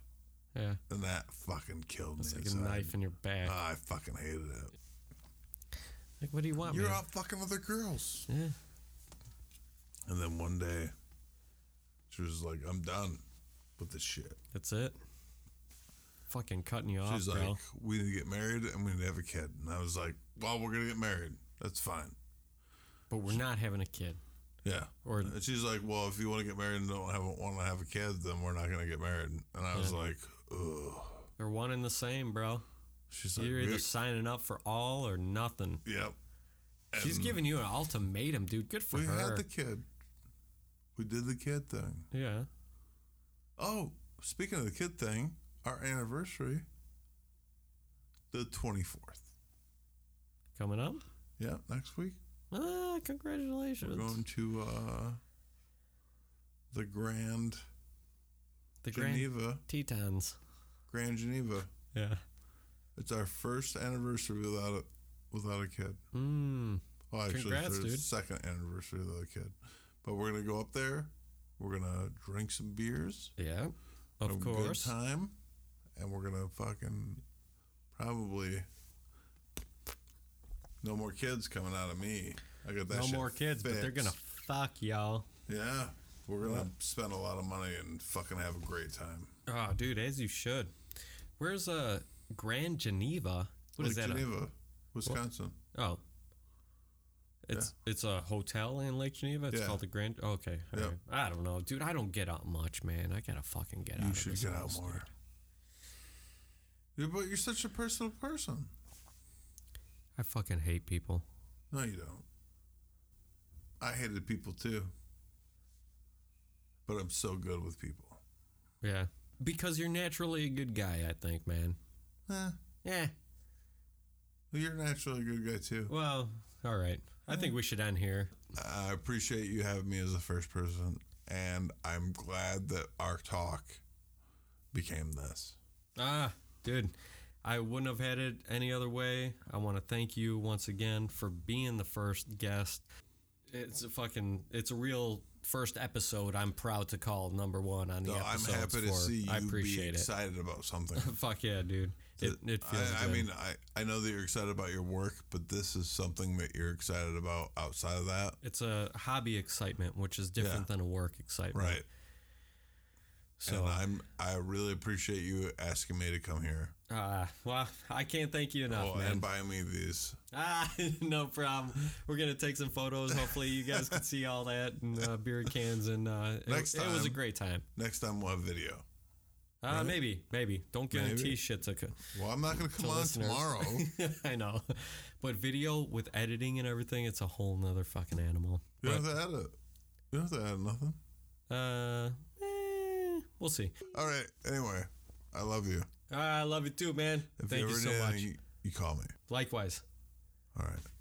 Yeah.
and that fucking killed
It's
me.
like a
inside.
knife in your back.
Oh, I fucking hated it.
like, what do you want,
You're
man?
out fucking other girls.
Yeah.
And then one day, she was like, "I'm done with this shit."
That's it. Fucking cutting you off,
She's
bro.
like, "We need to get married and we need to have a kid." And I was like, "Well, we're gonna get married. That's fine."
but we're not having a kid.
Yeah.
Or-
and she's like, "Well, if you want to get married and don't have want to have a kid, then we're not gonna get married." And I was like, "Ugh."
They're one and the same, bro.
She's like,
You're either
"Really?"
signing up for all or nothing.
"Yep."
She's giving you an ultimatum, dude. Good for
We
her.
had the kid. We did the kid thing.
yeah.
Oh, speaking of the kid thing, our anniversary, the twenty fourth.
Coming up.
Yeah, next week
Ah,
we're going
congratulations.
to uh, the Grand
The Grand
Geneva,
Tetons.
Grand Geneva.
Yeah.
It's our first anniversary without a without a kid.
Mm.
Well, actually,
Congrats,
it's their
dude.
second anniversary of the kid. But we're gonna go up there. We're gonna drink some beers.
Yeah. Of
have a
course.
Good time, and we're gonna fucking probably no more kids coming out of me. I got that.
No
shit
more kids, but they're gonna
fixed.
fuck y'all.
Yeah, we're gonna spend a lot of money and fucking have a great time.
Oh, dude, as you should. Where's uh Grand Geneva? What is
Lake
that? a-
Geneva, Wisconsin.
Oh. It's it's a hotel in Lake Geneva. It's
Yeah.
called the Grand. oh, Okay, all
Yeah.
right. I don't know, dude. I don't get out much, man. I gotta fucking get out.
You
of
should
this
get out
house,
more.
dude.
Yeah, but you're such a personal person.
I fucking hate people.
No, you don't. I hated people too. But I'm so good with people.
Yeah, because you're naturally a good guy. I think, man.
Eh,
Yeah.
you're naturally a good guy too.
Well, all right. I think we should end here.
I appreciate you having me as the first person, and I'm glad that our talk became this.
Ah, dude, I wouldn't have had it any other way. I want to thank you once again for being the first guest. It's a fucking, it's a real first episode. I'm proud to call number one on the
So Oh, I'm
episodes
happy to
for-
see you
I
be
appreciate it.
excited about something.
Fuck yeah, dude. It, it feels
I, I
good.
mean, I, I know that you're excited about your work, but this is something that you're excited about outside of that.
it's a hobby excitement, which is different
Yeah.
than a work excitement.
Right.
So,
and I'm I really appreciate you asking me to come here.
uh, well, I can't thank you enough,
Oh,
man.
and buy me these.
Ah, no problem. We're gonna take some photos. Hopefully, you guys can see all that and uh, beer cans. And uh, it-
Next
it, was a
time.
great time.
Next time we'll have video.
Uh, Maybe, maybe. Don't guarantee shit to. co-
Well, I'm not going to come
To
on
listeners.
tomorrow.
I know, but video with editing and everything, it's a whole nother fucking animal.
You don't have to edit. You don't have to edit nothing.
But, uh, eh, we'll see.
All right. Anyway, I love you.
I love you too, man.
If
Thank
you
you
ever
so
need
much.
anything, you, you call me.
Likewise.
All right.